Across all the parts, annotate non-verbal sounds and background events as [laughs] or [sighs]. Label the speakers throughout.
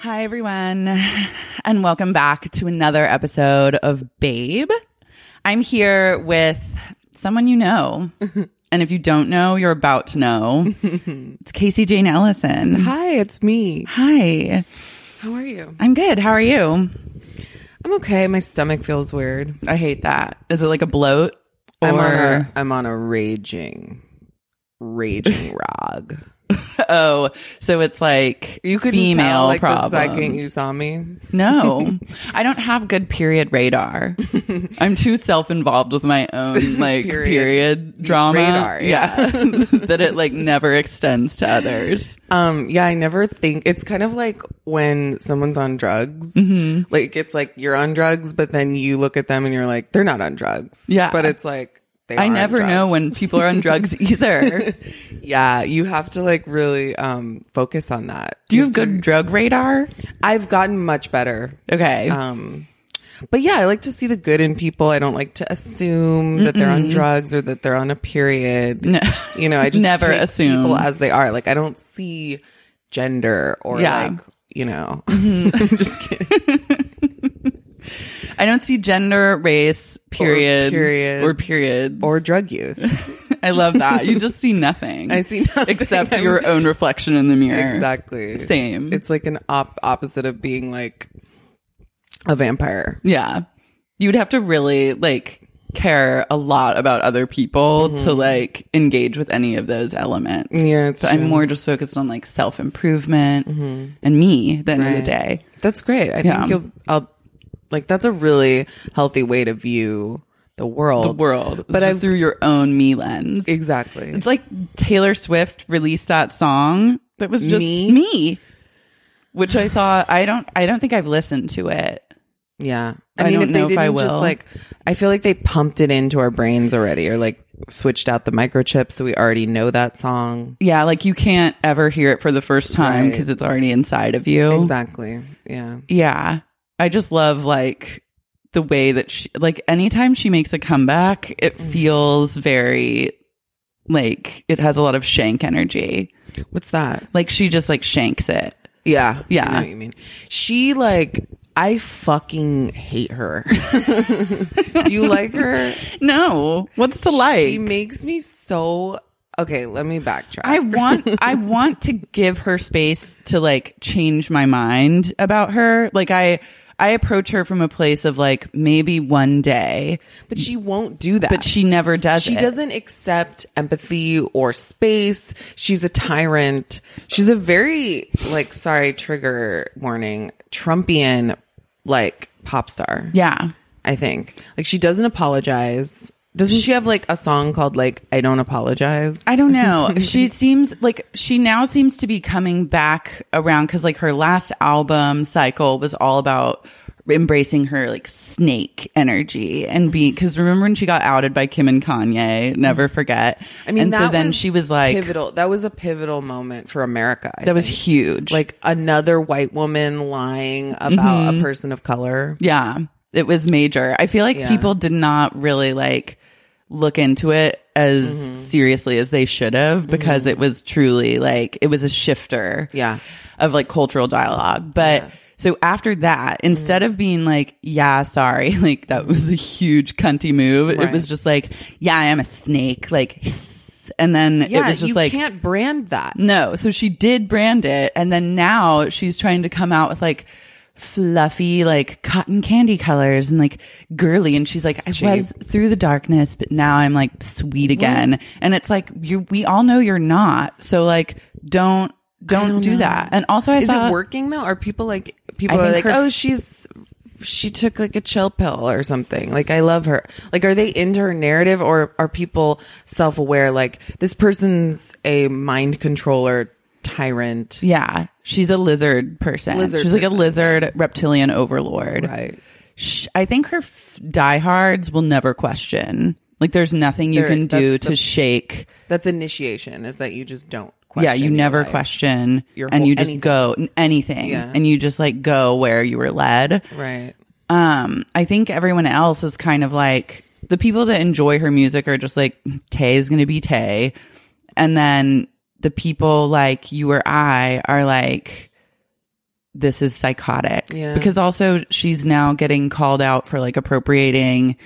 Speaker 1: Hi, everyone, [laughs] and welcome back to another episode of Babe. I'm here with someone you
Speaker 2: [laughs]
Speaker 1: know. and if you don't know, you're about to know. it's Casey Jane Ellison.
Speaker 2: Hi, it's me.
Speaker 1: Hi,
Speaker 2: How are you?
Speaker 1: I'm good. How are you?
Speaker 2: I'm okay. My stomach feels weird.
Speaker 1: I hate that. Is it like a bloat?
Speaker 2: I'm on
Speaker 1: Or,
Speaker 2: a, I'm on a raging, raging [laughs] rog.
Speaker 1: [laughs] oh, so it's like
Speaker 2: You could
Speaker 1: female
Speaker 2: tell like
Speaker 1: problems.
Speaker 2: the second you saw me. [laughs]
Speaker 1: No, I don't have good period radar. I'm too self involved with my
Speaker 2: [laughs]
Speaker 1: own like period,
Speaker 2: Period.
Speaker 1: drama.
Speaker 2: Radar,
Speaker 1: [laughs]
Speaker 2: yeah.
Speaker 1: that it like never extends to others.
Speaker 2: Um, yeah, I never think it's kind of like when someone's on drugs.
Speaker 1: Mm-hmm.
Speaker 2: Like it's like you're on drugs, but then you look at them and you're like, they're not on drugs.
Speaker 1: Yeah.
Speaker 2: but it's like they.
Speaker 1: I
Speaker 2: are on
Speaker 1: never know
Speaker 2: drugs.
Speaker 1: when people are on drugs
Speaker 2: [laughs]
Speaker 1: either.
Speaker 2: Yeah, you have to like really um focus on that.
Speaker 1: Do you have good drug radar?
Speaker 2: I've gotten much better.
Speaker 1: Okay.
Speaker 2: Um, but yeah, I like to see the good in people. I don't like to assume that they're on drugs or that they're on a period.
Speaker 1: No.
Speaker 2: You know, I just
Speaker 1: Never
Speaker 2: take
Speaker 1: assume.
Speaker 2: people as they are. Like I don't see gender or
Speaker 1: Yeah. Mm-hmm.
Speaker 2: like you know. I'm [laughs] just kidding.
Speaker 1: I don't see gender, race, periods,
Speaker 2: periods.
Speaker 1: or periods.
Speaker 2: or drug use.
Speaker 1: [laughs] I love that. You just see nothing.
Speaker 2: [laughs] I see nothing.
Speaker 1: [laughs] except
Speaker 2: I'm-
Speaker 1: your own reflection in the mirror.
Speaker 2: exactly.
Speaker 1: Same.
Speaker 2: It's like an op- opposite of being like a vampire.
Speaker 1: Yeah. You'd have to really like care a lot about other people to like engage with any of those elements.
Speaker 2: Mm-hmm. Yeah, it's
Speaker 1: So I'm
Speaker 2: true. Mm-hmm.
Speaker 1: more just focused on like self improvement and me at the end of the
Speaker 2: Right.
Speaker 1: day.
Speaker 2: That's great. I
Speaker 1: Yeah.
Speaker 2: think you'll I'll like that's a really healthy way to view the world.
Speaker 1: The world. But
Speaker 2: But
Speaker 1: just
Speaker 2: I've-
Speaker 1: through your own me lens.
Speaker 2: Exactly.
Speaker 1: It's like Taylor Swift released that song that was just me.
Speaker 2: Me?
Speaker 1: which I thought I don't I don't think I've listened to it.
Speaker 2: Yeah.
Speaker 1: I
Speaker 2: I mean,
Speaker 1: don't
Speaker 2: if they
Speaker 1: know if
Speaker 2: didn't
Speaker 1: I will.
Speaker 2: just like, I feel like they pumped it into our brains already or like switched out the microchip so we already know that song.
Speaker 1: Yeah, like you can't ever hear it for the first time
Speaker 2: Right.
Speaker 1: because it's already inside of you.
Speaker 2: Exactly. Yeah.
Speaker 1: Yeah. I just love like the way that she like anytime she makes a comeback, it feels very like it has a lot of shank energy.
Speaker 2: What's that?
Speaker 1: Like she just like shanks it.
Speaker 2: Yeah.
Speaker 1: Yeah.
Speaker 2: I know what you mean. She like, I fucking hate her. [laughs] Do you like
Speaker 1: [laughs]
Speaker 2: her?
Speaker 1: No. What's to like?
Speaker 2: She makes me so. Okay, let me backtrack.
Speaker 1: I want I want to give her space to like change my mind about her. Like I I approach her from a place of like maybe one day,
Speaker 2: but she won't do that.
Speaker 1: but she never does
Speaker 2: She
Speaker 1: it.
Speaker 2: doesn't accept empathy or space. She's a tyrant. She's a very like sorry trigger warning Trumpian like pop star.
Speaker 1: Yeah.
Speaker 2: I think like she doesn't apologize. Doesn't she have like a song called like I don't apologize?
Speaker 1: I
Speaker 2: [laughs]
Speaker 1: don't know. she seems like she now seems to be coming back around because like her last album cycle was all about embracing her like snake energy and be because remember when she got outed by Kim and Kanye, never forget.
Speaker 2: Mm-hmm. I mean,
Speaker 1: and so
Speaker 2: that
Speaker 1: then she was like,
Speaker 2: pivotal. That was a pivotal moment for America. I
Speaker 1: that was
Speaker 2: think.
Speaker 1: huge.
Speaker 2: like another white woman lying about a person of color.
Speaker 1: yeah, it was major. I feel like
Speaker 2: Yeah.
Speaker 1: people did not really like look into it as
Speaker 2: Mm-hmm.
Speaker 1: seriously as they should have because it was truly like it was a shifter.
Speaker 2: Yeah.
Speaker 1: of like cultural dialogue. But so after that, instead of being like, yeah, sorry, [laughs] like that was a huge cunty move, it
Speaker 2: Right.
Speaker 1: was just like, yeah, I am a snake. Like, [laughs] and then it
Speaker 2: Yeah,
Speaker 1: was just
Speaker 2: you
Speaker 1: like,
Speaker 2: can't brand that.
Speaker 1: no. So she did brand it. And then now she's trying to come out with like, fluffy like cotton candy colors and like girly and she's like I was through the darkness but now I'm like sweet again and it's like you we all know you're not so like don't don't, do that and also I
Speaker 2: Is
Speaker 1: saw
Speaker 2: it working though? Are people like people
Speaker 1: I
Speaker 2: are
Speaker 1: think
Speaker 2: like,
Speaker 1: her-
Speaker 2: oh, she's she took like a chill pill or something. Like I love her. Like are they into her narrative or are people self aware? Like this person's a mind controller tyrant,
Speaker 1: Yeah, she's a lizard person.
Speaker 2: Lizard
Speaker 1: she's like a
Speaker 2: person,
Speaker 1: lizard reptilian overlord.
Speaker 2: right?
Speaker 1: Sh I think her f- diehards will never question. Like, there's nothing you
Speaker 2: There-
Speaker 1: can do
Speaker 2: that's
Speaker 1: to
Speaker 2: the-
Speaker 1: shake.
Speaker 2: That's initiation. Is that you just don't? question
Speaker 1: Yeah, you
Speaker 2: your
Speaker 1: never
Speaker 2: life.
Speaker 1: question,
Speaker 2: Your
Speaker 1: and
Speaker 2: whole-
Speaker 1: you just
Speaker 2: anything.
Speaker 1: go n- anything,
Speaker 2: Yeah.
Speaker 1: and you just like go where you were led.
Speaker 2: Right.
Speaker 1: Um, I think everyone else is kind of like the people that enjoy her music are just like Tay is going to be Tay, and then the people like you or I are like this is psychotic.
Speaker 2: Yeah.
Speaker 1: Because also she's now getting called out for like appropriating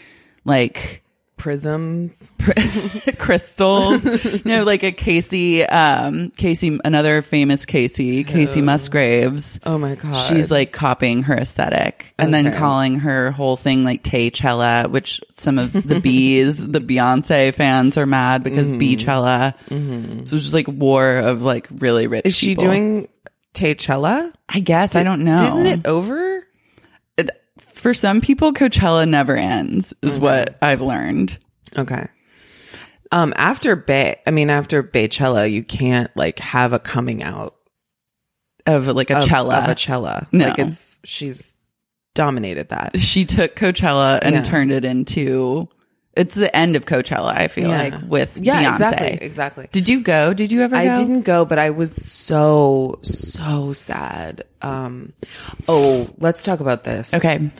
Speaker 1: like
Speaker 2: prisms.
Speaker 1: [laughs]
Speaker 2: [laughs]
Speaker 1: crystals. no, like a Casey, um, Casey, another famous Casey, Casey Musgraves.
Speaker 2: Oh my god.
Speaker 1: She's like copying her aesthetic and then
Speaker 2: Okay.
Speaker 1: calling her whole thing like Taychella, which some of the bees, the Beyonce fans are mad because
Speaker 2: Mm-hmm.
Speaker 1: Beachella. So it's just like war of like really rich.
Speaker 2: is she
Speaker 1: people.
Speaker 2: doing Taychella?
Speaker 1: I guess I don't know.
Speaker 2: Isn't it over?
Speaker 1: it? For some people, Coachella never ends, is
Speaker 2: Mm-hmm.
Speaker 1: what I've learned.
Speaker 2: Okay. Um, after Bay, I mean, after Baychella, you can't like have a coming out
Speaker 1: Of like a
Speaker 2: of,
Speaker 1: cella.
Speaker 2: of a cella.
Speaker 1: No.
Speaker 2: Like it's she's dominated that.
Speaker 1: she took Coachella and
Speaker 2: Yeah.
Speaker 1: turned it into. It's the end of Coachella. I feel
Speaker 2: Yeah.
Speaker 1: like with
Speaker 2: Yeah,
Speaker 1: Beyonce.
Speaker 2: exactly, exactly.
Speaker 1: Did you go? Did you ever?
Speaker 2: I
Speaker 1: go?
Speaker 2: didn't go, but I was so so sad. Um, oh, let's talk about this.
Speaker 1: Okay.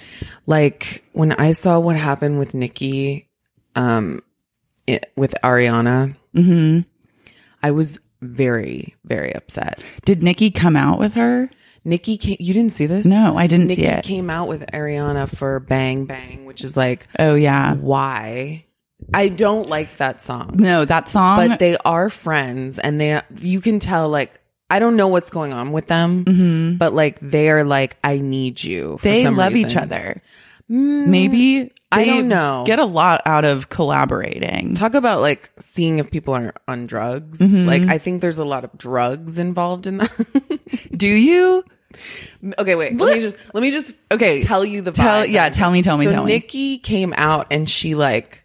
Speaker 2: like when I saw what happened with Nikki, um, it, with Ariana,
Speaker 1: hmm
Speaker 2: I was very very upset.
Speaker 1: Did Nikki come out with her?
Speaker 2: Nikki, came, you didn't see this?
Speaker 1: No, I didn't
Speaker 2: Nikki
Speaker 1: see it.
Speaker 2: came out with Ariana for Bang Bang, which is like,
Speaker 1: oh yeah.
Speaker 2: why? I don't like that song.
Speaker 1: No, that song.
Speaker 2: But they are friends and they you can tell like I don't know what's going on with them, but like they are like I need you. for
Speaker 1: Mm-hmm. they
Speaker 2: some
Speaker 1: love each
Speaker 2: reason.
Speaker 1: other.
Speaker 2: Mm,
Speaker 1: Maybe
Speaker 2: I
Speaker 1: they
Speaker 2: don't know.
Speaker 1: Get a lot out of collaborating.
Speaker 2: Talk about like seeing if people are on drugs.
Speaker 1: Mm-hmm.
Speaker 2: Like I think there's a lot of drugs involved in that. [laughs]
Speaker 1: Do you?
Speaker 2: Okay, wait. Let me just let me just
Speaker 1: Okay.
Speaker 2: tell you the
Speaker 1: Tell-
Speaker 2: vibe
Speaker 1: yeah,
Speaker 2: that I'm
Speaker 1: tell me, tell me,
Speaker 2: so
Speaker 1: tell me.
Speaker 2: Nikki came out and she like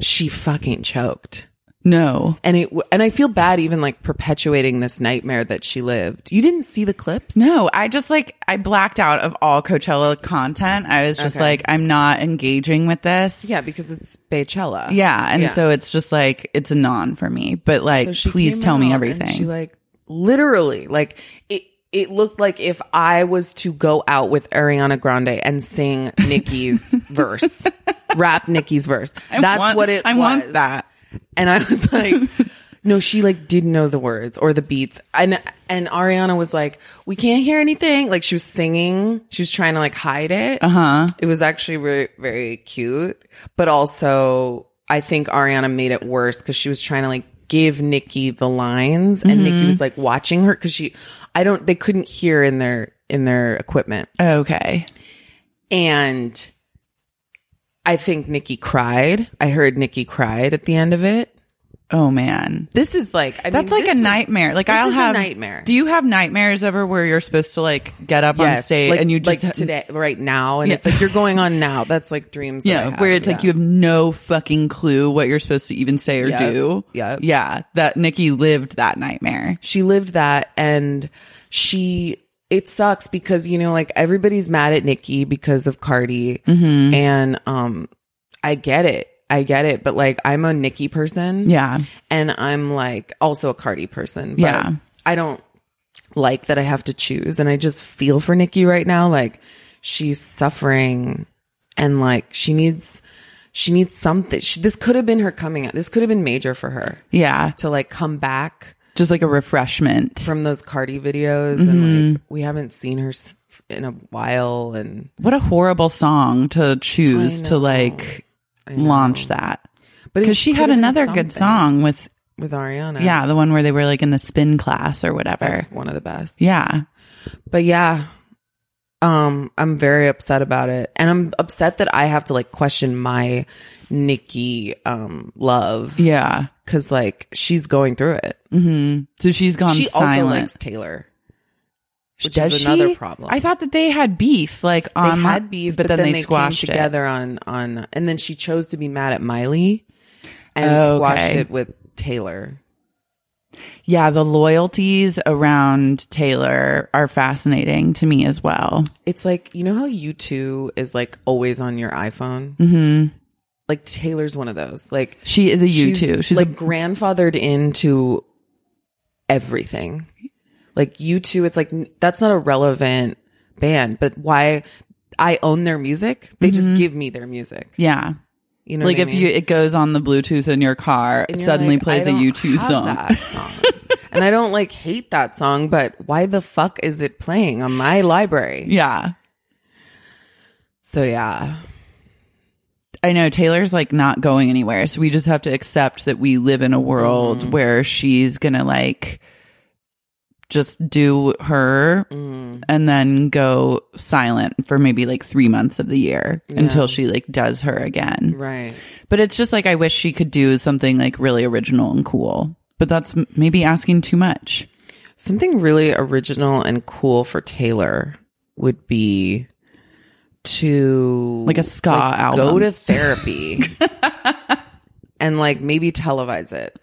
Speaker 2: she fucking choked,
Speaker 1: No.
Speaker 2: and it w- and I feel bad even like perpetuating this nightmare that she lived. You didn't see the clips?
Speaker 1: No, I just like I blacked out of all Coachella content. I was just
Speaker 2: Okay.
Speaker 1: like, I'm not engaging with this.
Speaker 2: Yeah, because it's Baychella.
Speaker 1: Yeah. And
Speaker 2: Yeah.
Speaker 1: so it's just like, it's a non for me, but like,
Speaker 2: So she
Speaker 1: please
Speaker 2: came
Speaker 1: tell me
Speaker 2: out
Speaker 1: everything.
Speaker 2: And she like literally like it. It looked like if I was to go out with Ariana Grande and sing
Speaker 1: [laughs]
Speaker 2: Nikki's verse, rap Nikki's verse. That's
Speaker 1: want-
Speaker 2: what it.
Speaker 1: I
Speaker 2: was.
Speaker 1: want that.
Speaker 2: And I
Speaker 1: [laughs]
Speaker 2: was like, no, she like didn't know the words or the beats. And and Ariana was like, we can't hear anything. Like she was singing. She was trying to like hide it. Uh
Speaker 1: Uh-huh.
Speaker 2: huh. It was actually very very cute, but also I think Ariana made it worse because she was trying to like give Nikki the lines, and
Speaker 1: Mm-hmm.
Speaker 2: Nikki was like watching her because she, I don't, they couldn't hear in their in their equipment,
Speaker 1: okay.
Speaker 2: and. I think Nikki cried. I heard Nikki cried at the end of it.
Speaker 1: Oh man.
Speaker 2: This is like I
Speaker 1: That's
Speaker 2: mean,
Speaker 1: like
Speaker 2: this
Speaker 1: a
Speaker 2: was-
Speaker 1: nightmare. Like
Speaker 2: this
Speaker 1: I'll
Speaker 2: is
Speaker 1: have
Speaker 2: a nightmare.
Speaker 1: Do you have nightmares ever where you're supposed to like get up on
Speaker 2: yes,
Speaker 1: stage
Speaker 2: like,
Speaker 1: and you just
Speaker 2: like today right now, and
Speaker 1: Yeah.
Speaker 2: it's like you're going on now. That's like dreams. that I
Speaker 1: yeah,
Speaker 2: have,
Speaker 1: where it's like you have no fucking clue what you're supposed to even say or
Speaker 2: Yep.
Speaker 1: do.
Speaker 2: Yep.
Speaker 1: Yeah. That Nikki lived that nightmare.
Speaker 2: She lived that, and she. It sucks because you know, like everybody's mad at Nikki because of Cardi,
Speaker 1: Mm-hmm.
Speaker 2: and um, I get it, I get it, but like I'm a Nikki person,
Speaker 1: Yeah.
Speaker 2: and I'm like also a Cardi person. But
Speaker 1: Yeah.
Speaker 2: I don't like that I have to choose, and I just feel for Nikki right now. Like she's suffering, and like she needs she needs something. She, this could have been her coming out. This could have been major for her
Speaker 1: Yeah.
Speaker 2: to like come back
Speaker 1: Just like a refreshment.
Speaker 2: from those Cardi videos,
Speaker 1: Mm-hmm.
Speaker 2: and like we haven't seen her s- in a while, and
Speaker 1: what a horrible song to choose
Speaker 2: I
Speaker 1: to
Speaker 2: know.
Speaker 1: like
Speaker 2: I know.
Speaker 1: launch that.
Speaker 2: But it
Speaker 1: Because she
Speaker 2: could
Speaker 1: had
Speaker 2: have been
Speaker 1: another good
Speaker 2: something
Speaker 1: song with
Speaker 2: with Ariana.
Speaker 1: Yeah, the one where they were like in the spin class or whatever.
Speaker 2: that's one of the best.
Speaker 1: yeah.
Speaker 2: but yeah um i'm very upset about it and i'm upset that i have to like question my nikki um love
Speaker 1: Yeah.
Speaker 2: because like she's going through it
Speaker 1: hmm So she's gone
Speaker 2: she
Speaker 1: silent.
Speaker 2: also likes taylor which
Speaker 1: Does
Speaker 2: is another
Speaker 1: she?
Speaker 2: problem
Speaker 1: I thought that they had beef, like
Speaker 2: they
Speaker 1: on
Speaker 2: had beef
Speaker 1: but, then, they,
Speaker 2: came
Speaker 1: squashed it.
Speaker 2: together on on and then she chose to be mad at miley and
Speaker 1: Oh,
Speaker 2: squashed
Speaker 1: okay.
Speaker 2: it with taylor
Speaker 1: Yeah, the loyalties around Taylor are fascinating to me as well.
Speaker 2: it's like you know how u2 is like always on your iphone
Speaker 1: hmm
Speaker 2: like taylor's one of those like
Speaker 1: She is a U
Speaker 2: she's,
Speaker 1: two. She's
Speaker 2: like
Speaker 1: a,
Speaker 2: grandfathered into everything. Like you two, it's like n- that's not a relevant band, but why I own their music? They just give me their music.
Speaker 1: Mm-hmm. yeah.
Speaker 2: You know,
Speaker 1: like
Speaker 2: what I
Speaker 1: if you
Speaker 2: mean?
Speaker 1: it goes on the Bluetooth in your car,
Speaker 2: And
Speaker 1: it
Speaker 2: you're
Speaker 1: suddenly
Speaker 2: like,
Speaker 1: plays
Speaker 2: I
Speaker 1: a
Speaker 2: don't
Speaker 1: U two
Speaker 2: have
Speaker 1: song.
Speaker 2: that song. and I don't like hate that song, but why the fuck is it playing on my library?
Speaker 1: Yeah.
Speaker 2: So yeah.
Speaker 1: I know Taylor's like not going anywhere. So we just have to accept that we live in a world
Speaker 2: Mm-hmm.
Speaker 1: where she's going to like just do her
Speaker 2: Mm-hmm. Mm,
Speaker 1: and then go silent for maybe like 3 months of the year until she like does her again.
Speaker 2: Right.
Speaker 1: But it's just like I wish she could do something like really original and cool. But that's m- maybe asking too much.
Speaker 2: Something really original and cool for Taylor would be to
Speaker 1: Like a ska album.
Speaker 2: Go to therapy. [laughs] And like maybe televise it.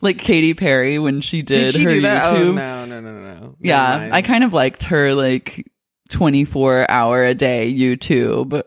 Speaker 1: like Katy Perry when she did,
Speaker 2: Did she
Speaker 1: her
Speaker 2: do that?
Speaker 1: YouTube.
Speaker 2: Oh no, no, no, no. Never
Speaker 1: Yeah,
Speaker 2: mind.
Speaker 1: I kind of liked her like 24 hour a day YouTube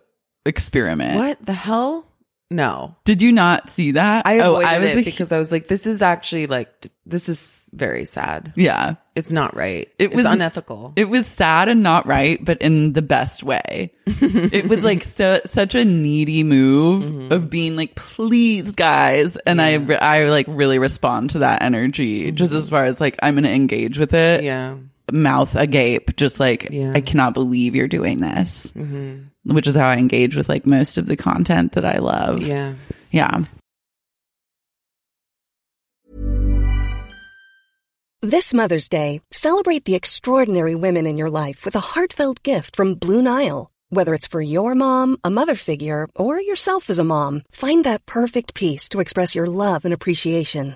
Speaker 1: experiment.
Speaker 2: What the hell? No.
Speaker 1: Did you not see that? Oh,
Speaker 2: Oh, I avoided it
Speaker 1: like,
Speaker 2: because I was like, this is actually like, d- this is very sad.
Speaker 1: yeah,
Speaker 2: It's not right.
Speaker 1: It
Speaker 2: it's
Speaker 1: was-
Speaker 2: unethical.
Speaker 1: it was sad and not right, but in the best way. it was like so such a needy move
Speaker 2: Mm-hmm.
Speaker 1: of being like, please, guys, and I re- I like really respond to that energy just as far as like I'm gonna engage with it,
Speaker 2: [laughs] Mm-hmm. yeah.
Speaker 1: mouth agape, just like
Speaker 2: Yeah.
Speaker 1: I cannot believe you're doing this.
Speaker 2: Mm-hmm.
Speaker 1: Which is how I engage with like most of the content that I love.
Speaker 2: Yeah.
Speaker 1: yeah.
Speaker 3: This Mother's Day, celebrate the extraordinary women in your life with a heartfelt gift from Blue Nile. Whether it's for your mom, a mother figure, or yourself as a mom, find that perfect piece to express your love and appreciation.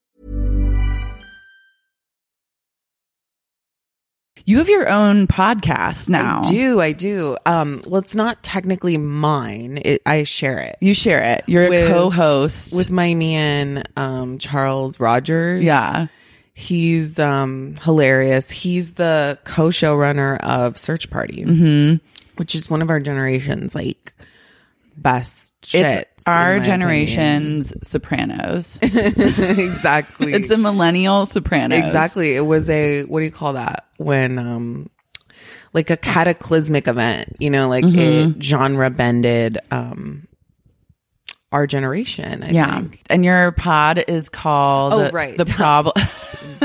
Speaker 1: You have your own podcast now.
Speaker 2: I do. I do. Um, well, it's not technically mine. It, I share it
Speaker 1: You share it. You're
Speaker 2: With-
Speaker 1: a co-host.
Speaker 2: with my man, um, Charles Rogers.
Speaker 1: yeah.
Speaker 2: He's, um, hilarious. He's the co-showrunner of Search Party,
Speaker 1: Mm. Mm-hmm.
Speaker 2: which is one of our generation's like best shit.
Speaker 1: It's our generation's [laughs] Sopranos.
Speaker 2: [laughs]
Speaker 1: [laughs]
Speaker 2: exactly.
Speaker 1: it's a millennial Sopranos.
Speaker 2: Exactly. It was a what do you call that when um like a cataclysmic event, you know, like it genre bended um our generation, I
Speaker 1: Yeah.
Speaker 2: think.
Speaker 1: And your pod is called
Speaker 2: Oh, right.
Speaker 1: [laughs] The
Speaker 2: Duh.
Speaker 1: Problem. [laughs]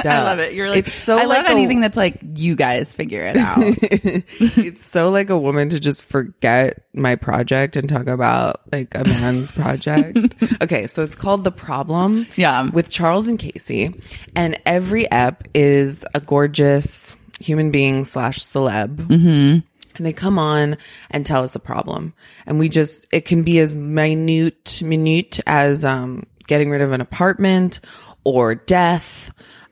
Speaker 2: Duh.
Speaker 1: I love it. You're like
Speaker 2: It's so
Speaker 1: I love
Speaker 2: like a-
Speaker 1: anything that's like you guys figure it out.
Speaker 2: It's so like a woman to just forget my project and talk about like a man's project. Okay, so it's called The Problem.
Speaker 1: Yeah.
Speaker 2: With Charles and Casey. And every ep is a gorgeous human being slash celeb. Mm-hmm. And they come on and tell us a problem. And we just, it can be as minute, minute as um, getting rid of an apartment or death.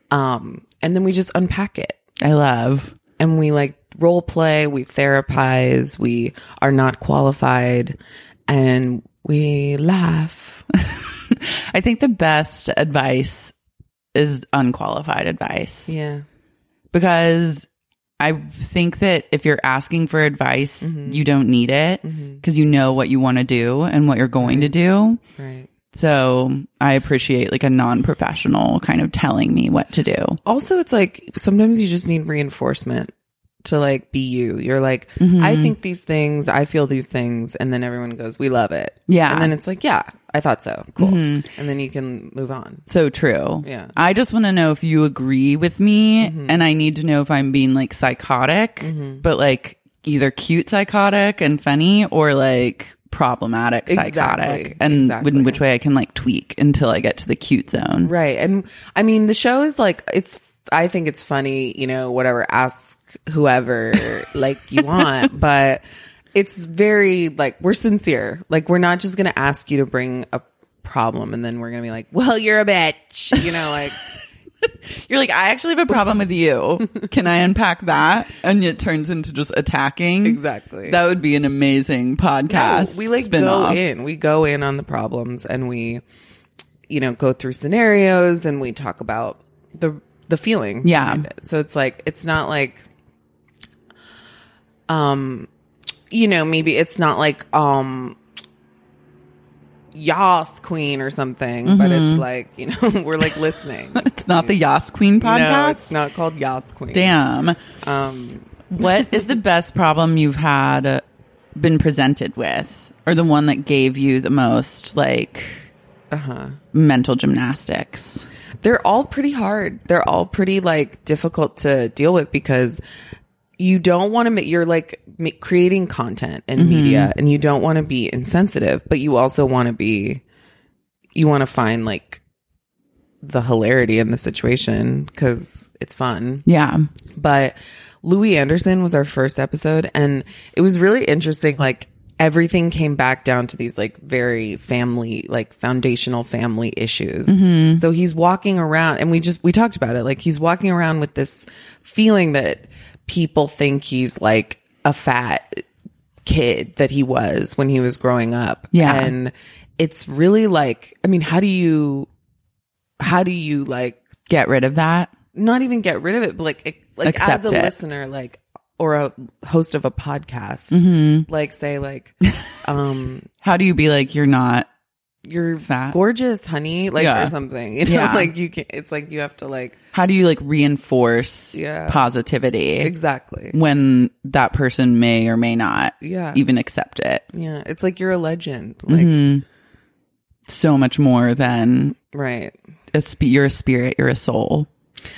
Speaker 2: Um, and then we just unpack it
Speaker 1: [laughs] I love. [laughs]
Speaker 2: and we like role play, we therapize, we are not qualified, and we laugh.
Speaker 1: I think the best advice is unqualified advice
Speaker 2: Yeah.
Speaker 1: because I think that if you're asking for advice,
Speaker 2: Mm-hmm.
Speaker 1: you don't need it because you know what you want to do and what you're going to do.
Speaker 2: Right.
Speaker 1: So I appreciate like a non professional kind of telling me what to do.
Speaker 2: Also, it's like sometimes you just need reinforcement to like be you. You're like, I think these things, I feel these things, and then everyone goes, We love it.
Speaker 1: Yeah.
Speaker 2: And then it's like, Yeah, I thought so. Cool. And then you can move on.
Speaker 1: So true.
Speaker 2: Yeah. Mm-hmm.
Speaker 1: I just want to know if you agree with me and I need to know if I'm being like psychotic, but like either cute psychotic and funny or like problematic
Speaker 2: Exactly.
Speaker 1: psychotic and
Speaker 2: Exactly.
Speaker 1: in which way I can like tweak until I get to the cute zone.
Speaker 2: Right. And I mean, the show is like, it's, I think it's funny, you know, whatever, ask whoever [laughs] like you want, but it's very like, we're sincere. Like, we're not just going to ask you to bring a problem and then we're going to be like, well, you're a bitch, you know, like,
Speaker 1: You're like, I actually have a problem with you.
Speaker 2: [laughs]
Speaker 1: Can I unpack that? And it turns into just attacking.
Speaker 2: Exactly.
Speaker 1: That would be an amazing podcast.
Speaker 2: No, we like
Speaker 1: spin-off.
Speaker 2: go in. We go in on the problems and we, you know, go through scenarios and we talk about the the feelings.
Speaker 1: Yeah.
Speaker 2: behind it. So it's like it's not like, um, you know, maybe it's not like um. Yas Queen or something, but
Speaker 1: Mm-hmm.
Speaker 2: it's like, you know, [laughs] we're
Speaker 1: [laughs]
Speaker 2: like listening.
Speaker 1: It's not the Yas Queen podcast.
Speaker 2: no, it's not called Yas Queen.
Speaker 1: Damn.
Speaker 2: Um,
Speaker 1: What is the best problem you've had uh, been presented with, or the one that gave you the most like
Speaker 2: Uh-huh.
Speaker 1: mental gymnastics?
Speaker 2: they're all pretty hard. They're all pretty like difficult to deal with because you don't want to make you're like ma- creating content and media and you don't want to be insensitive, but you also want to be you want to find like the hilarity in the situation cuz it's fun.
Speaker 1: Yeah,
Speaker 2: but Louis Anderson was our first episode and it was really interesting like everything came back down to these like very family like foundational family issues. So he's walking around and we just we talked about it like he's walking around with this feeling that people think he's like a fat kid that he was when he was growing up.
Speaker 1: Yeah.
Speaker 2: And it's really like I mean how do you how do you like
Speaker 1: get rid of that.
Speaker 2: not even get rid of it, but like ac- like
Speaker 1: Accept
Speaker 2: as a
Speaker 1: it.
Speaker 2: listener, like or a host of a podcast,
Speaker 1: Mm-hmm.
Speaker 2: like say like, [laughs] um,
Speaker 1: How do you be like you're not?
Speaker 2: you're
Speaker 1: Fat.
Speaker 2: gorgeous, honey, like
Speaker 1: Yeah.
Speaker 2: or something. [laughs] You know,
Speaker 1: Yeah.
Speaker 2: like you can. It's like you have to like
Speaker 1: How do you like reinforce
Speaker 2: Yeah.
Speaker 1: positivity
Speaker 2: exactly.
Speaker 1: when that person may or may not
Speaker 2: Yeah.
Speaker 1: even accept it?
Speaker 2: Yeah, it's like you're a legend. Like
Speaker 1: Mm-hmm. So much more than
Speaker 2: right.
Speaker 1: a sp- you're a spirit, you're a soul.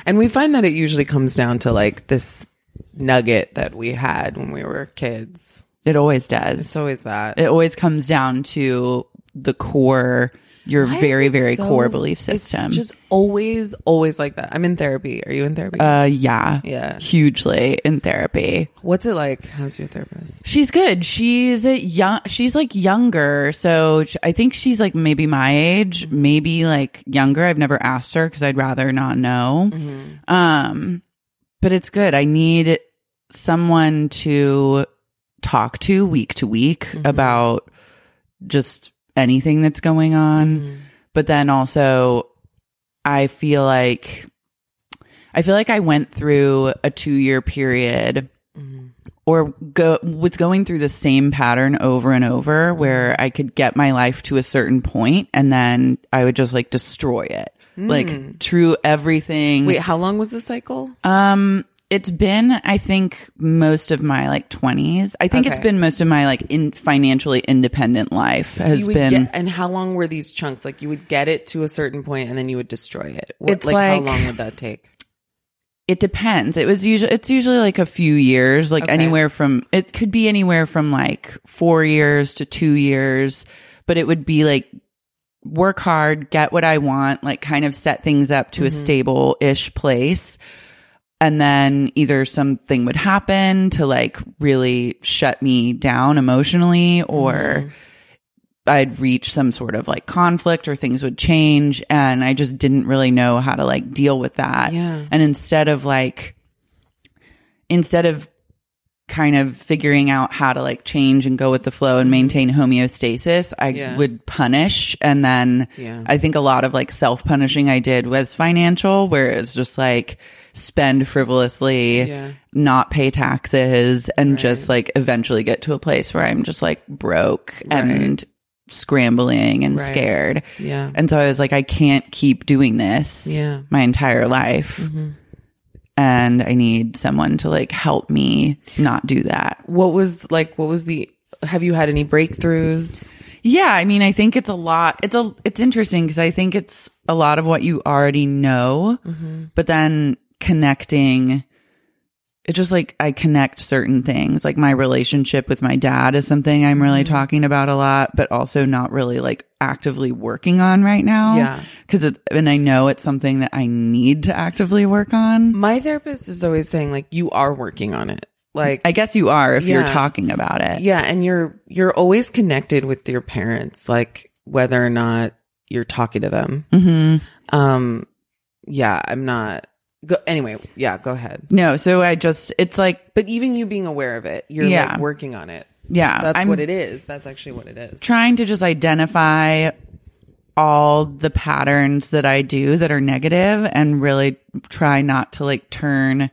Speaker 2: And we find that it usually comes down to like this nugget that we had when we were kids.
Speaker 1: It always does.
Speaker 2: It's always that.
Speaker 1: it always comes down to the core your
Speaker 2: Why is
Speaker 1: very
Speaker 2: it
Speaker 1: very
Speaker 2: so-
Speaker 1: core belief
Speaker 2: it's
Speaker 1: system
Speaker 2: just always, always like that. I'm in therapy. Are you in therapy?
Speaker 1: uh yeah
Speaker 2: Yeah.
Speaker 1: hugely in therapy
Speaker 2: What's it like? How's your therapist?
Speaker 1: she's good she's a young she's like younger so sh- i think she's like maybe my age maybe like younger i've never asked her because i'd rather not know
Speaker 2: Mm-hmm.
Speaker 1: um but it's good i need someone to talk to week to week about just anything that's going on but then also i feel like i feel like i went through a two year period
Speaker 2: Mm-hmm.
Speaker 1: or go was going through the same pattern over and over where i could get my life to a certain point and then i would just like destroy it like true everything
Speaker 2: Wait, how long was the cycle?
Speaker 1: um, it's been, I think, most of my like twenties. I think it's
Speaker 2: Okay.
Speaker 1: been most of my like in financially independent life
Speaker 2: So
Speaker 1: has
Speaker 2: you would
Speaker 1: been.
Speaker 2: get, and how long were these chunks? Like you would get it to a certain point and then you would destroy it. What,
Speaker 1: It's
Speaker 2: like, how
Speaker 1: like-
Speaker 2: long would that [sighs] take?
Speaker 1: it depends. It was usually it's usually like a few years, like
Speaker 2: Okay.
Speaker 1: anywhere from it could be anywhere from like four years to two years, but it would be like work hard, get what I want, like kind of set things up to a stable ish place. And then either something would happen to like really shut me down emotionally or I'd reach some sort of like conflict or things would change. And I just didn't really know how to like deal with that.
Speaker 2: Yeah.
Speaker 1: And instead of like, instead of kind of figuring out how to like change and go with the flow and maintain homeostasis, I
Speaker 2: Yeah.
Speaker 1: would punish. And then
Speaker 2: Yeah.
Speaker 1: I think a lot of like self punishing I did was financial, where it was just like spend frivolously,
Speaker 2: Yeah.
Speaker 1: not pay taxes, and just like eventually get to a place where I'm just like broke and scrambling and
Speaker 2: Right.
Speaker 1: scared.
Speaker 2: Yeah.
Speaker 1: And so I was like, I can't keep doing this
Speaker 2: Yeah.
Speaker 1: my entire life. And I need someone to like help me not do that.
Speaker 2: What was like, what was the, have you had any breakthroughs?
Speaker 1: Yeah, I mean, I think it's a lot. It's a it's interesting because I think it's a lot of what you already know, but then connecting. It just like I connect certain things, like my relationship with my dad is something I'm really talking about a lot, but also not really like actively working on right now.
Speaker 2: Yeah.
Speaker 1: because it and I know it's something that I need to actively work on.
Speaker 2: My therapist is always saying like, you are working on it. Like,
Speaker 1: I guess you are if you're
Speaker 2: Yeah.
Speaker 1: talking about it.
Speaker 2: yeah. And you're, you're always connected with your parents, like whether or not you're talking to them.
Speaker 1: hmm
Speaker 2: Um, yeah, I'm not. Go, anyway, yeah, go ahead.
Speaker 1: No, so I just it's like
Speaker 2: But even you being aware of it, you're
Speaker 1: Yeah.
Speaker 2: like working on it.
Speaker 1: yeah,
Speaker 2: That's
Speaker 1: I'm-
Speaker 2: what it is. That's actually what it is.
Speaker 1: trying to just identify all the patterns that I do that are negative and really try not to like turn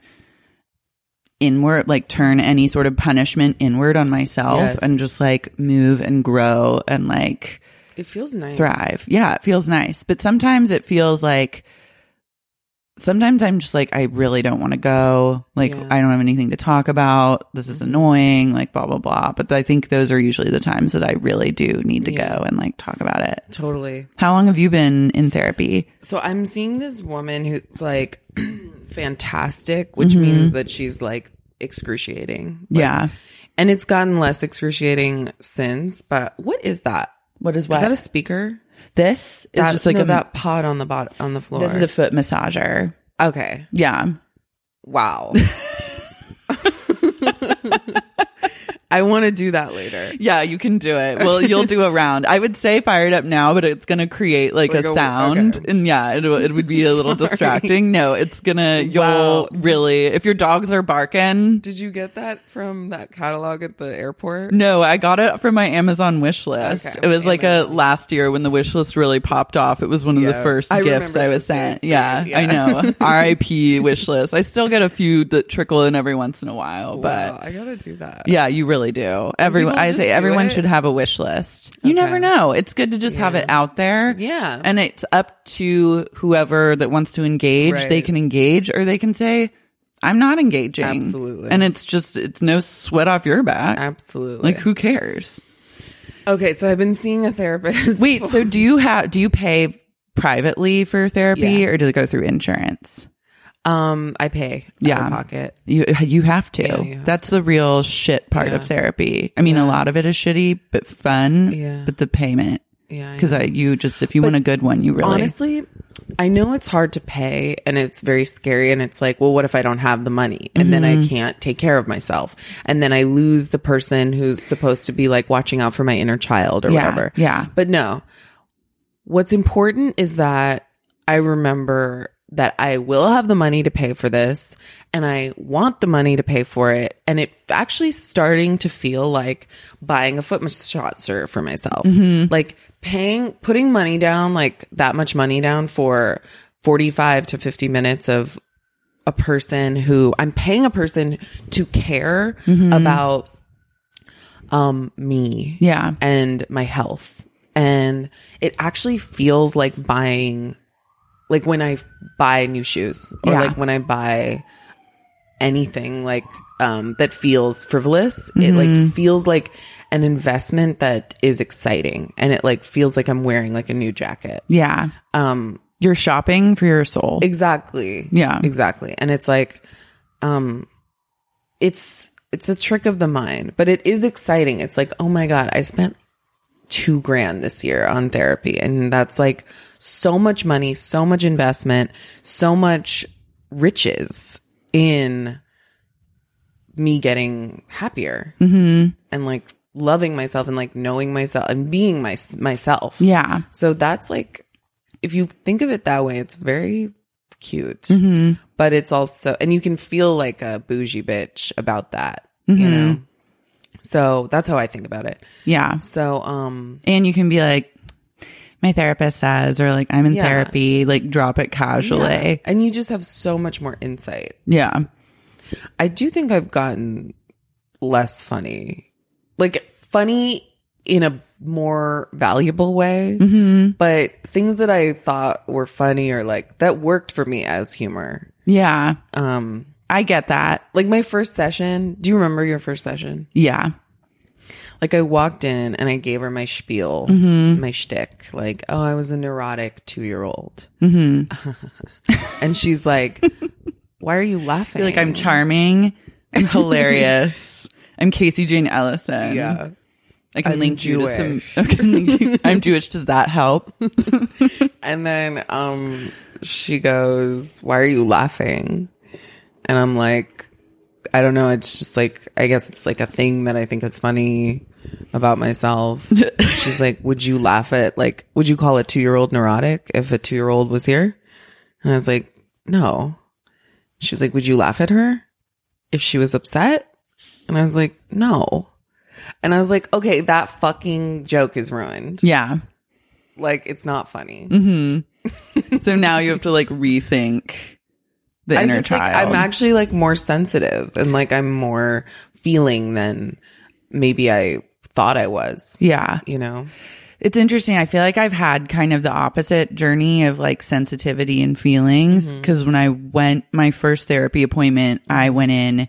Speaker 1: inward, like turn any sort of punishment inward on myself
Speaker 2: Yes.
Speaker 1: and just like move and grow and like
Speaker 2: It feels nice.
Speaker 1: thrive. Yeah, it feels nice. But sometimes it feels like sometimes I'm just like, I really don't want to go. Like
Speaker 2: Yeah. Mm-hmm.
Speaker 1: I don't have anything to talk about. This is annoying, like blah blah blah. But I think those are usually the times that I really do need to
Speaker 2: Yeah.
Speaker 1: go and like talk about it.
Speaker 2: Totally.
Speaker 1: How long have you been in therapy?
Speaker 2: So I'm seeing this woman who's like [clears throat] fantastic,
Speaker 1: Mm-hmm.
Speaker 2: which means that she's like excruciating. Like-
Speaker 1: yeah.
Speaker 2: And it's gotten less excruciating since, but what is that?
Speaker 1: What is
Speaker 2: Is
Speaker 1: what?
Speaker 2: that a speaker?
Speaker 1: this is
Speaker 2: That-
Speaker 1: just like
Speaker 2: no,
Speaker 1: a
Speaker 2: that pod on the bot on the floor.
Speaker 1: this is a foot massager.
Speaker 2: okay.
Speaker 1: Yeah.
Speaker 2: Wow. [laughs] I want to do that later.
Speaker 1: Yeah, you can do it. Well, you'll do a round. I would say fire it up now, but it's going to create like,
Speaker 2: Like
Speaker 1: a,
Speaker 2: a-
Speaker 1: sound.
Speaker 2: okay.
Speaker 1: And yeah, it, w- it would be a
Speaker 2: [laughs]
Speaker 1: little distracting. No, it's going to, you'll
Speaker 2: Wow.
Speaker 1: really, if your dogs are barking,
Speaker 2: Did you get that from that catalog at the airport?
Speaker 1: no, I got it from my Amazon wish list.
Speaker 2: Okay,
Speaker 1: it was like a last year when the wish list really popped off. It was one of the
Speaker 2: Yeah.
Speaker 1: first
Speaker 2: I
Speaker 1: gifts
Speaker 2: remember
Speaker 1: I
Speaker 2: it
Speaker 1: was
Speaker 2: was very
Speaker 1: sent. Yeah,
Speaker 2: sweet.
Speaker 1: I know. RIP wish list. I still get a few that trickle in every once in a while, but
Speaker 2: Wow, I gotta do that.
Speaker 1: Yeah, you really do. Everyone,
Speaker 2: people
Speaker 1: I
Speaker 2: just
Speaker 1: say
Speaker 2: do
Speaker 1: everyone
Speaker 2: it?
Speaker 1: should have a wish list. You never know. It's good to just have it out there.
Speaker 2: Yeah.
Speaker 1: And it's up to whoever that wants to engage. They
Speaker 2: Right.
Speaker 1: can engage or they can say, I'm not engaging.
Speaker 2: Absolutely.
Speaker 1: And it's just, it's no sweat off your back.
Speaker 2: Absolutely.
Speaker 1: Like, who cares?
Speaker 2: okay, so I've been seeing a therapist.
Speaker 1: Wait, so do you have, do you pay privately for therapy
Speaker 2: Yeah.
Speaker 1: or does it go through insurance?
Speaker 2: [laughs] um, I pay.
Speaker 1: Yeah.
Speaker 2: out of pocket.
Speaker 1: You you have to.
Speaker 2: Yeah, you have
Speaker 1: That's the real shit part of therapy. I mean, a lot of it is shitty, but fun.
Speaker 2: Yeah.
Speaker 1: But the payment,
Speaker 2: Yeah, I
Speaker 1: because I you just if you want a good one, you really
Speaker 2: Honestly, I know it's hard to pay and it's very scary. And it's like, well, what if I don't have the money? And then
Speaker 1: Mm-hmm.
Speaker 2: I can't take care of myself. And then I lose the person who's supposed to be like watching out for my inner child or
Speaker 1: Yeah,
Speaker 2: whatever.
Speaker 1: yeah.
Speaker 2: But no, what's important is that I remember that I will have the money to pay for this and I want the money to pay for it. And it actually starting to feel like buying a foot massager for myself. Like paying, putting money down, like that much money down for 45 to 50 minutes of a person who I'm paying a person to care
Speaker 1: Mm-hmm.
Speaker 2: about um me
Speaker 1: Yeah.
Speaker 2: and my health and it actually feels like buying like when I buy new shoes or
Speaker 1: Yeah.
Speaker 2: like when I buy anything like um that feels frivolous it
Speaker 1: Mm-hmm.
Speaker 2: like feels like an investment that is exciting and it like feels like I'm wearing like a new jacket
Speaker 1: yeah.
Speaker 2: um
Speaker 1: You're shopping for your soul.
Speaker 2: Exactly.
Speaker 1: Yeah.
Speaker 2: Exactly. And it's like, um, it's it's a trick of the mind, but it is exciting. It's like, oh my god, I spent two grand this year on therapy, and that's like so much money, so much investment, so much riches in me getting happier
Speaker 1: Mm-hmm.
Speaker 2: and like loving myself and like knowing myself and being my myself.
Speaker 1: yeah.
Speaker 2: So that's like, if you think of it that way, it's very cute, but it's also, and you can feel like a bougie bitch about that, you know? So that's how I think about it.
Speaker 1: Yeah.
Speaker 2: So, um,
Speaker 1: And you can be like, my therapist says, or like I'm in
Speaker 2: Yeah.
Speaker 1: therapy. Like drop it casually.
Speaker 2: and you just have so much more insight.
Speaker 1: Yeah.
Speaker 2: I do think I've gotten less funny, like funny in a more valuable way,
Speaker 1: Mm-hmm.
Speaker 2: but things that I thought were funny or like that worked for me as humor.
Speaker 1: Yeah.
Speaker 2: Um,
Speaker 1: I get that.
Speaker 2: like my first session do you remember your first session
Speaker 1: Yeah.
Speaker 2: like i walked in and i gave her my spiel
Speaker 1: Mm-hmm.
Speaker 2: my shtick like oh i was a neurotic two-year-old
Speaker 1: Mm-hmm.
Speaker 2: [laughs] and she's like why are you laughing
Speaker 1: Like I'm charming. I'm [laughs] hilarious. I'm Casey Jane Ellison.
Speaker 2: yeah
Speaker 1: I can
Speaker 2: I'm
Speaker 1: link you to
Speaker 2: Jewish.
Speaker 1: some. [laughs] I can link you- I'm Jewish. Does that help?
Speaker 2: and then um she goes why are you laughing and i'm like i don't know it's just like i guess it's like a thing that i think is funny about myself she's like would you laugh at like would you call a two-year-old neurotic if a two-year-old was here and i was like no she was like would you laugh at her if she was upset and i was like no and i was like okay that fucking joke is
Speaker 1: [laughs]
Speaker 2: ruined
Speaker 1: Yeah.
Speaker 2: like it's not funny
Speaker 1: So now you have to like rethink the
Speaker 2: I
Speaker 1: inner
Speaker 2: just, like,
Speaker 1: child.
Speaker 2: I'm actually like more sensitive and like I'm more feeling than maybe I thought I was.
Speaker 1: yeah.
Speaker 2: You know,
Speaker 1: it's interesting. I feel like I've had kind of the opposite journey of like sensitivity and feelings. Cause when I went my first therapy appointment, I went in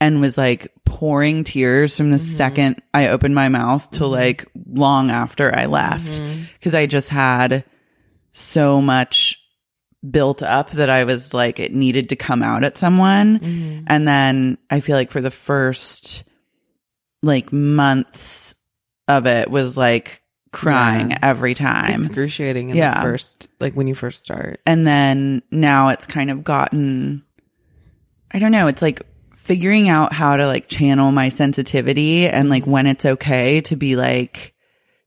Speaker 1: and was like pouring tears from the second I opened my mouth to like long after I left. Cause I just had so much built up that I was like, it needed to come out at someone. And then I feel like for the first like months of it was like crying every time.
Speaker 2: It's excruciating in the
Speaker 1: Yeah.
Speaker 2: first, like when you first start.
Speaker 1: and then now it's kind of gotten, I don't know, it's like figuring out how to like channel my sensitivity and like when it's okay to be like,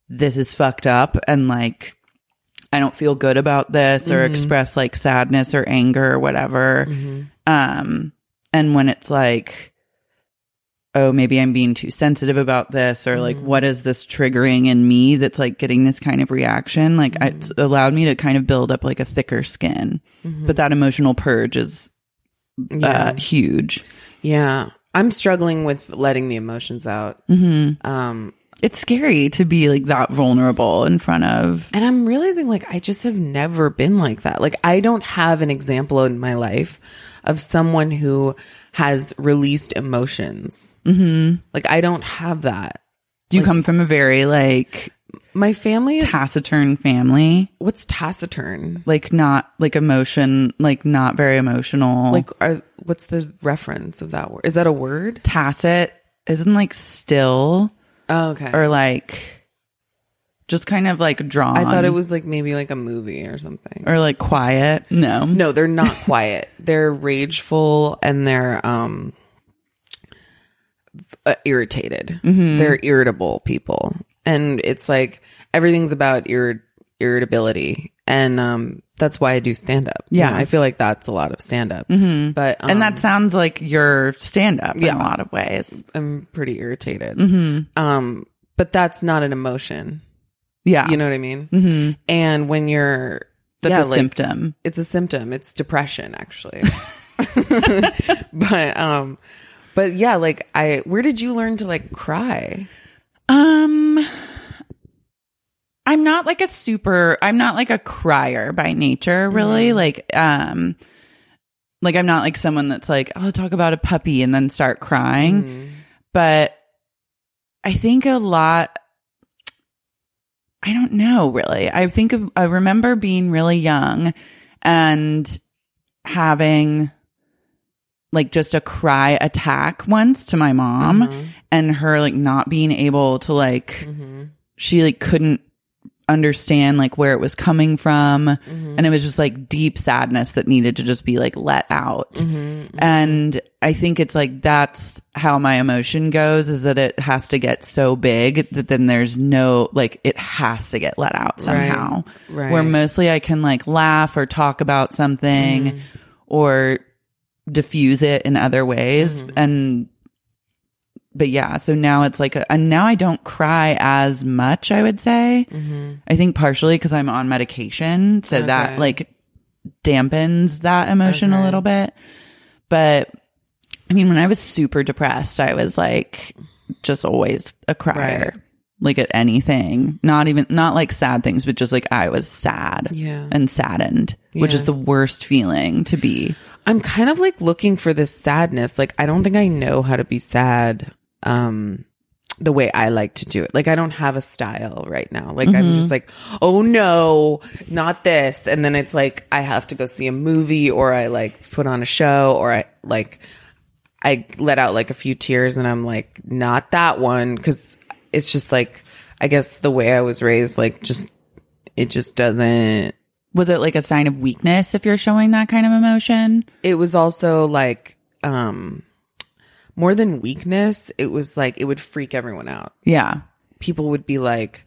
Speaker 1: this is fucked up and like, I don't feel good about this or express like sadness or anger or whatever. Um, and when it's like, oh, maybe I'm being too sensitive about this, or like, what is this triggering in me that's like getting this kind of reaction? Like, I- it's allowed me to kind of build up like a thicker skin. But that emotional purge is uh, huge.
Speaker 2: Yeah. I'm struggling with letting the emotions out.
Speaker 1: Mm-hmm.
Speaker 2: Um,
Speaker 1: It's scary to be like that vulnerable in front of.
Speaker 2: and I'm realizing like I just have never been like that. Like I don't have an example in my life of someone who has released emotions. Mm-hmm. Like I don't have that.
Speaker 1: Do you come from a very like
Speaker 2: My family is
Speaker 1: taciturn family?
Speaker 2: what's taciturn?
Speaker 1: Like, not like emotion, like, not very emotional.
Speaker 2: Like are, what's the reference of that word? Is that a word?
Speaker 1: tacit isn't like still
Speaker 2: Oh, okay.
Speaker 1: or like just kind of like drawn.
Speaker 2: I thought it was like maybe like a movie or something.
Speaker 1: or like quiet. No,
Speaker 2: [laughs] No, they're not quiet. they're rageful and they're um uh, irritated.
Speaker 1: Mm-hmm.
Speaker 2: They're irritable people. And it's like everything's about irri- irritability. And um that's why I do stand up. You
Speaker 1: Yeah. Mm-hmm.
Speaker 2: know, I feel like that's a lot of stand up. But um,
Speaker 1: and that sounds like your stand up in a lot of ways.
Speaker 2: I'm pretty irritated. Um but that's not an emotion.
Speaker 1: Yeah,
Speaker 2: You know what I mean? Mm-hmm. And when you're
Speaker 1: that's
Speaker 2: Ah. yeah,
Speaker 1: a
Speaker 2: like,
Speaker 1: symptom.
Speaker 2: it's a symptom. It's depression, [laughs] actually. but um, but yeah, like I, where did you learn to like cry?
Speaker 1: Um, I'm not like a super. I'm not like a crier by nature. Really,
Speaker 2: Mm-hmm.
Speaker 1: like um. Like I'm not like someone that's like, I'll talk about a puppy and then start crying. but I think a lot. I don't know really. I think of, I remember being really young and having like just a cry attack once to my
Speaker 2: Mm-hmm.
Speaker 1: mom
Speaker 2: um,
Speaker 1: and her like not being able to like
Speaker 2: Mm-hmm.
Speaker 1: she like couldn't understand like where it was coming from
Speaker 2: Mm-hmm.
Speaker 1: and it was just like deep sadness that needed to just be like let out
Speaker 2: Mm-hmm.
Speaker 1: and i think it's like that's how my emotion goes is that it has to get so big that then there's no like it has to get let out somehow
Speaker 2: Right.
Speaker 1: where mostly i can like laugh or talk about something
Speaker 2: Mm-hmm.
Speaker 1: or diffuse it in other ways
Speaker 2: Mm-hmm.
Speaker 1: and but yeah so now it's like a, and now i don't cry as much i would say
Speaker 2: Mm-hmm.
Speaker 1: i think partially because i'm on medication so that like dampens that emotion a little bit but i mean when i was super depressed i was like just always a crier like at anything not even not like sad things but just like i was sad
Speaker 2: Yeah.
Speaker 1: and saddened which is
Speaker 2: Yes.
Speaker 1: the worst feeling to be
Speaker 2: I'm kind of like looking for this sadness. Like I don't think I know how to be sad. Um, the way I like to do it. Like I don't have a style right now. Like I'm just like, oh no, not this. And then it's like I have to go see a movie or I like put on a show or I like I let out like a few tears and I'm like, not that one. Cause it's just like, I guess the way I was raised, like just, it just doesn't,
Speaker 1: was it like a sign of weakness if you're showing that kind of emotion
Speaker 2: it was also like, um, more than weakness, it was like, it would freak everyone out.
Speaker 1: yeah
Speaker 2: People would be like,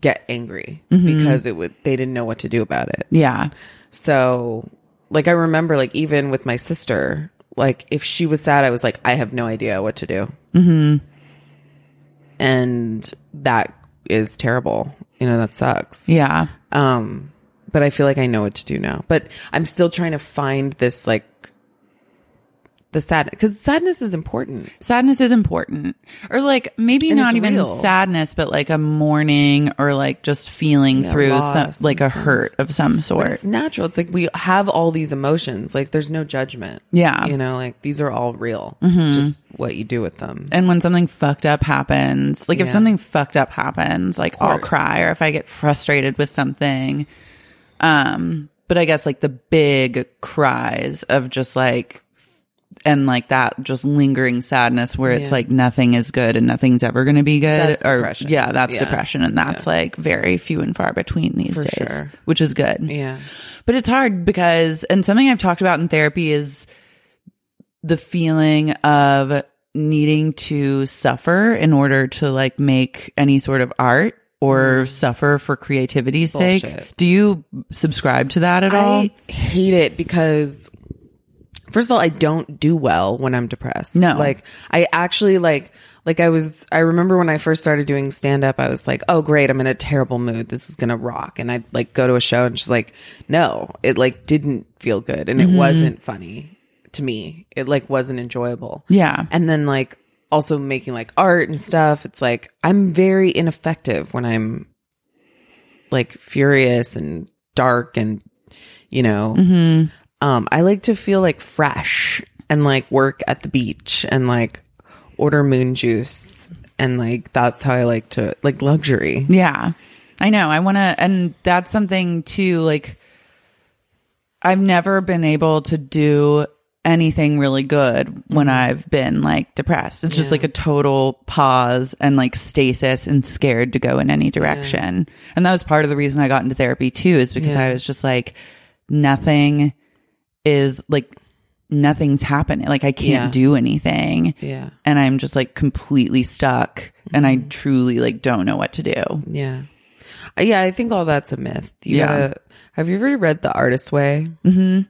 Speaker 2: get angry because it would, they didn't know what to do about it.
Speaker 1: yeah
Speaker 2: So, like, I remember, like, even with my sister, like, if she was sad, I was like, I have no idea what to do. Mm-hmm. And that is terrible. You know, that sucks.
Speaker 1: yeah
Speaker 2: Um, but I feel like I know what to do now. But I'm still trying to find this, like, the sad because sadness is important.
Speaker 1: Sadness is important. Or like maybe
Speaker 2: And
Speaker 1: not
Speaker 2: it's
Speaker 1: even
Speaker 2: real.
Speaker 1: sadness, but like a mourning or like just feeling
Speaker 2: Yeah,
Speaker 1: through some,
Speaker 2: loss
Speaker 1: like
Speaker 2: and
Speaker 1: a
Speaker 2: stuff.
Speaker 1: hurt of some
Speaker 2: But
Speaker 1: sort.
Speaker 2: it's natural. It's like we have all these emotions. Like there's no judgment.
Speaker 1: Yeah.
Speaker 2: You know, like these are all real. It's Just what you do with them.
Speaker 1: And when something fucked up happens, like if
Speaker 2: Yeah.
Speaker 1: something fucked up happens, like I'll
Speaker 2: course.
Speaker 1: cry or if I get frustrated with something. Um, but I guess like the big cries of just like, and like that just lingering sadness where it's
Speaker 2: Yeah.
Speaker 1: like nothing is good and nothing's ever going to be good.
Speaker 2: That's
Speaker 1: or
Speaker 2: depression.
Speaker 1: yeah, that's
Speaker 2: Yeah.
Speaker 1: depression. And that's like very few and far between these
Speaker 2: For
Speaker 1: days,
Speaker 2: sure.
Speaker 1: which is good.
Speaker 2: Yeah.
Speaker 1: But it's hard because, and something I've talked about in therapy is the feeling of needing to suffer in order to like make any sort of art or suffer for creativity's sake.
Speaker 2: Mm-hmm. Bullshit.
Speaker 1: Do you subscribe to that at all?
Speaker 2: I hate it because first of all, I don't do well when I'm depressed.
Speaker 1: No.
Speaker 2: Like I actually like like I was I remember when I first started doing stand up, I was like, Oh great, I'm in a terrible mood. This is gonna rock. And I'd like go to a show and she's like, No, it like didn't feel good and
Speaker 1: Mm-hmm.
Speaker 2: it wasn't funny to me. It like wasn't enjoyable.
Speaker 1: Yeah.
Speaker 2: And then like also making like art and stuff. It's like I'm very ineffective when I'm like furious and dark and you know um I like to feel like fresh and like work at the beach and like order moon juice and like that's how I like to like luxury.
Speaker 1: Yeah. I know. I want to, and that's something too, like, I've never been able to do anything really good when
Speaker 2: Mm-hmm.
Speaker 1: I've been like depressed. It's just like a total pause and like stasis and scared to go in any direction. And that was part of the reason I got into therapy too, is because I was just like, nothing is like, nothing's happening. Like, I can't
Speaker 2: Yeah.
Speaker 1: do anything.
Speaker 2: Yeah.
Speaker 1: And I'm just like completely stuck and
Speaker 2: Mm-hmm.
Speaker 1: I truly like don't know what to do.
Speaker 2: Yeah. Uh, Yeah, I think all that's a myth. You
Speaker 1: Yeah.
Speaker 2: gotta- have you ever read The Artist's Way?
Speaker 1: Yeah.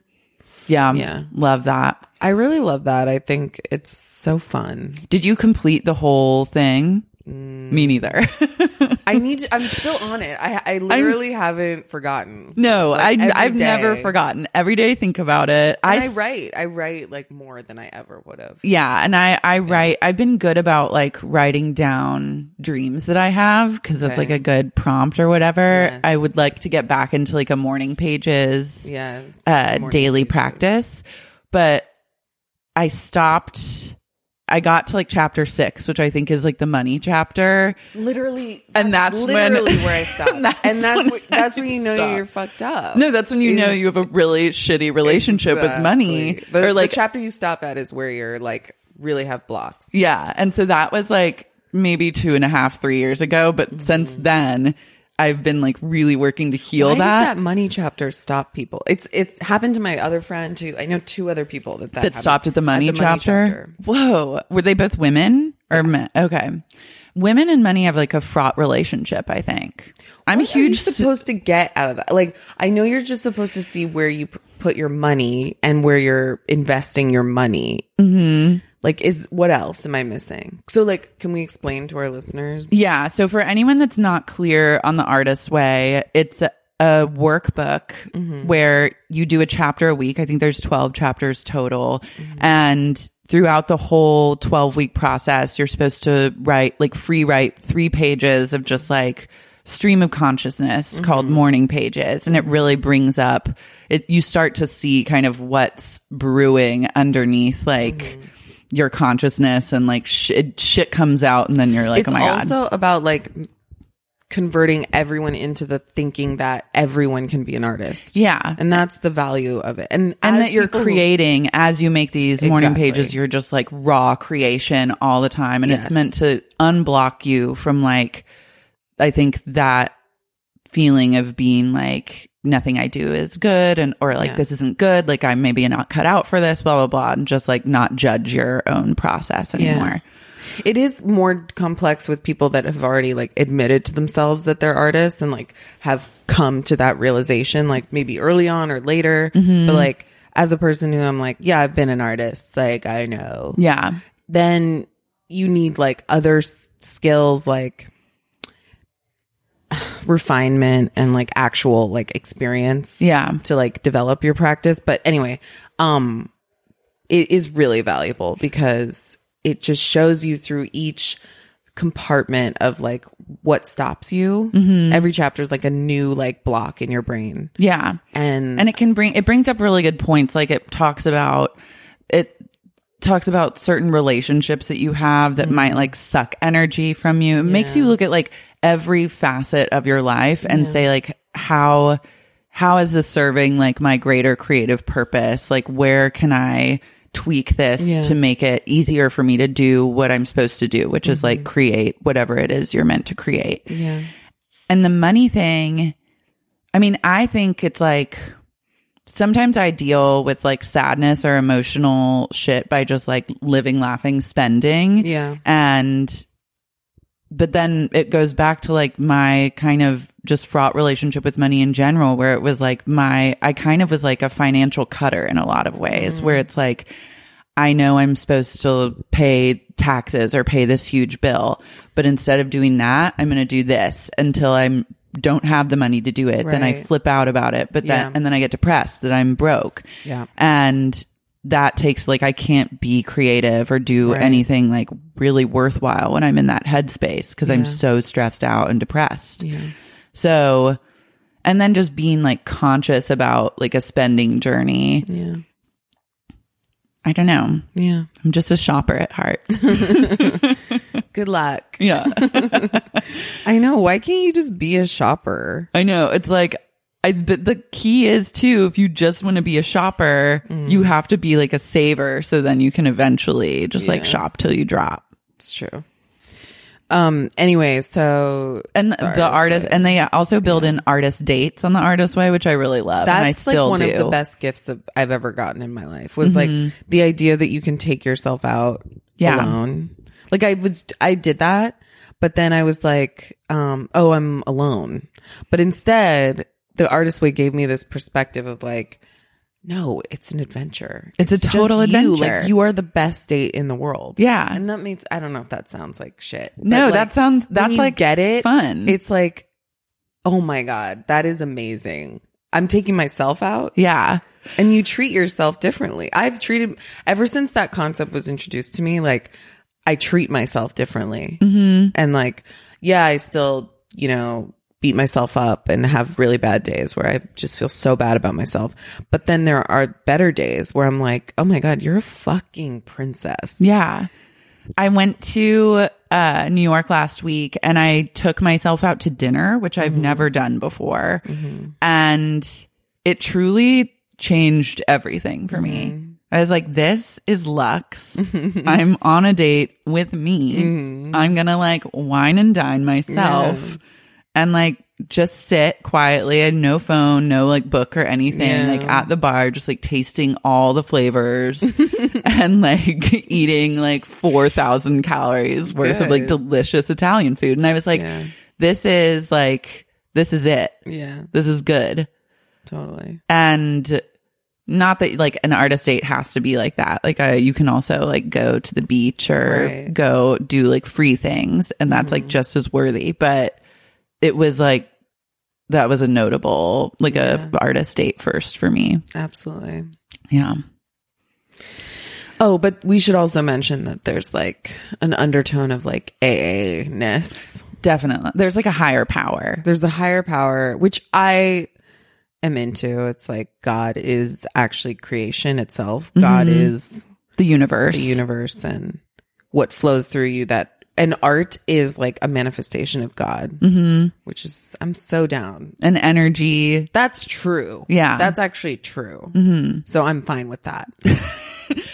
Speaker 2: Yeah.
Speaker 1: Love that.
Speaker 2: I really love that. I think it's so fun.
Speaker 1: Did you complete the whole thing?
Speaker 2: Mm.
Speaker 1: Me neither. [laughs]
Speaker 2: I need. To, I'm still on it. I I literally haven't forgotten.
Speaker 1: no,
Speaker 2: Like,
Speaker 1: I,
Speaker 2: every
Speaker 1: I've
Speaker 2: day.
Speaker 1: never forgotten. Every day, think about it.
Speaker 2: And I
Speaker 1: s-
Speaker 2: write. I write like more than I ever would have.
Speaker 1: Yeah, and I I write. I've been good about like writing down dreams that I have because that's like
Speaker 2: Okay.
Speaker 1: a good prompt or whatever.
Speaker 2: Yes.
Speaker 1: I would like to get back into like a morning pages,
Speaker 2: Yes.
Speaker 1: uh,
Speaker 2: Morning
Speaker 1: daily
Speaker 2: pages.
Speaker 1: practice, but I stopped. I got to like chapter six, which I think is like the money chapter.
Speaker 2: Literally,
Speaker 1: And that's when-
Speaker 2: literally
Speaker 1: [laughs]
Speaker 2: where I stopped.
Speaker 1: And that's
Speaker 2: and that's
Speaker 1: when
Speaker 2: where, that's
Speaker 1: I
Speaker 2: when you know
Speaker 1: stopped.
Speaker 2: you're fucked up.
Speaker 1: No, that's when you know you have a really shitty relationship with money.
Speaker 2: Exactly. The,
Speaker 1: or like,
Speaker 2: the chapter you stop at is where you're like really have blocks.
Speaker 1: yeah. And so that was like maybe two and a half, three years ago. But
Speaker 2: Mm-hmm.
Speaker 1: since then, I've been like really working to heal
Speaker 2: Why
Speaker 1: that.
Speaker 2: does that money chapter stop people? It's it happened to my other friend too. I know two other people that that,
Speaker 1: that
Speaker 2: happened-
Speaker 1: stopped at the money, chapter. Whoa. Were they both women or men? Okay. Women and money have like a fraught relationship, I think. I'm a
Speaker 2: What are you
Speaker 1: huge. su-
Speaker 2: supposed to get out of that. Like I know you're just supposed to see where you p- put your money and where you're investing your money. Mm-hmm. Like is what else am I missing? So like, can we explain to our listeners?
Speaker 1: Yeah. So for anyone that's not clear on the artist way, it's a, a workbook
Speaker 2: Mm-hmm.
Speaker 1: where you do a chapter a week. I think there's 12 chapters total.
Speaker 2: Mm-hmm.
Speaker 1: And throughout the whole 12 week process, you're supposed to write like free write three pages of just like stream of consciousness
Speaker 2: Mm-hmm.
Speaker 1: called morning pages. And it really brings up it. You start to see kind of what's brewing underneath like
Speaker 2: Mm-hmm.
Speaker 1: your consciousness and like shit, shit comes out. And then you're like,
Speaker 2: it's
Speaker 1: oh my God.
Speaker 2: also about like converting everyone into the thinking that everyone can be an artist.
Speaker 1: Yeah.
Speaker 2: and that's the value of it. And
Speaker 1: and
Speaker 2: as
Speaker 1: that you're
Speaker 2: people who-
Speaker 1: creating as you make these morning
Speaker 2: Exactly.
Speaker 1: pages you're just like raw creation all the time and it's
Speaker 2: Yes.
Speaker 1: meant to unblock you from like i think that feeling of being like nothing i do is good and or like
Speaker 2: Yeah.
Speaker 1: this isn't good like i'm maybe not cut out for this blah blah blah and just like not judge your own process anymore
Speaker 2: It is more complex with people that have already like admitted to themselves that they're artists and like have come to that realization, like maybe early on or later. But like as a person who I'm like, yeah, I've been an artist, like I know.
Speaker 1: yeah
Speaker 2: Then you need like other s- skills like [sighs] refinement and like actual like experience
Speaker 1: yeah
Speaker 2: to like develop your practice. But anyway, um it is really valuable because it just shows you through each compartment of like what stops you. Every chapter is like a new like block in your brain.
Speaker 1: Yeah.
Speaker 2: And,
Speaker 1: and it can bring it brings up really good points like it talks about it talks about certain relationships that you have that might like suck energy from you it makes you look at like every facet of your life and say like how how is this serving like my greater creative purpose like where can i tweak this to make it easier for me to do what i'm supposed to do which is like create whatever it is you're meant to create
Speaker 2: yeah.
Speaker 1: and the money thing, I mean, I think it's like sometimes I deal with like sadness or emotional shit by just like living, laughing, spending.
Speaker 2: Yeah.
Speaker 1: And, but then it goes back to like my kind of just fraught relationship with money in general, where it was like my, I kind of was like a financial cutter in a lot of
Speaker 2: Mm.
Speaker 1: ways, where it's like, I know I'm supposed to pay taxes or pay this huge bill, but instead of doing that, I'm going to do this until I'm don't have the money to do it. Then I
Speaker 2: Right.
Speaker 1: flip out about it, but then
Speaker 2: Yeah.
Speaker 1: and then I get depressed that I'm broke.
Speaker 2: Yeah.
Speaker 1: And that takes like I can't be creative or do
Speaker 2: Right.
Speaker 1: anything like really worthwhile when I'm in that headspace because I'm so stressed out and depressed.
Speaker 2: Yeah.
Speaker 1: So and then just being like conscious about like a spending journey.
Speaker 2: Yeah.
Speaker 1: I don't know.
Speaker 2: Yeah.
Speaker 1: I'm just a shopper at heart. [laughs]
Speaker 2: Good luck.
Speaker 1: yeah.
Speaker 2: I know. Why can't you just be a shopper?
Speaker 1: I know. It's like I but the key is too if you just want to be a shopper,
Speaker 2: Mm.
Speaker 1: you have to be like a saver so then you can eventually just like shop till you drop.
Speaker 2: It's true. Um. Anyway, so
Speaker 1: And the, the artist and they also build in artist dates on the artist way, which I really love. and I
Speaker 2: that's like
Speaker 1: still
Speaker 2: one
Speaker 1: do. Mm-hmm.
Speaker 2: of the best gifts that I've ever gotten in my life was like the idea that you can take yourself out
Speaker 1: Yeah.
Speaker 2: alone. Like I was, I did that, but then I was like, um, oh, I'm alone. But instead, the artist way gave me this perspective of like, no, it's an adventure.
Speaker 1: It's a
Speaker 2: just
Speaker 1: total
Speaker 2: you.
Speaker 1: adventure.
Speaker 2: Like you are the best date in the world.
Speaker 1: Yeah.
Speaker 2: and that means I don't know if that sounds like shit.
Speaker 1: No,
Speaker 2: but,
Speaker 1: that
Speaker 2: like,
Speaker 1: sounds-
Speaker 2: when
Speaker 1: that's,
Speaker 2: you
Speaker 1: like,
Speaker 2: get it
Speaker 1: fun.
Speaker 2: It's like, oh my god, that is amazing. I'm taking myself out
Speaker 1: yeah.
Speaker 2: and you treat yourself differently. I've treated ever since that concept was introduced to me, like I treat myself differently. Mm-hmm. And like, yeah, I still, you know, beat myself up and have really bad days where I just feel so bad about myself. But then there are better days where I'm like, oh my God, you're a fucking princess.
Speaker 1: Yeah. I went to uh, New York last week and I took myself out to dinner, which
Speaker 2: Mm-hmm.
Speaker 1: I've never done before. And it truly changed everything for me.
Speaker 2: Mm-hmm.
Speaker 1: I was like, this is Lux. [laughs] I'm on a date with me.
Speaker 2: Mm-hmm.
Speaker 1: I'm going to like wine and dine myself and like just sit quietly and no phone, no like book or anything,
Speaker 2: Yeah.
Speaker 1: like at the bar, just like tasting all the
Speaker 2: [laughs]
Speaker 1: flavors and like eating like 4,000 calories worth of like
Speaker 2: Good.
Speaker 1: delicious Italian food. And I was like,
Speaker 2: Yeah.
Speaker 1: this is like, this is it.
Speaker 2: Yeah,
Speaker 1: This is good.
Speaker 2: totally.
Speaker 1: And not that like an artist date has to be like that. Like uh, you can also like go to the beach or
Speaker 2: Right. Mm-hmm.
Speaker 1: go do like free things and that's like just as worthy. But it was like that was a notable like a artist date first for me.
Speaker 2: Absolutely.
Speaker 1: Yeah.
Speaker 2: Oh, but we should also mention that there's like an undertone of like AA ness.
Speaker 1: Definitely. There's like a higher power.
Speaker 2: there's a higher power which i am into it's like god is actually creation itself god is
Speaker 1: The universe.
Speaker 2: the universe and what flows through you that and art is like a manifestation of god
Speaker 1: Mhm.
Speaker 2: which is i'm so down
Speaker 1: And energy.
Speaker 2: that's true
Speaker 1: Yeah.
Speaker 2: that's actually true
Speaker 1: Mhm.
Speaker 2: so i'm fine with that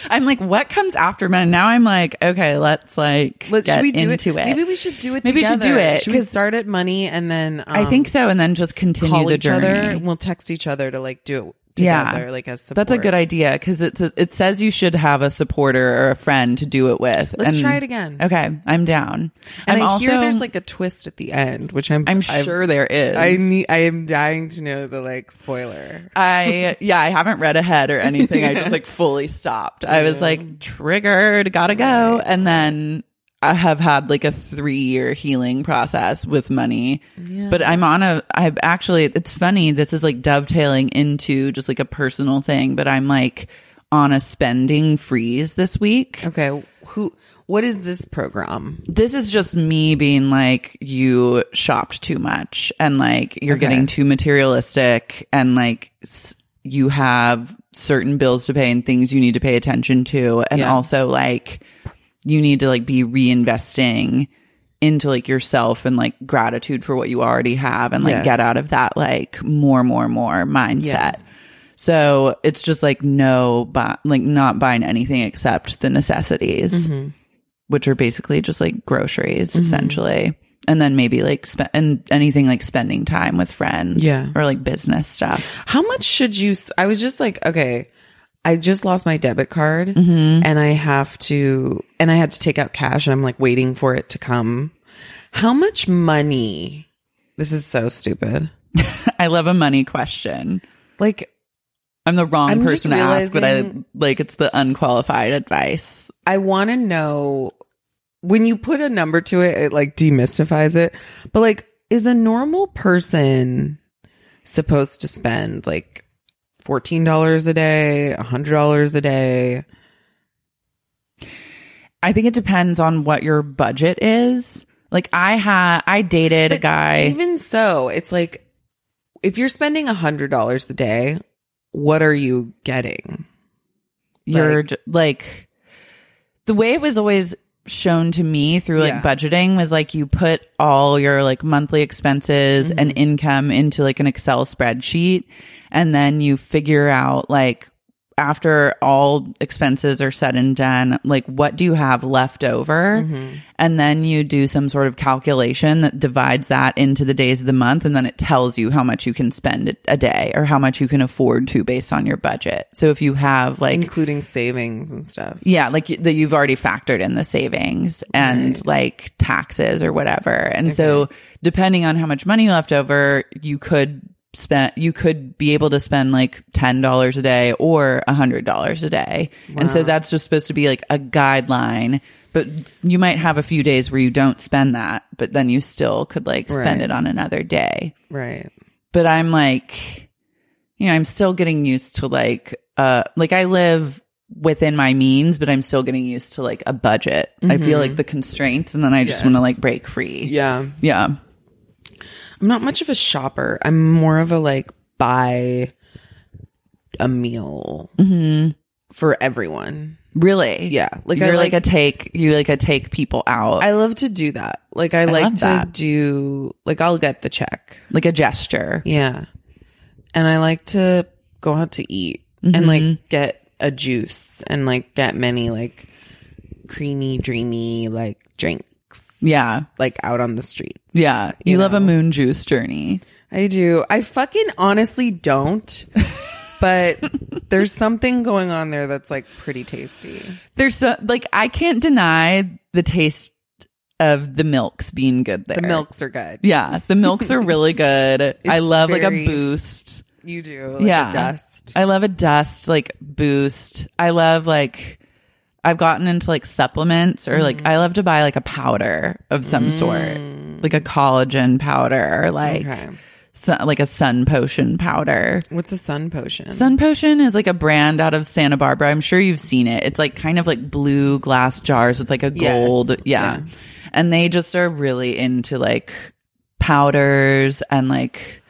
Speaker 1: I'm like, what comes after men? Now I'm like, okay, let's like
Speaker 2: Let-
Speaker 1: get
Speaker 2: should we do
Speaker 1: into it.
Speaker 2: maybe we should do it
Speaker 1: Maybe we should
Speaker 2: together.
Speaker 1: do it,
Speaker 2: should we
Speaker 1: 'cause-
Speaker 2: start at money and then um,
Speaker 1: I think so, and then just continue
Speaker 2: call
Speaker 1: the
Speaker 2: each other
Speaker 1: journey.
Speaker 2: and we'll text each other to like do it
Speaker 1: Yeah.
Speaker 2: together like as support.
Speaker 1: That's a good idea because it says- it says you should have a supporter or a friend to do it with.
Speaker 2: let's
Speaker 1: And-
Speaker 2: try it again
Speaker 1: Okay, I'm down. I'm
Speaker 2: And i hear
Speaker 1: also-
Speaker 2: there's like a twist at the end, which I'm
Speaker 1: I'm
Speaker 2: I've-
Speaker 1: sure there is.
Speaker 2: I [laughs] need I am dying to know the like spoiler.
Speaker 1: I yeah, I haven't read ahead or anything. I just like fully stopped. I was like triggered, gotta go, and then I have had like a three year healing process with money. But I'm on a. I've actually. It's funny. This is like dovetailing into just like a personal thing, but I'm like on a spending freeze this week.
Speaker 2: Okay. Who? What is this program?
Speaker 1: This is just me being like, you shopped too much and like you're
Speaker 2: Okay.
Speaker 1: getting too materialistic and like s- you have certain bills to pay and things you need to pay attention to. And
Speaker 2: Yeah.
Speaker 1: also like you need to like be reinvesting into like yourself and like gratitude for what you already have and like
Speaker 2: Yes.
Speaker 1: get out of that like more, more, more mindset. So it's just like no, buy, like not buying anything except the necessities,
Speaker 2: Mm-hmm.
Speaker 1: which are basically just like groceries essentially. And then maybe like spe- and anything like spending time with friends
Speaker 2: Yeah.
Speaker 1: or like business stuff. [laughs]
Speaker 2: How much should you? s- I was just like, okay, I just lost my debit card and I have to, and I had to take out cash and I'm like waiting for it to come. How much money? This is so stupid.
Speaker 1: I love a money question.
Speaker 2: Like,
Speaker 1: I'm the wrong
Speaker 2: I'm just
Speaker 1: person to ask, but I
Speaker 2: realizing-
Speaker 1: like it's the unqualified advice.
Speaker 2: I want to know when you put a number to it, it like demystifies it. But like, is a normal person supposed to spend like $14 a day, $100 a day?
Speaker 1: I think it depends on what your budget is. Like I had I dated a
Speaker 2: But
Speaker 1: guy
Speaker 2: Even so, it's like if you're spending $100 a day, what are you getting?
Speaker 1: you're
Speaker 2: Like-
Speaker 1: j- like the way it was always shown to me through like
Speaker 2: Yeah.
Speaker 1: budgeting was like you put all your like monthly expenses and
Speaker 2: Mm-hmm.
Speaker 1: income into like an excel spreadsheet and then you figure out like after all expenses are said and done like what do you have left over
Speaker 2: Mm-hmm.
Speaker 1: and then you do some sort of calculation that divides that into the days of the month and then it tells you how much you can spend a day or how much you can afford to based on your budget so if you have like
Speaker 2: Including savings and stuff.
Speaker 1: yeah, like y- that you've already factored in the savings and like taxes or whatever. And so depending on how much money you left over, you could spend you could be able to spend like $10 a day or $100 a day. And so that's just supposed to be like a guideline, but you might have a few days where you don't spend that, but then you still could like spend
Speaker 2: Right.
Speaker 1: it on another day
Speaker 2: Right.
Speaker 1: but I'm like, you know, I'm still getting used to like, uh, like I live within my means, but I'm still getting used to like a budget. I feel
Speaker 2: Mm-hmm.
Speaker 1: like the constraints, and then I just want to like break free.
Speaker 2: Yeah.
Speaker 1: Yeah.
Speaker 2: I'm not much of a shopper. I'm more of a like buy a meal for everyone.
Speaker 1: Really?
Speaker 2: Yeah.
Speaker 1: Like
Speaker 2: Like
Speaker 1: Mm-hmm. you're
Speaker 2: I
Speaker 1: like,
Speaker 2: like,
Speaker 1: a take, you like a take people out,
Speaker 2: I love to do that. Like I, like
Speaker 1: love
Speaker 2: to
Speaker 1: that.
Speaker 2: do like I'll get the check.
Speaker 1: like a gesture.
Speaker 2: Yeah. And I like to go out to eat and
Speaker 1: Mm-hmm.
Speaker 2: like get a juice and like get many like creamy dreamy like drinks
Speaker 1: Yeah.
Speaker 2: like out on the street.
Speaker 1: Yeah. You, love a moon juice journey.
Speaker 2: I do. I fucking honestly [laughs] don't. But there's something going on there that's like pretty tasty.
Speaker 1: There's so, like, I can't deny the taste of the milks being good there.
Speaker 2: The milks are good.
Speaker 1: Yeah. The milks are really
Speaker 2: [laughs]
Speaker 1: good. I love like a
Speaker 2: very-
Speaker 1: boost.
Speaker 2: You do. Like
Speaker 1: Yeah.
Speaker 2: yeah. Dust.
Speaker 1: I love a dust like boost. I love like I've gotten into like supplements or like
Speaker 2: Mm-hmm.
Speaker 1: I love to buy like a powder of some
Speaker 2: Mm.
Speaker 1: sort, like a collagen powder or like
Speaker 2: Okay.
Speaker 1: su- like a sun potion powder.
Speaker 2: What's a sun potion?
Speaker 1: Sun Potion is like a brand out of Santa Barbara. I'm sure you've seen it. It's like kind of like blue glass jars with like a
Speaker 2: Yes.
Speaker 1: gold. Yeah.
Speaker 2: Yeah.
Speaker 1: And they just are really into like powders and like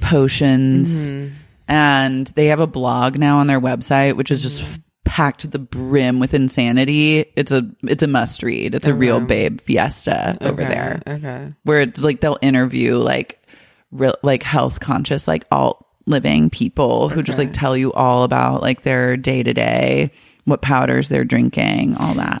Speaker 1: potions.
Speaker 2: Mm-hmm.
Speaker 1: And they have a blog now on their website, which is just
Speaker 2: Mm-hmm.
Speaker 1: f- packed to the brim with insanity. It's a it's a must read. It's a real babe fiesta over
Speaker 2: Oh, Okay,
Speaker 1: there
Speaker 2: Okay.
Speaker 1: where it's like they'll interview like real like health conscious like alt living people who just like tell you all about like their day to day what powders they're drinking all that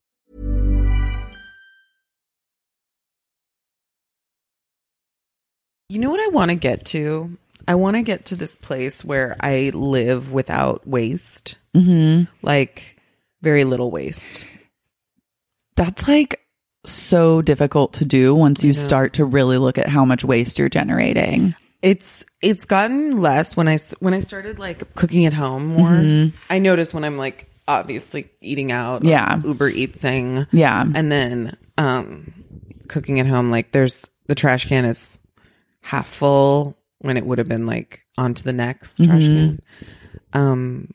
Speaker 2: You know what I want to get to? I want to get to this place where I live without waste,
Speaker 1: Mm-hmm.
Speaker 2: like very little waste.
Speaker 1: That's like so difficult to do once you start to really look at how much waste you're generating.
Speaker 2: It's it's gotten less when I s- when I started like cooking at home more. I noticed when I'm like obviously eating out,
Speaker 1: Yeah.
Speaker 2: Uber Eatsing,
Speaker 1: Yeah.
Speaker 2: and then um cooking at home like there's the trash can is half full when it would have been like on to the next trash
Speaker 1: Mm-hmm.
Speaker 2: can um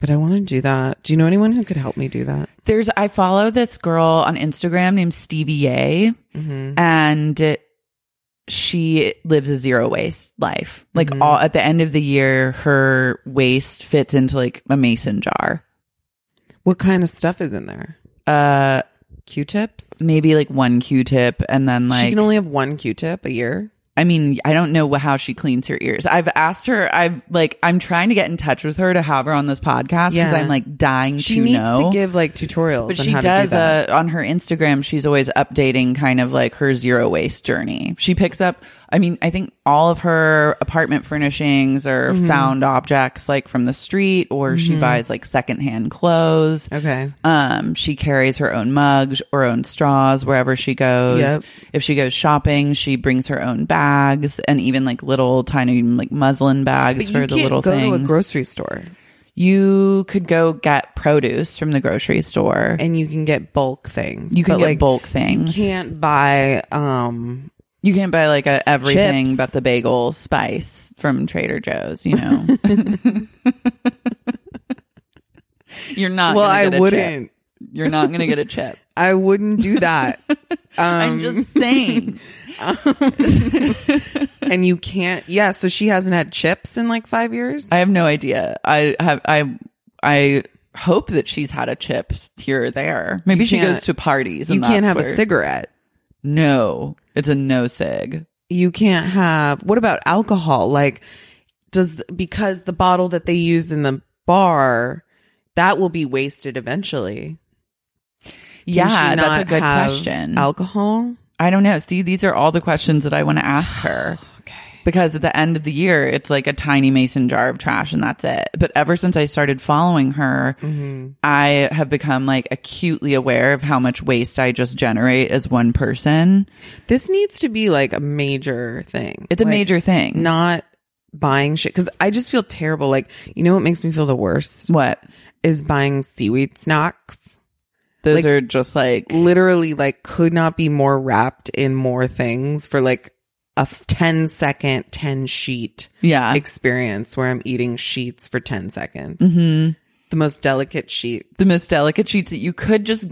Speaker 2: but i want to do that do you know anyone who could help me do that
Speaker 1: There's I follow this girl on Instagram named Stevie Yay
Speaker 2: Mm-hmm.
Speaker 1: and she lives a zero waste life. Like
Speaker 2: Mm-hmm.
Speaker 1: all at the end of the year her waste fits into like a mason jar.
Speaker 2: what kind of stuff is in there
Speaker 1: Uh
Speaker 2: q-tips
Speaker 1: maybe like one Q-tip and then like
Speaker 2: she can only have one q-tip a year
Speaker 1: I mean, I don't know wh- how she cleans her ears. I've asked her. I've like, I'm trying to get in touch with her to have her on this podcast because
Speaker 2: Yeah.
Speaker 1: I'm like dying
Speaker 2: she
Speaker 1: to
Speaker 2: needs
Speaker 1: know.
Speaker 2: to give like tutorials
Speaker 1: but
Speaker 2: on
Speaker 1: she
Speaker 2: how to do
Speaker 1: does
Speaker 2: that.
Speaker 1: uh, on her Instagram. She's always updating kind of like her zero waste journey. She picks up. I mean, I think all of her apartment furnishings are
Speaker 2: Mm-hmm.
Speaker 1: found objects like from the street, or she buys like secondhand clothes.
Speaker 2: okay
Speaker 1: Um, she carries her own mugs or own straws wherever she goes.
Speaker 2: Yep.
Speaker 1: If she goes shopping, she brings her own bags and even like little tiny like muslin bags
Speaker 2: but
Speaker 1: for
Speaker 2: you
Speaker 1: the
Speaker 2: can't
Speaker 1: little
Speaker 2: go
Speaker 1: things.
Speaker 2: to a grocery store
Speaker 1: you could go get produce from the grocery store.
Speaker 2: and you can get bulk things
Speaker 1: you can
Speaker 2: but,
Speaker 1: get
Speaker 2: like,
Speaker 1: bulk things.
Speaker 2: you can't buy um
Speaker 1: You can buy like a everything
Speaker 2: Chips.
Speaker 1: but the bagel spice from Trader Joe's, you know. [laughs] You're not
Speaker 2: well
Speaker 1: gonna
Speaker 2: i
Speaker 1: get a chip.
Speaker 2: wouldn't
Speaker 1: You're not going to get a [laughs] chip.
Speaker 2: i
Speaker 1: [laughs]
Speaker 2: wouldn't do that
Speaker 1: I'm just saying.
Speaker 2: and you can't yeah so she hasn't had chips in like five years
Speaker 1: [laughs] I have no idea. I have I I hope that she's had a chip here or there. Maybe
Speaker 2: You
Speaker 1: she
Speaker 2: can't-
Speaker 1: goes to parties. And
Speaker 2: you can't
Speaker 1: that's
Speaker 2: have a
Speaker 1: where-
Speaker 2: cigarette
Speaker 1: No, it's a no sig.
Speaker 2: you can't have what about alcohol like does th- because the bottle that they use in the bar that will be wasted eventually Can
Speaker 1: Yeah,
Speaker 2: she
Speaker 1: that's a
Speaker 2: not
Speaker 1: good
Speaker 2: have
Speaker 1: question.
Speaker 2: alcohol
Speaker 1: I don't know. See, these are all the questions that I want to ask
Speaker 2: [sighs]
Speaker 1: her. okay. Because at the end of the year, it's like a tiny mason jar of trash and that's it. But ever since I started following her,
Speaker 2: Mm-hmm.
Speaker 1: I have become like acutely aware of how much waste I just generate as one person.
Speaker 2: this needs to be like a major thing
Speaker 1: It's a
Speaker 2: Like,
Speaker 1: major thing.
Speaker 2: not buying shit because i just feel terrible like you know what makes me feel the worst
Speaker 1: what?
Speaker 2: is buying seaweed snacks
Speaker 1: Those
Speaker 2: Like-
Speaker 1: are just like
Speaker 2: literally like could not be more wrapped in more things for like a f- 10 second 10 sheet
Speaker 1: Yeah.
Speaker 2: experience where i'm eating sheets for 10 seconds
Speaker 1: Mhm.
Speaker 2: the most delicate sheet
Speaker 1: the most delicate sheets that you could just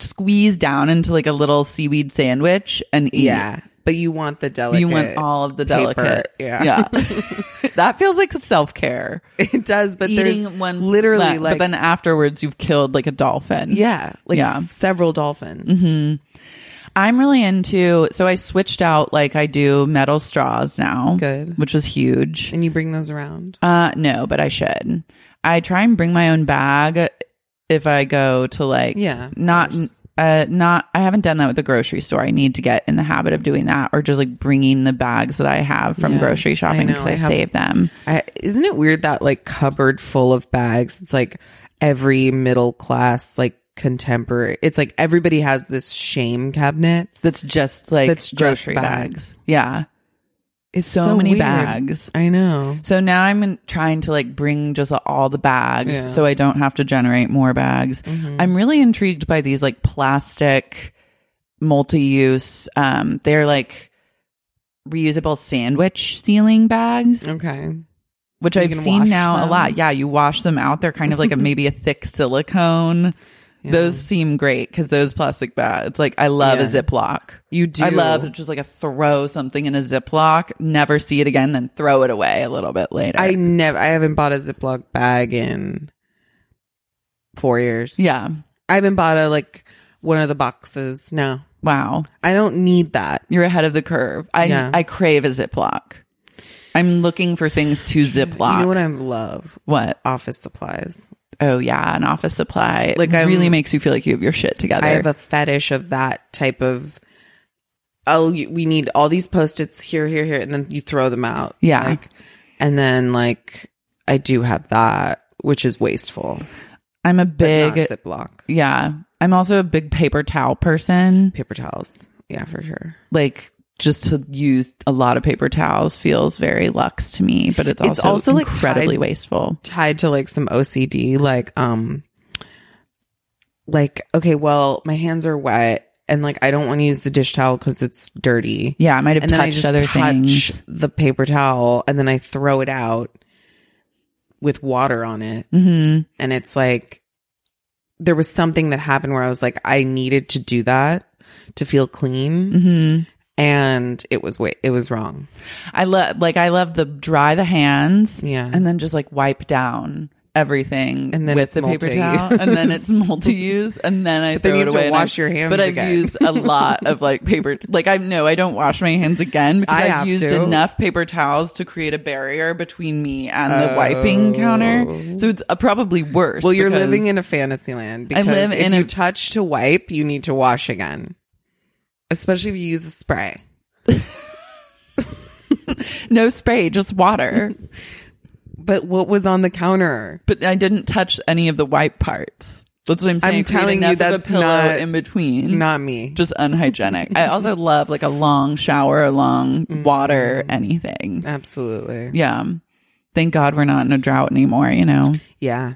Speaker 1: squeeze down into like a little seaweed sandwich and eat.
Speaker 2: yeah but you want the delicate
Speaker 1: You want all of the
Speaker 2: paper.
Speaker 1: delicate.
Speaker 2: yeah
Speaker 1: Yeah. [laughs] that feels like self care.
Speaker 2: [laughs] it does but
Speaker 1: Eating
Speaker 2: there's
Speaker 1: one
Speaker 2: literally
Speaker 1: le-
Speaker 2: like
Speaker 1: but then afterwards you've killed like a dolphin.
Speaker 2: yeah like
Speaker 1: Yeah. Mm-hmm.
Speaker 2: f- several dolphins
Speaker 1: I'm really into so I switched out like I do metal straws now.
Speaker 2: Good.
Speaker 1: Which was huge.
Speaker 2: and you bring those around
Speaker 1: Uh, no, but I should. I try and bring my own bag if I go to like
Speaker 2: Yeah, of
Speaker 1: not uh not I haven't done that with the grocery store. I need to get in the habit of doing that or just like bringing the bags that I have from
Speaker 2: Yeah,
Speaker 1: grocery shopping
Speaker 2: know,
Speaker 1: because I,
Speaker 2: I have-
Speaker 1: save them.
Speaker 2: I, isn't it weird that like cupboard full of bags? It's like every middle class, like contemporary. It's like everybody has this shame cabinet.
Speaker 1: That's just like
Speaker 2: That's just
Speaker 1: grocery
Speaker 2: bags.
Speaker 1: bags. Yeah.
Speaker 2: It's
Speaker 1: So many
Speaker 2: weird.
Speaker 1: bags.
Speaker 2: I know.
Speaker 1: So now I'm in- trying to like bring just all the bags
Speaker 2: Yeah. Mm-hmm.
Speaker 1: so I don't have to generate more bags. I'm really intrigued by these like plastic multi-use um they're like reusable sandwich sealing bags
Speaker 2: Okay.
Speaker 1: which
Speaker 2: Oh, You
Speaker 1: I've
Speaker 2: can
Speaker 1: seen
Speaker 2: wash
Speaker 1: now
Speaker 2: them.
Speaker 1: a lot. Yeah, you wash them out. They're kind of like a maybe a thick
Speaker 2: [laughs]
Speaker 1: silicone. Those seem great cuz those plastic bags. It's like I love
Speaker 2: Yeah.
Speaker 1: a Ziploc.
Speaker 2: You do.
Speaker 1: I love just like a throw something in a Ziploc, never see it again, then throw it away a little bit later.
Speaker 2: I never. I haven't bought a Ziploc bag in four years.
Speaker 1: yeah.
Speaker 2: I haven't bought a like one of the boxes. No,
Speaker 1: Wow.
Speaker 2: I don't need that.
Speaker 1: You're ahead of the curve. I
Speaker 2: Yeah.
Speaker 1: I crave a Ziploc. I'm looking for things to Ziploc.
Speaker 2: You know what I love?
Speaker 1: What?
Speaker 2: Office supplies.
Speaker 1: Oh yeah, an office supply.
Speaker 2: Like,
Speaker 1: Like it
Speaker 2: I'm-
Speaker 1: really makes you feel like you have your shit together.
Speaker 2: I have a fetish of that type of oh, you- we need all these post-its here, here, here, and then you throw them out.
Speaker 1: Yeah.
Speaker 2: Like, and then like I do have that, which is wasteful.
Speaker 1: I'm a
Speaker 2: Big
Speaker 1: big
Speaker 2: Ziploc
Speaker 1: yeah. I'm also a big paper towel person.
Speaker 2: paper towels. Yeah, for sure.
Speaker 1: Like just to use a lot of paper towels feels very luxe to me, but it's also,
Speaker 2: It's also, like,
Speaker 1: incredibly
Speaker 2: tied-
Speaker 1: wasteful.
Speaker 2: tied to like some OCD, like um, like okay, well, my hands are wet, and like I don't want to use the dish towel because it's dirty.
Speaker 1: Yeah, I might have
Speaker 2: and then I
Speaker 1: touched
Speaker 2: just
Speaker 1: other
Speaker 2: touch
Speaker 1: things.
Speaker 2: the paper towel, and then I throw it out with water on it,
Speaker 1: hmm
Speaker 2: and it's like there was something that happened where I was like, I needed to do that to feel clean,
Speaker 1: hmm
Speaker 2: and it was wait, it was wrong.
Speaker 1: I love like I love the dry the hands
Speaker 2: Yeah,
Speaker 1: and then just like wipe down everything
Speaker 2: And then
Speaker 1: with
Speaker 2: it's
Speaker 1: the paper
Speaker 2: multi-use.
Speaker 1: towel and then
Speaker 2: [laughs]
Speaker 1: it's multi-use and then I
Speaker 2: But then
Speaker 1: throw
Speaker 2: you
Speaker 1: it
Speaker 2: have to
Speaker 1: away. and I-
Speaker 2: wash your hands
Speaker 1: But I've
Speaker 2: again.
Speaker 1: used
Speaker 2: [laughs]
Speaker 1: a lot of like paper. Like I no, I don't wash my hands again because
Speaker 2: I
Speaker 1: I
Speaker 2: have
Speaker 1: have used
Speaker 2: to.
Speaker 1: enough paper towels to create a barrier between me and the wiping counter. So it's uh, probably worse.
Speaker 2: Oh. Well, you're
Speaker 1: because-
Speaker 2: living in a fantasy land
Speaker 1: I
Speaker 2: because
Speaker 1: live
Speaker 2: if
Speaker 1: in
Speaker 2: you
Speaker 1: a-
Speaker 2: touch to wipe, you need to wash again. Especially if you use a spray.
Speaker 1: no spray, just
Speaker 2: [laughs]
Speaker 1: water.
Speaker 2: But what was on the counter?
Speaker 1: but I didn't touch any of the white parts. That's what I'm saying.
Speaker 2: I'm
Speaker 1: Create
Speaker 2: telling you
Speaker 1: enough of a
Speaker 2: that's
Speaker 1: pillow
Speaker 2: not-
Speaker 1: in between.
Speaker 2: Not me.
Speaker 1: Mm-hmm. just unhygienic. I also love like a long shower, a long
Speaker 2: Mm-hmm.
Speaker 1: water, anything.
Speaker 2: Absolutely.
Speaker 1: Yeah. Thank God we're not in a drought anymore, you know?
Speaker 2: Yeah.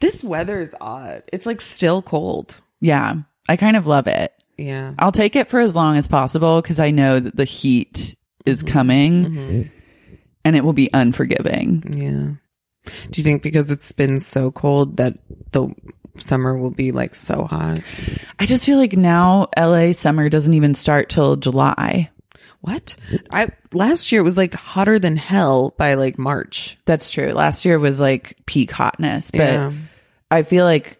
Speaker 2: This weather is odd. It's like still cold.
Speaker 1: Yeah. I kind of love it.
Speaker 2: Yeah.
Speaker 1: I'll take it for as long as possible because I know that the heat is
Speaker 2: Mm-hmm.
Speaker 1: coming and it will be unforgiving.
Speaker 2: Yeah. Do you think because it's been so cold that the summer will be like so hot?
Speaker 1: I just feel like now LA summer doesn't even start till July.
Speaker 2: What? I last year it was like hotter than hell by like March.
Speaker 1: That's true. Last year was like peak hotness, but
Speaker 2: Yeah.
Speaker 1: I feel like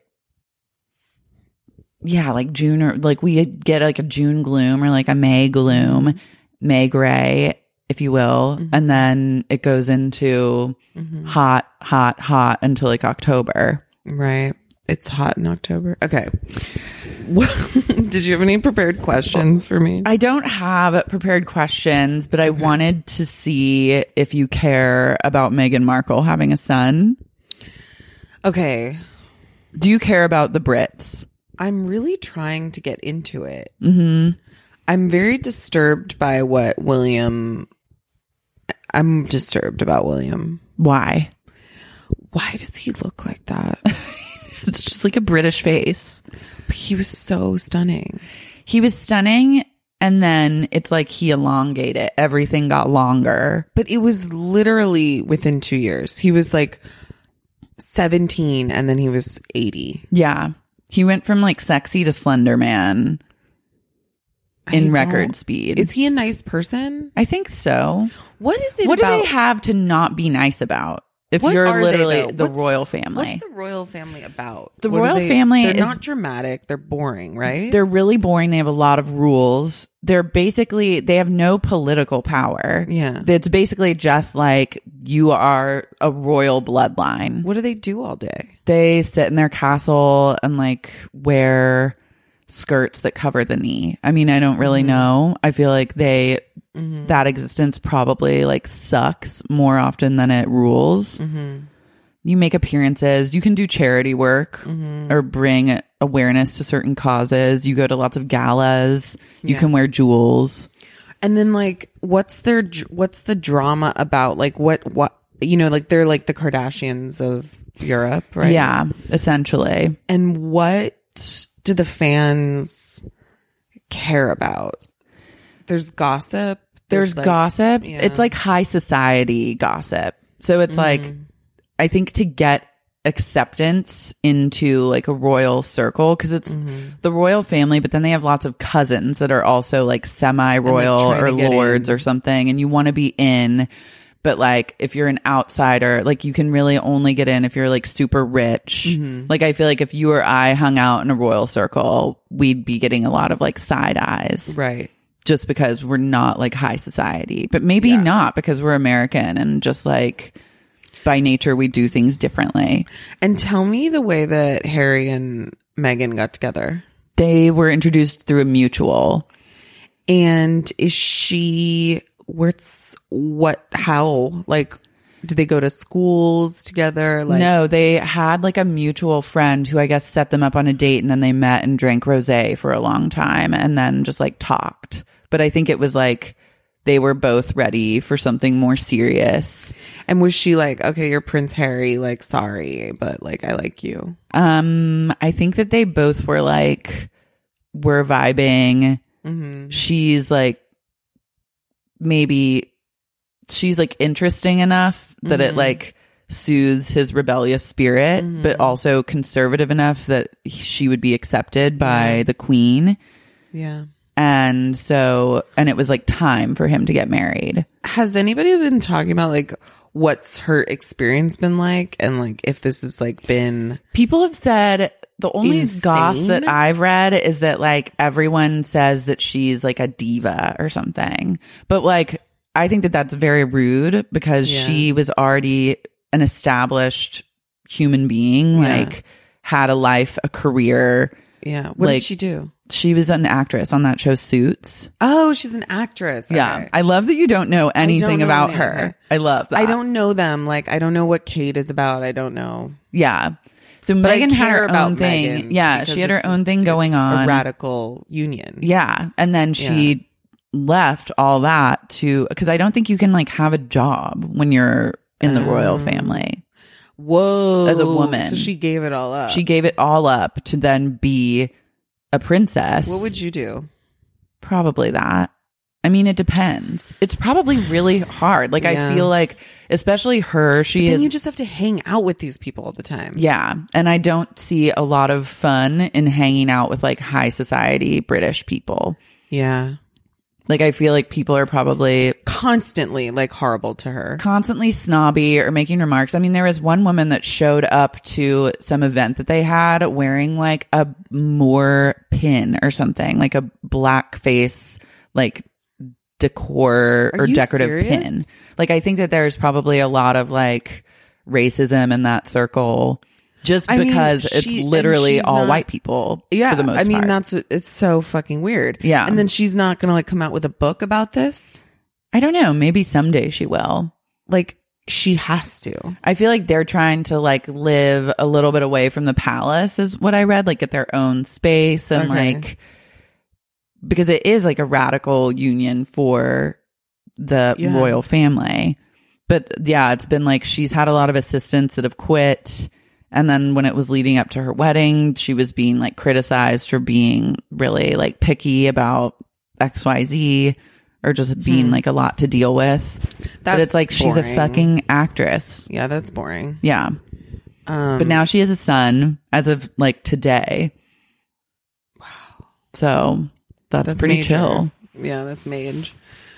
Speaker 1: yeah, like June or like we get like a June gloom or like a May gloom, May gray, if you will, and then it goes into hot, hot, hot until like October.
Speaker 2: Right. It's hot in October. Okay. [laughs] What- Did you have any prepared questions for me?
Speaker 1: I don't have prepared questions, but I wanted to see if you care about Meghan Markle having a son.
Speaker 2: Okay.
Speaker 1: Do you care about the Brits?
Speaker 2: I'm really trying to get into it. Mm-hmm. I'm very disturbed by what William. I'm disturbed about William.
Speaker 1: Why?
Speaker 2: Why does he look like
Speaker 1: [laughs]
Speaker 2: that?
Speaker 1: It's just like a British face.
Speaker 2: he was so stunning.
Speaker 1: He was stunning. And then it's like he elongated. Everything got longer.
Speaker 2: But it was literally within two years. He was like 17 and then he was 80.
Speaker 1: Yeah. He went from like sexy to slender man
Speaker 2: I
Speaker 1: in
Speaker 2: don't-
Speaker 1: record speed.
Speaker 2: Is he a nice person?
Speaker 1: I think so.
Speaker 2: What is it
Speaker 1: What
Speaker 2: about
Speaker 1: do they have to not be nice about if
Speaker 2: What are
Speaker 1: you're
Speaker 2: they,
Speaker 1: literally
Speaker 2: though?
Speaker 1: the
Speaker 2: What's-
Speaker 1: royal family?
Speaker 2: What's the royal family about?
Speaker 1: The
Speaker 2: are
Speaker 1: royal
Speaker 2: they-
Speaker 1: family
Speaker 2: They're
Speaker 1: is-
Speaker 2: not dramatic. They're boring, right?
Speaker 1: They're really boring. They have a lot of rules. They're basically, they have no political power.
Speaker 2: Yeah.
Speaker 1: It's basically just like you are a royal bloodline.
Speaker 2: what do they do all day?
Speaker 1: they sit in their castle and like wear skirts that cover the knee. I mean, I don't really know. I feel like they that existence probably like sucks more often than it rules. You make appearances, you can do charity work or bring awareness to certain causes. You go to lots of galas, you can wear jewels.
Speaker 2: And then like, what's their dr- what's the drama about? Like, what what you know? Like, they're like the Kardashians of Europe, right?
Speaker 1: Yeah, essentially.
Speaker 2: And what do the fans care about? There's gossip.
Speaker 1: there's
Speaker 2: like-
Speaker 1: gossip.
Speaker 2: yeah. Mm-hmm.
Speaker 1: It's like high society gossip. So it's like I think to get acceptance into like a royal circle because it's
Speaker 2: Mm-hmm.
Speaker 1: the royal family, but then they have lots of cousins that are also like semi royal
Speaker 2: trying
Speaker 1: or
Speaker 2: to get
Speaker 1: lords or something, and you want to be in. But like if you're an outsider, like you can really only get in if you're like super rich.
Speaker 2: Mm-hmm.
Speaker 1: Like I feel like if you or I hung out in a royal circle, we'd be getting a lot of like side eyes
Speaker 2: right.
Speaker 1: just because we're not like high society, but maybe not because we're American and just like by nature we do things differently.
Speaker 2: And tell me the way that Harry and Meghan got together.
Speaker 1: They were introduced through a mutual.
Speaker 2: And is she what's what how? Like did they go to schools together? Like
Speaker 1: no, they had like a mutual friend who I guess set them up on a date and then they met and drank rosé for a long time and then just like talked. But I think it was like they were both ready for something more serious.
Speaker 2: and was she like, Okay, you're Prince Harry, like sorry, but like I like you.
Speaker 1: Um I think that they both were like we're vibing.
Speaker 2: Mm-hmm.
Speaker 1: She's like maybe she's like interesting enough that it
Speaker 2: Mhm.
Speaker 1: like soothes his rebellious spirit but
Speaker 2: Mhm.
Speaker 1: also conservative enough that she would be accepted by
Speaker 2: Yeah.
Speaker 1: the queen.
Speaker 2: Yeah.
Speaker 1: And so, and it was like time for him to get married.
Speaker 2: Has anybody been talking about like what's her experience been like and like if this has like been
Speaker 1: People have said the only
Speaker 2: Insane?
Speaker 1: goss that I've read is that like everyone says that she's like a diva or something. But like, I think that that's very rude because
Speaker 2: Yeah.
Speaker 1: she was already an established human being,
Speaker 2: Yeah.
Speaker 1: like, had a life, a career.
Speaker 2: yeah, what
Speaker 1: Like-
Speaker 2: did she do?
Speaker 1: She was an actress on that show Suits.
Speaker 2: Oh, she's an actress.
Speaker 1: Yeah.
Speaker 2: Okay.
Speaker 1: I love that you don't know anything
Speaker 2: know
Speaker 1: about
Speaker 2: any of
Speaker 1: her.
Speaker 2: her.
Speaker 1: I love that.
Speaker 2: I don't know them. Like I don't know what Kate is about. I don't know.
Speaker 1: Yeah. So
Speaker 2: But
Speaker 1: Megan
Speaker 2: I
Speaker 1: had
Speaker 2: care
Speaker 1: her
Speaker 2: about
Speaker 1: own thing.
Speaker 2: Meghan
Speaker 1: yeah,
Speaker 2: because
Speaker 1: she had her
Speaker 2: it's-
Speaker 1: own thing going
Speaker 2: it's
Speaker 1: on.
Speaker 2: A radical union.
Speaker 1: yeah, and then she left all that to because I don't think you can like have a job when you're in the
Speaker 2: Um,
Speaker 1: royal family.
Speaker 2: Whoa.
Speaker 1: As a woman.
Speaker 2: So she gave it all up.
Speaker 1: She gave it all up to then be a princess.
Speaker 2: What would you do?
Speaker 1: probably that? I mean, it depends. It's probably really hard. Like I
Speaker 2: Yeah.
Speaker 1: feel like, especially her, she
Speaker 2: Then
Speaker 1: is.
Speaker 2: you just have to hang out with these people all the time.
Speaker 1: Yeah. And I don't see a lot of fun in hanging out with like high society British people.
Speaker 2: Yeah.
Speaker 1: Like I feel like people are probably
Speaker 2: Constantly like horrible to her.
Speaker 1: constantly snobby or making remarks. I mean, there was one woman that showed up to some event that they had wearing like a Moor pin or something, like a black face, like decor
Speaker 2: Are
Speaker 1: or
Speaker 2: you
Speaker 1: decorative
Speaker 2: serious?
Speaker 1: pin. Like I think that there's probably a lot of like racism in that circle just
Speaker 2: I mean,
Speaker 1: because
Speaker 2: she-
Speaker 1: it's
Speaker 2: and
Speaker 1: literally
Speaker 2: she's
Speaker 1: all
Speaker 2: not-
Speaker 1: white people
Speaker 2: yeah.
Speaker 1: for the most
Speaker 2: I mean,
Speaker 1: part.
Speaker 2: that's what- it's so fucking weird.
Speaker 1: Yeah.
Speaker 2: And then she's not gonna like come out with a book about this.
Speaker 1: I don't know, maybe someday she will.
Speaker 2: Like she has to.
Speaker 1: I feel like they're trying to like live a little bit away from the palace is what I read, like get their own space and
Speaker 2: Okay.
Speaker 1: like because it is like a radical union for the
Speaker 2: Yeah.
Speaker 1: royal family. But yeah, it's been like she's had a lot of assistants that have quit. And then when it was leading up to her wedding, she was being like criticized for being really like picky about XYZ or just being like a lot to deal with. but it's
Speaker 2: Hmm. That's
Speaker 1: like she's a
Speaker 2: boring.
Speaker 1: fucking actress.
Speaker 2: Yeah, that's boring.
Speaker 1: Yeah.
Speaker 2: Um,
Speaker 1: But now she has a son as of like today. Wow. So that's, pretty
Speaker 2: major.
Speaker 1: chill.
Speaker 2: Yeah, that's mage.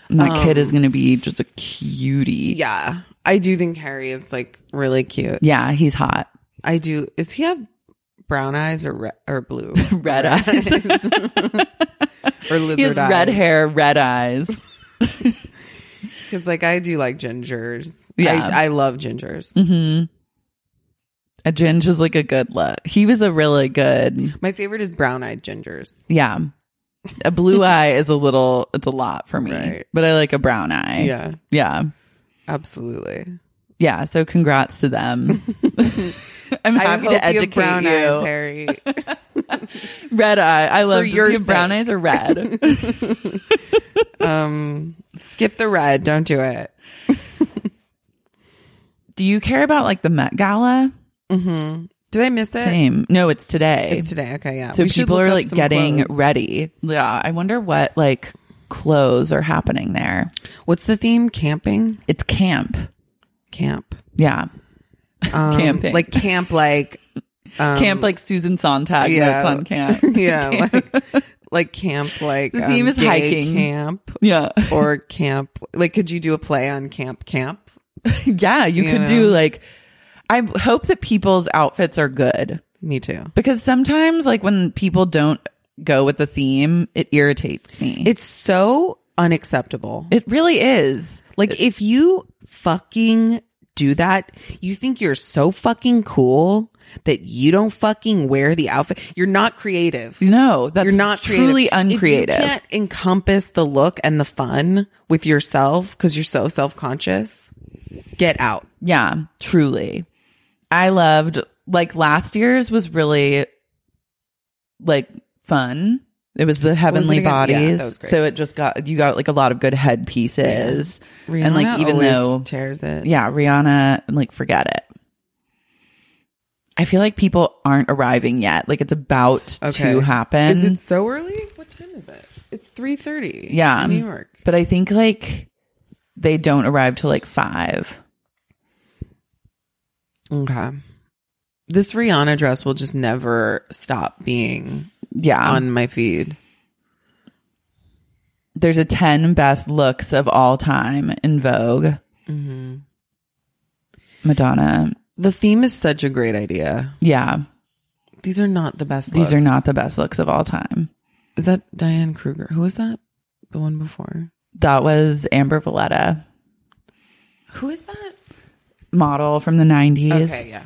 Speaker 1: And that kid is going to be just a cutie.
Speaker 2: Yeah, I do think Harry is like really cute.
Speaker 1: Yeah, he's hot.
Speaker 2: I do. Is he have brown eyes or re- or [laughs] blue?
Speaker 1: [laughs] Red eyes.
Speaker 2: or lizard
Speaker 1: he has
Speaker 2: eyes.
Speaker 1: red hair, red eyes.
Speaker 2: Because like I do like gingers.
Speaker 1: Yeah.
Speaker 2: I, I love gingers.
Speaker 1: hmm A ginge is like a good look. He was a really good.
Speaker 2: My favorite is brown eyed gingers.
Speaker 1: Yeah. A
Speaker 2: [laughs]
Speaker 1: blue eye is a little, it's a lot for me,
Speaker 2: Right.
Speaker 1: but I like a brown eye.
Speaker 2: Yeah,
Speaker 1: Yeah.
Speaker 2: absolutely.
Speaker 1: Yeah. So congrats to
Speaker 2: [laughs]
Speaker 1: them. I'm
Speaker 2: I
Speaker 1: happy
Speaker 2: hope
Speaker 1: to educate
Speaker 2: you have brown
Speaker 1: you.
Speaker 2: eyes, Harry.
Speaker 1: Red eye. I love
Speaker 2: For
Speaker 1: does
Speaker 2: your
Speaker 1: he have brown
Speaker 2: sake.
Speaker 1: eyes or red.
Speaker 2: [laughs] um, skip the red. Don't do it.
Speaker 1: Do you care about like the Met Gala?
Speaker 2: hmm Did I miss it?
Speaker 1: Same. No, it's today.
Speaker 2: It's today. Okay, yeah.
Speaker 1: so
Speaker 2: We should
Speaker 1: people
Speaker 2: look
Speaker 1: are
Speaker 2: up
Speaker 1: like
Speaker 2: some
Speaker 1: getting
Speaker 2: clothes.
Speaker 1: ready. Yeah. I wonder what like clothes are happening there.
Speaker 2: What's the theme? Camping.
Speaker 1: It's camp.
Speaker 2: Camp.
Speaker 1: Yeah.
Speaker 2: Um,
Speaker 1: Camping.
Speaker 2: Like camp. Like um,
Speaker 1: camp like Susan Sontag
Speaker 2: yeah.
Speaker 1: notes on camp.
Speaker 2: [laughs] yeah,
Speaker 1: [laughs]
Speaker 2: like like camp, like um,
Speaker 1: The theme is
Speaker 2: gay
Speaker 1: hiking.
Speaker 2: camp
Speaker 1: yeah. [laughs]
Speaker 2: or camp. Like, could you do a play on camp camp?
Speaker 1: yeah. You,
Speaker 2: You
Speaker 1: could
Speaker 2: know.
Speaker 1: do like I hope that people's outfits are good.
Speaker 2: Me too.
Speaker 1: Because sometimes like when people don't go with the theme, it irritates me.
Speaker 2: It's so unacceptable.
Speaker 1: it really is.
Speaker 2: like, if you fucking do that, you think you're so fucking cool that you don't fucking wear the outfit. You're not creative.
Speaker 1: No, that's
Speaker 2: you're not creative.
Speaker 1: truly
Speaker 2: If
Speaker 1: uncreative.
Speaker 2: you can't encompass the look and the fun with yourself because you're so self conscious. Get out.
Speaker 1: Yeah, truly. I loved like last year's was really like fun. It was the heavenly
Speaker 2: again? Yeah,
Speaker 1: bodies.
Speaker 2: that was great.
Speaker 1: so it just got you got like a lot of good head pieces. and like
Speaker 2: Rihanna
Speaker 1: even
Speaker 2: always
Speaker 1: though
Speaker 2: tears it.
Speaker 1: yeah, Rihanna like forget it. I feel like people aren't arriving yet. Like it's about
Speaker 2: Okay.
Speaker 1: to happen.
Speaker 2: Is it so early? What time is it? It's three thirty.
Speaker 1: yeah,
Speaker 2: in New York.
Speaker 1: But I think like they don't arrive till like 5.
Speaker 2: Okay. This Rihanna dress will just never stop being
Speaker 1: Yeah.
Speaker 2: on my feed.
Speaker 1: there's a 10 best looks of all time in Vogue.
Speaker 2: Mm-hmm.
Speaker 1: Madonna.
Speaker 2: The theme is such a great idea.
Speaker 1: Yeah.
Speaker 2: These are not the best.
Speaker 1: These are
Speaker 2: looks.
Speaker 1: not the best looks of all time.
Speaker 2: Is that Diane Kruger? Who is that? The one before.
Speaker 1: That was Amber Valletta,
Speaker 2: Who is that?
Speaker 1: model from the 90s.
Speaker 2: Okay, yeah.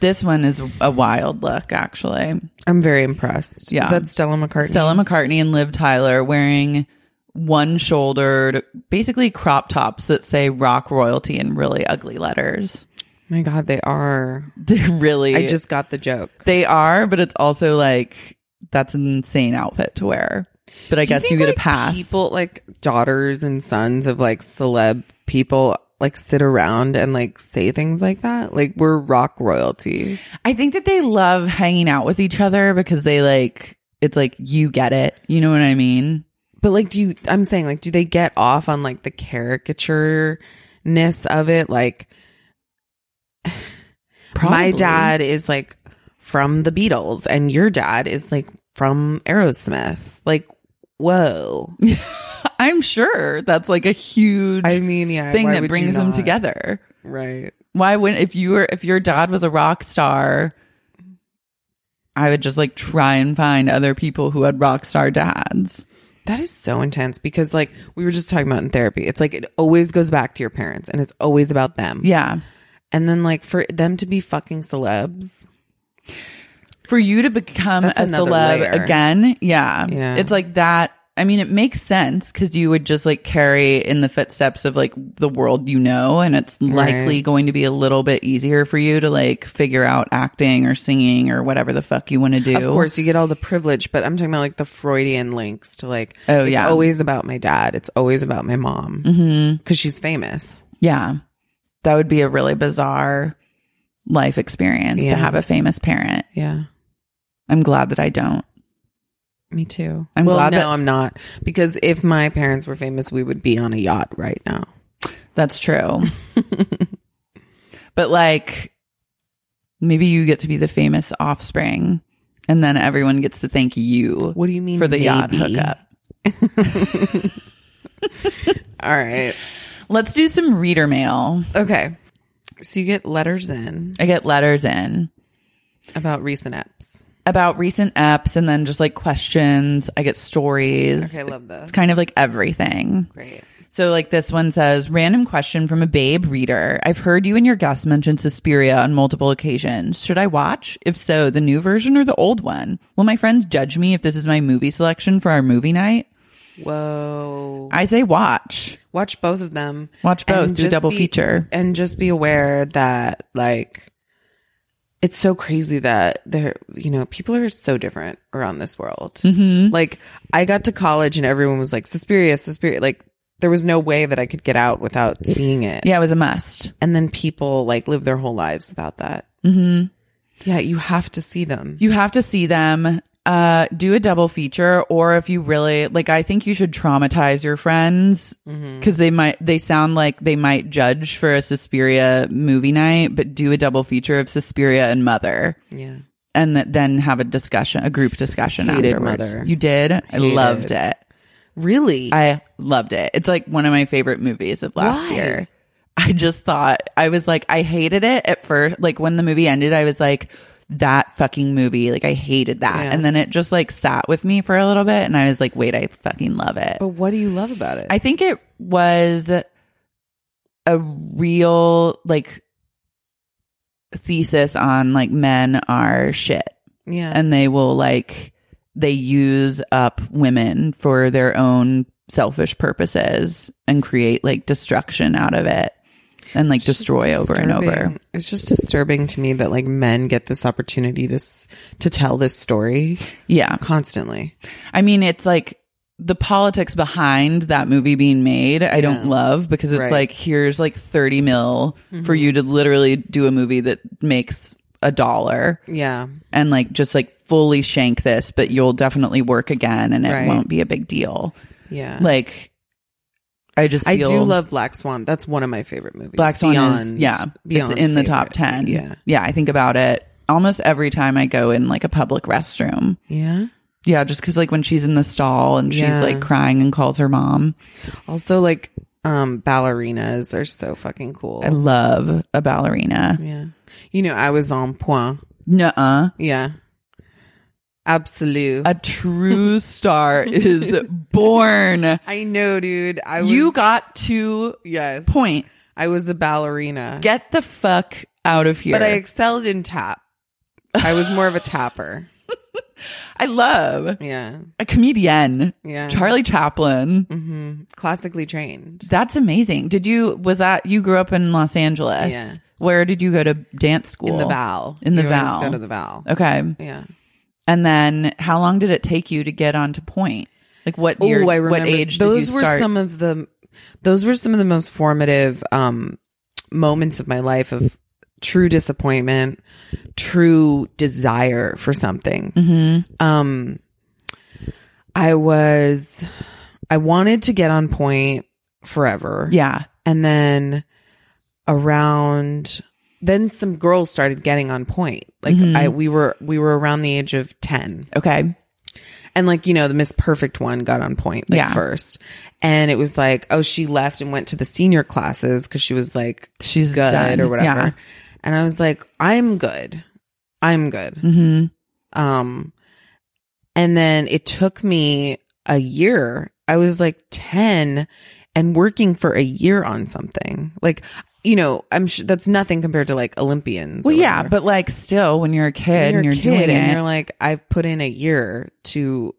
Speaker 1: This one is a wild look, actually.
Speaker 2: I'm very impressed.
Speaker 1: Yeah.
Speaker 2: Is that Stella McCartney?
Speaker 1: Stella McCartney and Liv Tyler wearing one shouldered, basically crop tops that say rock royalty in really ugly letters. [laughs]
Speaker 2: My God, they are.
Speaker 1: They're really,
Speaker 2: I just got the joke.
Speaker 1: They are, but it's also like that's an insane outfit to wear. But I
Speaker 2: Do you
Speaker 1: guess you
Speaker 2: think,
Speaker 1: get a
Speaker 2: like,
Speaker 1: pass.
Speaker 2: People like daughters and sons of like celeb people like sit around and like say things like that. Like we're rock royalty.
Speaker 1: I think that they love hanging out with each other because they like it's like you get it. You know what I mean?
Speaker 2: But like, do you? I'm saying like, do they get off on like the caricature ness of it? Like, my dad is like from the Beatles, and your dad is like from Aerosmith. Like, whoa.
Speaker 1: [laughs] I'm sure that's like a huge
Speaker 2: I mean, yeah.
Speaker 1: thing
Speaker 2: why
Speaker 1: that
Speaker 2: would you
Speaker 1: brings them
Speaker 2: not?
Speaker 1: together.
Speaker 2: right?
Speaker 1: Why wouldn't if you were if your dad was a rock star, I would just like try and find other people who had rock star dads.
Speaker 2: That is so intense because, like, we were just talking about in therapy. It's like it always goes back to your parents and it's always about them.
Speaker 1: Yeah.
Speaker 2: And then, like, for them to be fucking celebs,
Speaker 1: for you to become
Speaker 2: That's
Speaker 1: a
Speaker 2: another
Speaker 1: celeb
Speaker 2: layer.
Speaker 1: again yeah.
Speaker 2: Yeah.
Speaker 1: it's like that i mean it makes sense because you would just like carry in the footsteps of like the world you know and it's likely going to be a little bit easier for you to like figure out acting or singing or whatever the fuck you want to do
Speaker 2: of course, you get all the privilege, but I'm talking about like the Freudian links to, like,
Speaker 1: Oh,
Speaker 2: it's
Speaker 1: yeah.
Speaker 2: always about my dad. It's always about my mom because
Speaker 1: Mm-hmm.
Speaker 2: she's famous.
Speaker 1: yeah that would be a really bizarre life experience
Speaker 2: Yeah.
Speaker 1: to have a famous parent
Speaker 2: Yeah.
Speaker 1: i'm glad that i don't
Speaker 2: Me too.
Speaker 1: I'm
Speaker 2: well,
Speaker 1: glad
Speaker 2: no,
Speaker 1: that-
Speaker 2: I'm not because if my parents were famous, we would be on a yacht right now.
Speaker 1: that's
Speaker 2: [laughs]
Speaker 1: true but like maybe you get to be the famous offspring and then everyone gets to thank you
Speaker 2: What do you mean
Speaker 1: for the yacht
Speaker 2: maybe?
Speaker 1: hookup
Speaker 2: All right.
Speaker 1: let's do some reader mail
Speaker 2: Okay. So you get letters in
Speaker 1: i get letters in
Speaker 2: about recent apps.
Speaker 1: about recent eps and then just like questions i get stories
Speaker 2: Okay, love this.
Speaker 1: it's kind of like everything
Speaker 2: Great.
Speaker 1: So, like this one says, random question from a babe reader. I've heard you and your guest mention Suspiria on multiple occasions. Should I watch? If so, the new version or the old one? Will my friends judge me if this is my movie selection for our movie night?
Speaker 2: Whoa.
Speaker 1: I say watch.
Speaker 2: Watch both of them.
Speaker 1: Watch both. Do a
Speaker 2: just
Speaker 1: double
Speaker 2: be-
Speaker 1: feature.
Speaker 2: And just be aware that like it's so crazy that there you know, people are so different around this world.
Speaker 1: Mm-hmm.
Speaker 2: Like I got to college and everyone was like Suspiria, Suspiria like there was no way that I could get out without seeing it.
Speaker 1: Yeah, it was a must.
Speaker 2: And then people like live their whole lives without that. Mm-hmm. Yeah, you have to see them.
Speaker 1: You have to see them. Uh, do a double feature, or if you really like, I think you should traumatize your friends because they might they sound like they might judge for a Suspiria movie night, but do a double feature of Suspiria and Mother,
Speaker 2: yeah.
Speaker 1: and th- then have a discussion, a group discussion
Speaker 2: Hated
Speaker 1: afterwards.
Speaker 2: Mother.
Speaker 1: You did. I
Speaker 2: Hated.
Speaker 1: loved it.
Speaker 2: Really?
Speaker 1: I loved it. It's like one of my favorite movies of last
Speaker 2: Why?
Speaker 1: year. I just thought I was like I hated it at first. Like when the movie ended, I was like that fucking movie. Like I hated that.
Speaker 2: Yeah.
Speaker 1: And then it just like sat with me for a little bit and I was
Speaker 2: Oh.
Speaker 1: like wait, I fucking love it.
Speaker 2: but what do you love about it?
Speaker 1: I think it was a real like thesis on like men are shit
Speaker 2: Yeah.
Speaker 1: and they will like they use up women for their own selfish purposes and create like destruction out of it and like
Speaker 2: It's just
Speaker 1: destroy over and over
Speaker 2: disturbing. It's just disturbing to me that like men get this opportunity to s- to tell this story
Speaker 1: yeah
Speaker 2: constantly.
Speaker 1: i mean it's like the politics behind that movie being made i don't
Speaker 2: Yeah.
Speaker 1: love because it's
Speaker 2: Right. Mm-hmm.
Speaker 1: like here's like 30 mil for you to literally do a movie that makes a dollar
Speaker 2: Yeah.
Speaker 1: and like just like fully shank this but you'll definitely work again and it
Speaker 2: Right.
Speaker 1: won't be a big deal
Speaker 2: Yeah.
Speaker 1: like I just
Speaker 2: I
Speaker 1: feel
Speaker 2: do love Black Swan. That's one of my favorite movies.
Speaker 1: Black Swan
Speaker 2: Beyond,
Speaker 1: is yeah
Speaker 2: beyond
Speaker 1: it's in the top ten
Speaker 2: favorite. Yeah.
Speaker 1: yeah I think about it almost every time I go in like a public restroom
Speaker 2: Yeah.
Speaker 1: yeah just because like when she's in the stall and she's
Speaker 2: Yeah.
Speaker 1: like crying and calls her mom
Speaker 2: Also like um ballerinas are so fucking cool.
Speaker 1: I love a ballerina
Speaker 2: yeah. You know, I was on point.
Speaker 1: nuh
Speaker 2: Yeah. Absolute.
Speaker 1: a
Speaker 2: [laughs]
Speaker 1: true star is born
Speaker 2: I know, dude. I was
Speaker 1: you got to
Speaker 2: yes.
Speaker 1: point
Speaker 2: I was a ballerina.
Speaker 1: get the fuck out of here
Speaker 2: But I excelled in tap. I was more of a tapper.
Speaker 1: I love
Speaker 2: [laughs] Yeah.
Speaker 1: a comedian
Speaker 2: Yeah.
Speaker 1: Charlie Chaplin
Speaker 2: hmm Classically trained.
Speaker 1: That's amazing. Did you was that you grew up in Los Angeles?
Speaker 2: Yeah.
Speaker 1: Where did you go to dance school?
Speaker 2: In the Val.
Speaker 1: In the
Speaker 2: You always
Speaker 1: Val.
Speaker 2: Go to the Val.
Speaker 1: Okay.
Speaker 2: Yeah.
Speaker 1: And then how long did it take you to get onto point? Like what year
Speaker 2: Oh, I remember.
Speaker 1: what age
Speaker 2: those
Speaker 1: did you
Speaker 2: were
Speaker 1: start?
Speaker 2: some of the those were some of the most formative um, moments of my life of true disappointment, true desire for something. Um, I was I wanted to get on point forever.
Speaker 1: yeah.
Speaker 2: and then around then some girls started getting on point like
Speaker 1: Mm-hmm.
Speaker 2: i we were we were around the age of 10
Speaker 1: Okay.
Speaker 2: and like you know the miss perfect one got on point like
Speaker 1: Yeah.
Speaker 2: first and it was like oh she left and went to the senior classes because she was like
Speaker 1: She's
Speaker 2: good
Speaker 1: done.
Speaker 2: or whatever
Speaker 1: Yeah.
Speaker 2: and i was like i'm good i'm good
Speaker 1: hmm
Speaker 2: um and then it took me a year i was like 10 and working for a year on something like you know i'm sure that's nothing compared to like olympians or
Speaker 1: Well yeah,
Speaker 2: whatever.
Speaker 1: but like still when you're a kid and
Speaker 2: When you're
Speaker 1: you're,
Speaker 2: a kid
Speaker 1: doing
Speaker 2: and
Speaker 1: it.
Speaker 2: you're like i've put in a year to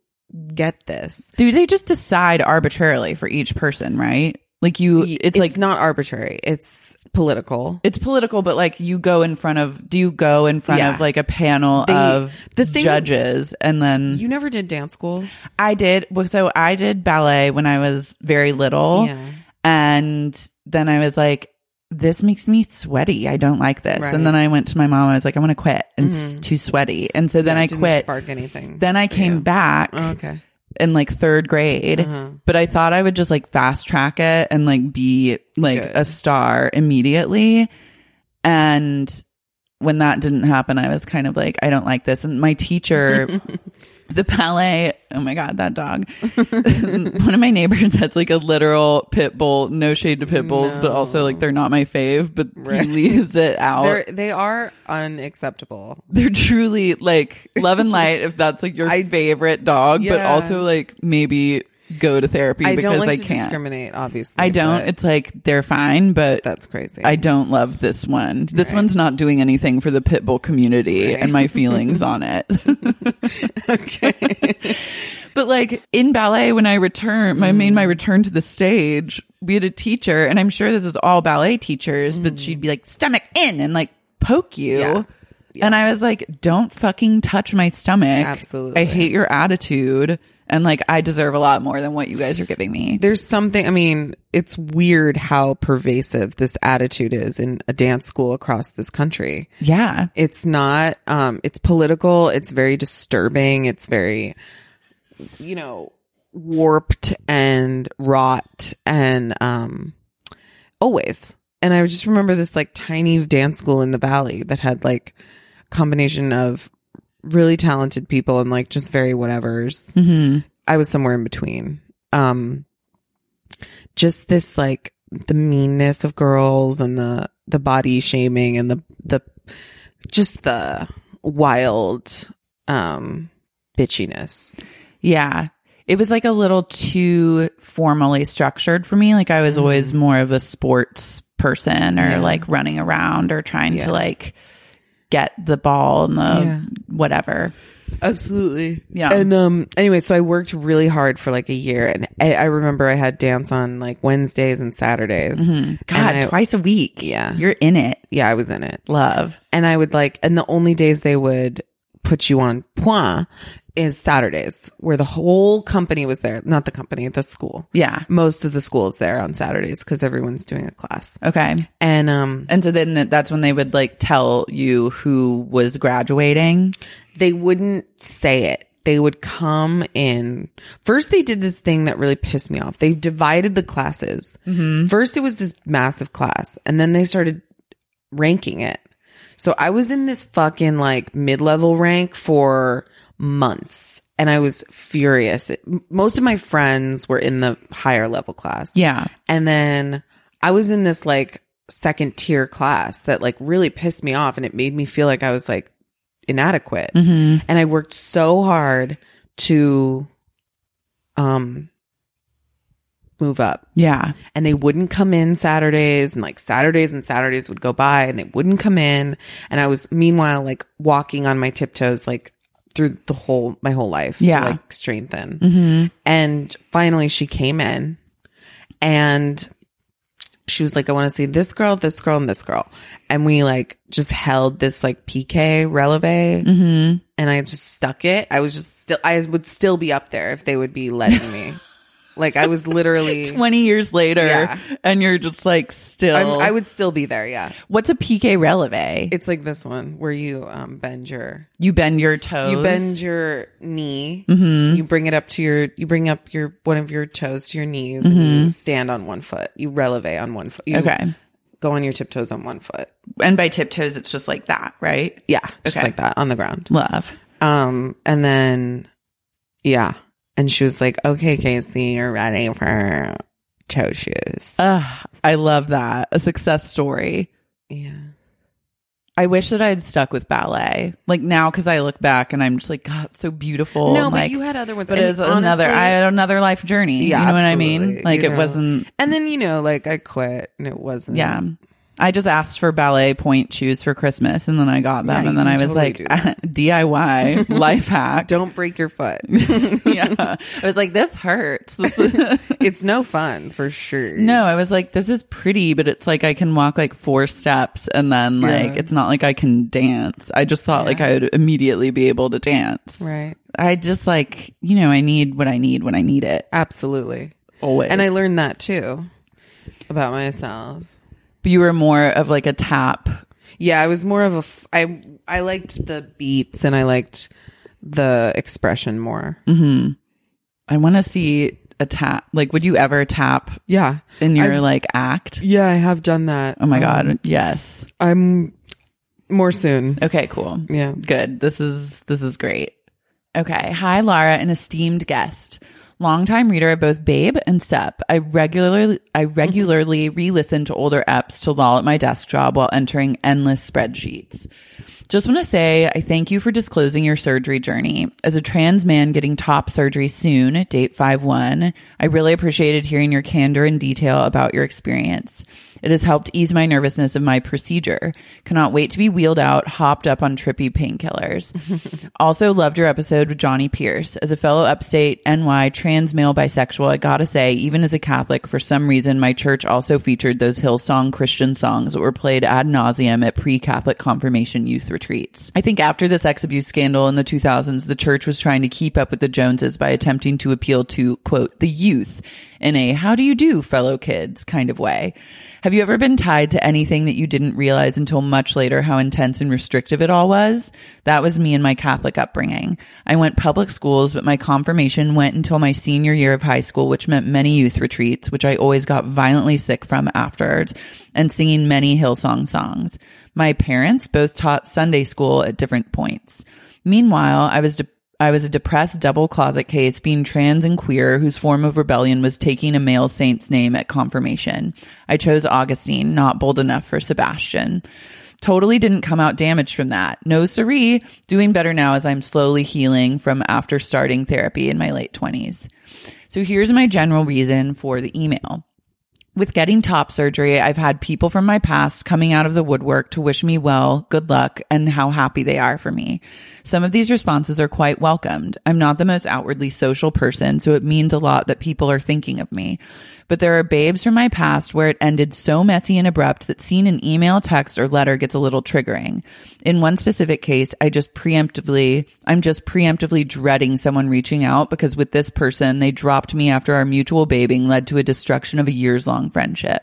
Speaker 2: get this
Speaker 1: do they just decide arbitrarily for each person, right? Like you it's, like
Speaker 2: not arbitrary it's political
Speaker 1: it's political, but like you go in front of do you go in front
Speaker 2: Yeah.
Speaker 1: of like a panel
Speaker 2: They-
Speaker 1: of
Speaker 2: the thing-
Speaker 1: judges and then
Speaker 2: you never did dance school
Speaker 1: I did. well, So I did ballet when I was very little.
Speaker 2: yeah
Speaker 1: And then I was like, this makes me sweaty. I don't like this.
Speaker 2: Right. Mm-hmm.
Speaker 1: And then I went to my mom. I was like, I'm going to quit. And It's too sweaty. And so then
Speaker 2: That
Speaker 1: I
Speaker 2: didn't
Speaker 1: quit.
Speaker 2: spark anything
Speaker 1: Then I
Speaker 2: for
Speaker 1: came
Speaker 2: you.
Speaker 1: back
Speaker 2: Oh, okay
Speaker 1: in like third grade.
Speaker 2: Uh-huh.
Speaker 1: But I thought I would just like fast track it and like be like
Speaker 2: Good.
Speaker 1: a star immediately. And when that didn't happen, I was kind of like, I don't like this. And my
Speaker 2: [laughs]
Speaker 1: teacher, the ballet, oh my God, that dog. [laughs] One of my neighbors that's like a literal pit bull, no shade to pit bulls, but also like they're not my fave, but
Speaker 2: Right.
Speaker 1: he leaves it out.
Speaker 2: [laughs] They're,
Speaker 1: They're,
Speaker 2: they are unacceptable
Speaker 1: truly like love and light if that's like your
Speaker 2: [laughs] I-
Speaker 1: favorite dog, but
Speaker 2: Yeah.
Speaker 1: also like maybe go to therapy
Speaker 2: I
Speaker 1: because
Speaker 2: don't like
Speaker 1: I
Speaker 2: to
Speaker 1: can't.
Speaker 2: discriminate, obviously.
Speaker 1: I don't.
Speaker 2: but
Speaker 1: It's like they're fine, but
Speaker 2: that's crazy.
Speaker 1: I don't love this one. This one's not doing anything for the pit bull community and my
Speaker 2: [laughs]
Speaker 1: feelings on it.
Speaker 2: okay.
Speaker 1: [laughs] But like in ballet, when I return, my made my
Speaker 2: Mm.
Speaker 1: return to the stage, we had a teacher, and I'm sure this is all ballet teachers, but she'd be like stomach in and like poke you.
Speaker 2: Yeah.
Speaker 1: And I was like, don't fucking touch my stomach.
Speaker 2: Absolutely.
Speaker 1: I hate your attitude. And like, I deserve a lot more than what you guys are giving me.
Speaker 2: There's something. I mean, it's weird how pervasive this attitude is in a dance school across this country.
Speaker 1: Yeah.
Speaker 2: It's not. Um, it's political. It's very disturbing. It's very, you know, warped and wrought and um, always. And I just remember this like tiny dance school in the valley that had like a combination of really talented people and like just very whatevers.
Speaker 1: hmm
Speaker 2: I was somewhere in between. Um, just this like the meanness of girls and the the body shaming and the the just the wild um bitchiness.
Speaker 1: Yeah. it was like a little too formally structured for me. Like I was always more of a sports person or like running around or trying to like get the ball and the whatever.
Speaker 2: Absolutely.
Speaker 1: Yeah.
Speaker 2: And um anyway, so I worked really hard for like a year and I, I remember I had dance on like Wednesdays and Saturdays.
Speaker 1: Mm-hmm. God,
Speaker 2: And I-
Speaker 1: twice a week.
Speaker 2: Yeah.
Speaker 1: You're in it.
Speaker 2: Yeah, I was in it.
Speaker 1: Love.
Speaker 2: And I would like and the only days they would put you on point is Saturdays where the whole company was there. Not the company, the school.
Speaker 1: Yeah.
Speaker 2: Most of the school is there on Saturdays because everyone's doing a class.
Speaker 1: Okay.
Speaker 2: And um
Speaker 1: And so then th- that's when they would like tell you who was graduating.
Speaker 2: they wouldn't say it. They would come in. First, they did this thing that really pissed me off. They divided the classes. First, it was this massive class, and then they started ranking it. So I was in this fucking like mid level rank for months, and I was furious. It- most of my friends were in the higher level class.
Speaker 1: Yeah.
Speaker 2: And then I was in this like second tier class that like really pissed me off and it made me feel like I was like inadequate. And I worked so hard to um move up.
Speaker 1: Yeah.
Speaker 2: And they wouldn't come in Saturdays and like Saturdays and Saturdays would go by and they wouldn't come in and I was meanwhile like walking on my tiptoes like through the whole my whole life
Speaker 1: Yeah.
Speaker 2: to like strengthen. And finally she came in and she was like, I want to see this girl, this girl, and this girl. And we like just held this like PK releve and I just stuck it. I was just still, I would still be up there if they would be letting me. like I was literally,
Speaker 1: 20 years later
Speaker 2: Yeah.
Speaker 1: and you're just like still
Speaker 2: I'm, I would still be there. Yeah.
Speaker 1: what's a PK releve?
Speaker 2: It's like this one where you um, bend your,
Speaker 1: you bend your toes. Mm-hmm.
Speaker 2: you bend your knee, you bring it up to your, you bring up your, one of your toes to your knees and you stand on one foot. You releve on one foot. You
Speaker 1: Mm-hmm. Okay.
Speaker 2: Go on your tiptoes on one foot.
Speaker 1: And by tiptoes it's just like that, right?
Speaker 2: Yeah, just
Speaker 1: Okay.
Speaker 2: like that on the ground.
Speaker 1: Love.
Speaker 2: Um, and then, yeah, and she was like, "Okay, Casey, you're ready for toe shoes."
Speaker 1: Ugh, I love that. A success story.
Speaker 2: Yeah,
Speaker 1: I wish that I had stuck with ballet. Like now, because I look back and I'm just like, God, it's so beautiful.
Speaker 2: No,
Speaker 1: and,
Speaker 2: but
Speaker 1: like-
Speaker 2: you had other ones.
Speaker 1: Oh But
Speaker 2: And
Speaker 1: it was another.
Speaker 2: honestly-
Speaker 1: I had another life journey.
Speaker 2: yeah,
Speaker 1: you know what I mean.
Speaker 2: absolutely,
Speaker 1: Like
Speaker 2: you
Speaker 1: it
Speaker 2: know.
Speaker 1: wasn't.
Speaker 2: And then you know, like I quit, and it wasn't.
Speaker 1: Yeah, I just asked for ballet point shoes for Christmas, and then I got them, and
Speaker 2: Yeah, you
Speaker 1: then I
Speaker 2: can
Speaker 1: was
Speaker 2: totally
Speaker 1: like
Speaker 2: do that.
Speaker 1: [laughs] DIY life hack.
Speaker 2: [laughs] don't break your foot.
Speaker 1: [laughs] yeah, I was like, this
Speaker 2: [laughs]
Speaker 1: hurts. This is-
Speaker 2: it's no fun for sure.
Speaker 1: no, I was like, this is pretty, but it's like I can walk like four steps, and then like
Speaker 2: Yeah.
Speaker 1: it's not like I can dance. I just thought like I would immediately be able to dance.
Speaker 2: right.
Speaker 1: I just like, you know, I need what I need when I need it
Speaker 2: Absolutely.
Speaker 1: always.
Speaker 2: And I learned that too about myself.
Speaker 1: But you were more of like a tap.
Speaker 2: Yeah, I was more of a. F- I I liked the beats and I liked the expression more.
Speaker 1: Mm-hmm. I want to see a tap. Like, would you ever tap
Speaker 2: Yeah,
Speaker 1: in your
Speaker 2: I've- Um,
Speaker 1: like act?
Speaker 2: yeah, I have done that.
Speaker 1: Oh my God. Yes.
Speaker 2: I'm more soon.
Speaker 1: Okay, cool.
Speaker 2: Yeah.
Speaker 1: Good. This is this is great. Okay. Hi, Lara, an esteemed guest. Longtime reader of both Babe and Sup. I regularly I regularly re-listen to older eps to loll at my desk job while entering endless spreadsheets. Just want to say I thank you for disclosing your surgery journey. As a trans man getting top surgery soon, date 5-1, I really appreciated hearing your candor and detail about your experience. It has helped ease my nervousness of my procedure. Cannot wait to be wheeled out, hopped up on trippy painkillers. also loved your episode with Johnny Pierce. As a fellow upstate NY trans male bisexual, I gotta say, even as a Catholic, for some reason, my church also featured those Hillsong Christian songs that were played ad nauseum at pre-Catholic confirmation youth retreats. I think after the sex abuse scandal in the 2000s, the church was trying to keep up with the Joneses by attempting to appeal to, quote, the youth in a how do you do, fellow kids kind of way. Have you ever been tied to anything that you didn't realize until much later how intense and restrictive it all was? That was me and my Catholic upbringing. I went public schools, but my confirmation went until my senior year of high school, which meant many youth retreats, which I always got violently sick from afterwards, and singing many Hillsong songs. My parents both taught Sunday school at different points. Meanwhile, I was de- I was a depressed double closet case being trans and queer whose form of rebellion was taking a male saint's name at confirmation. I chose Augustine, not bold enough for Sebastian. Totally didn't come out damaged from that. No, siree. Doing better now as I'm slowly healing from after starting therapy in my late 20s. So here's my general reason for the email. With getting top surgery, I've had people from my past coming out of the woodwork to wish me well, good luck, and how happy they are for me. Some of these responses are quite welcomed. I'm not the most outwardly social person, so it means a lot that people are thinking of me. But there are babes from my past where it ended so messy and abrupt that seeing an email, text, or letter gets a little triggering. In one specific case, I just preemptively, I'm just preemptively dreading someone reaching out because with this person, they dropped me after our mutual babing led to a destruction of a years long friendship.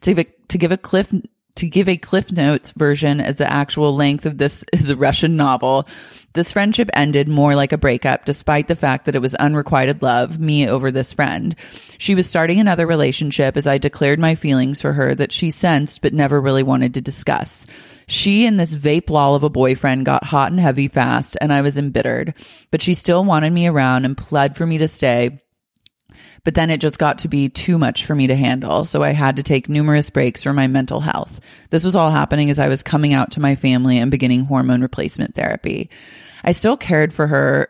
Speaker 1: To give, a, to give a cliff to give a cliff notes version as the actual length of this [laughs] is a Russian novel, this friendship ended more like a breakup despite the fact that it was unrequited love, me over this friend. She was starting another relationship as I declared my feelings for her that she sensed but never really wanted to discuss. She and this vape lol of a boyfriend got hot and heavy fast and I was embittered, but she still wanted me around and pled for me to stay but then it just got to be too much for me to handle. So I had to take numerous breaks for my mental health. This was all happening as I was coming out to my family and beginning hormone replacement therapy. I still cared for her.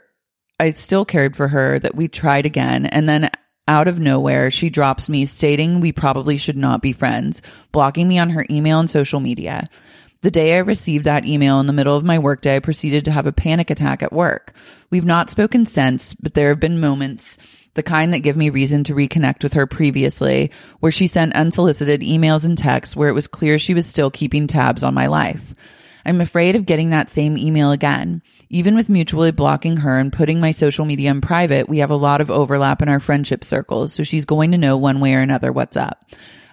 Speaker 1: I still cared for her that we tried again. And then out of nowhere, she drops me stating we probably should not be friends, blocking me on her email and social media. The day I received that email in the middle of my workday, I proceeded to have a panic attack at work. We've not spoken since, but there have been moments, the kind that give me reason to reconnect with her previously, where she sent unsolicited emails and texts where it was clear she was still keeping tabs on my life. I'm afraid of getting that same email again. Even with mutually blocking her and putting my social media in private, we have a lot of overlap in our friendship circles, so she's going to know one way or another what's up.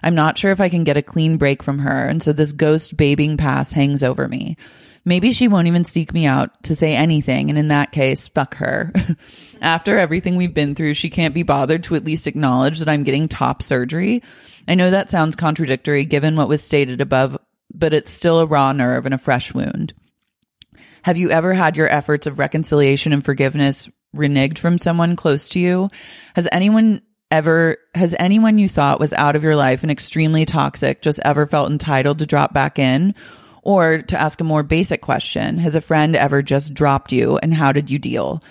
Speaker 1: I'm not sure if I can get a clean break from her, and so this ghost babing pass hangs over me. Maybe she won't even seek me out to say anything, and in that case, fuck her. [laughs] After everything we've been through, she can't be bothered to at least acknowledge that I'm getting top surgery. I know that sounds contradictory given what was stated above, but it's still a raw nerve and a fresh wound. Have you ever had your efforts of reconciliation and forgiveness reneged from someone close to you? Has anyone ever has anyone you thought was out of your life and extremely toxic just ever felt entitled to drop back in? Or to ask a more basic question, has a friend ever just dropped you and how did you deal?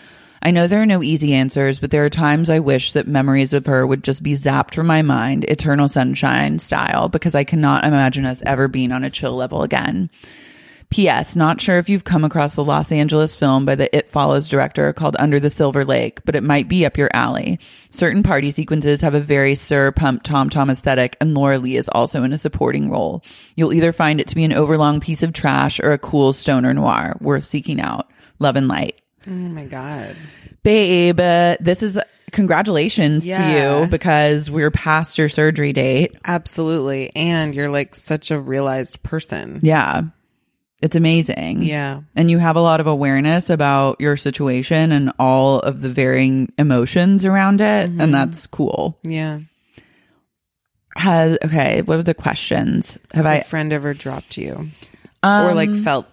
Speaker 1: I know there are no easy answers, but there are times I wish that memories of her would just be zapped from my mind, eternal sunshine style, because I cannot imagine us ever being on a chill level again. P.S. Not sure if you've come across the Los Angeles film by the It Follows director called Under the Silver Lake, but it might be up your alley. Certain party sequences have a very Sir Pump Tom Tom aesthetic, and Laura Lee is also in a supporting role. You'll either find it to be an overlong piece of trash or a cool stoner noir worth seeking out. Love and light.
Speaker 2: Oh my god.
Speaker 1: Babe, uh, this is congratulations to
Speaker 2: Yeah.
Speaker 1: you because we're past your surgery date.
Speaker 2: Absolutely. And you're like such a realized person.
Speaker 1: Yeah. It's amazing.
Speaker 2: Yeah.
Speaker 1: and you have a lot of awareness about your situation and all of the varying emotions around it
Speaker 2: Mm-hmm.
Speaker 1: and that's cool
Speaker 2: Yeah.
Speaker 1: has okay what were the questions have
Speaker 2: Has a
Speaker 1: i um,
Speaker 2: friend ever dropped you? or like felt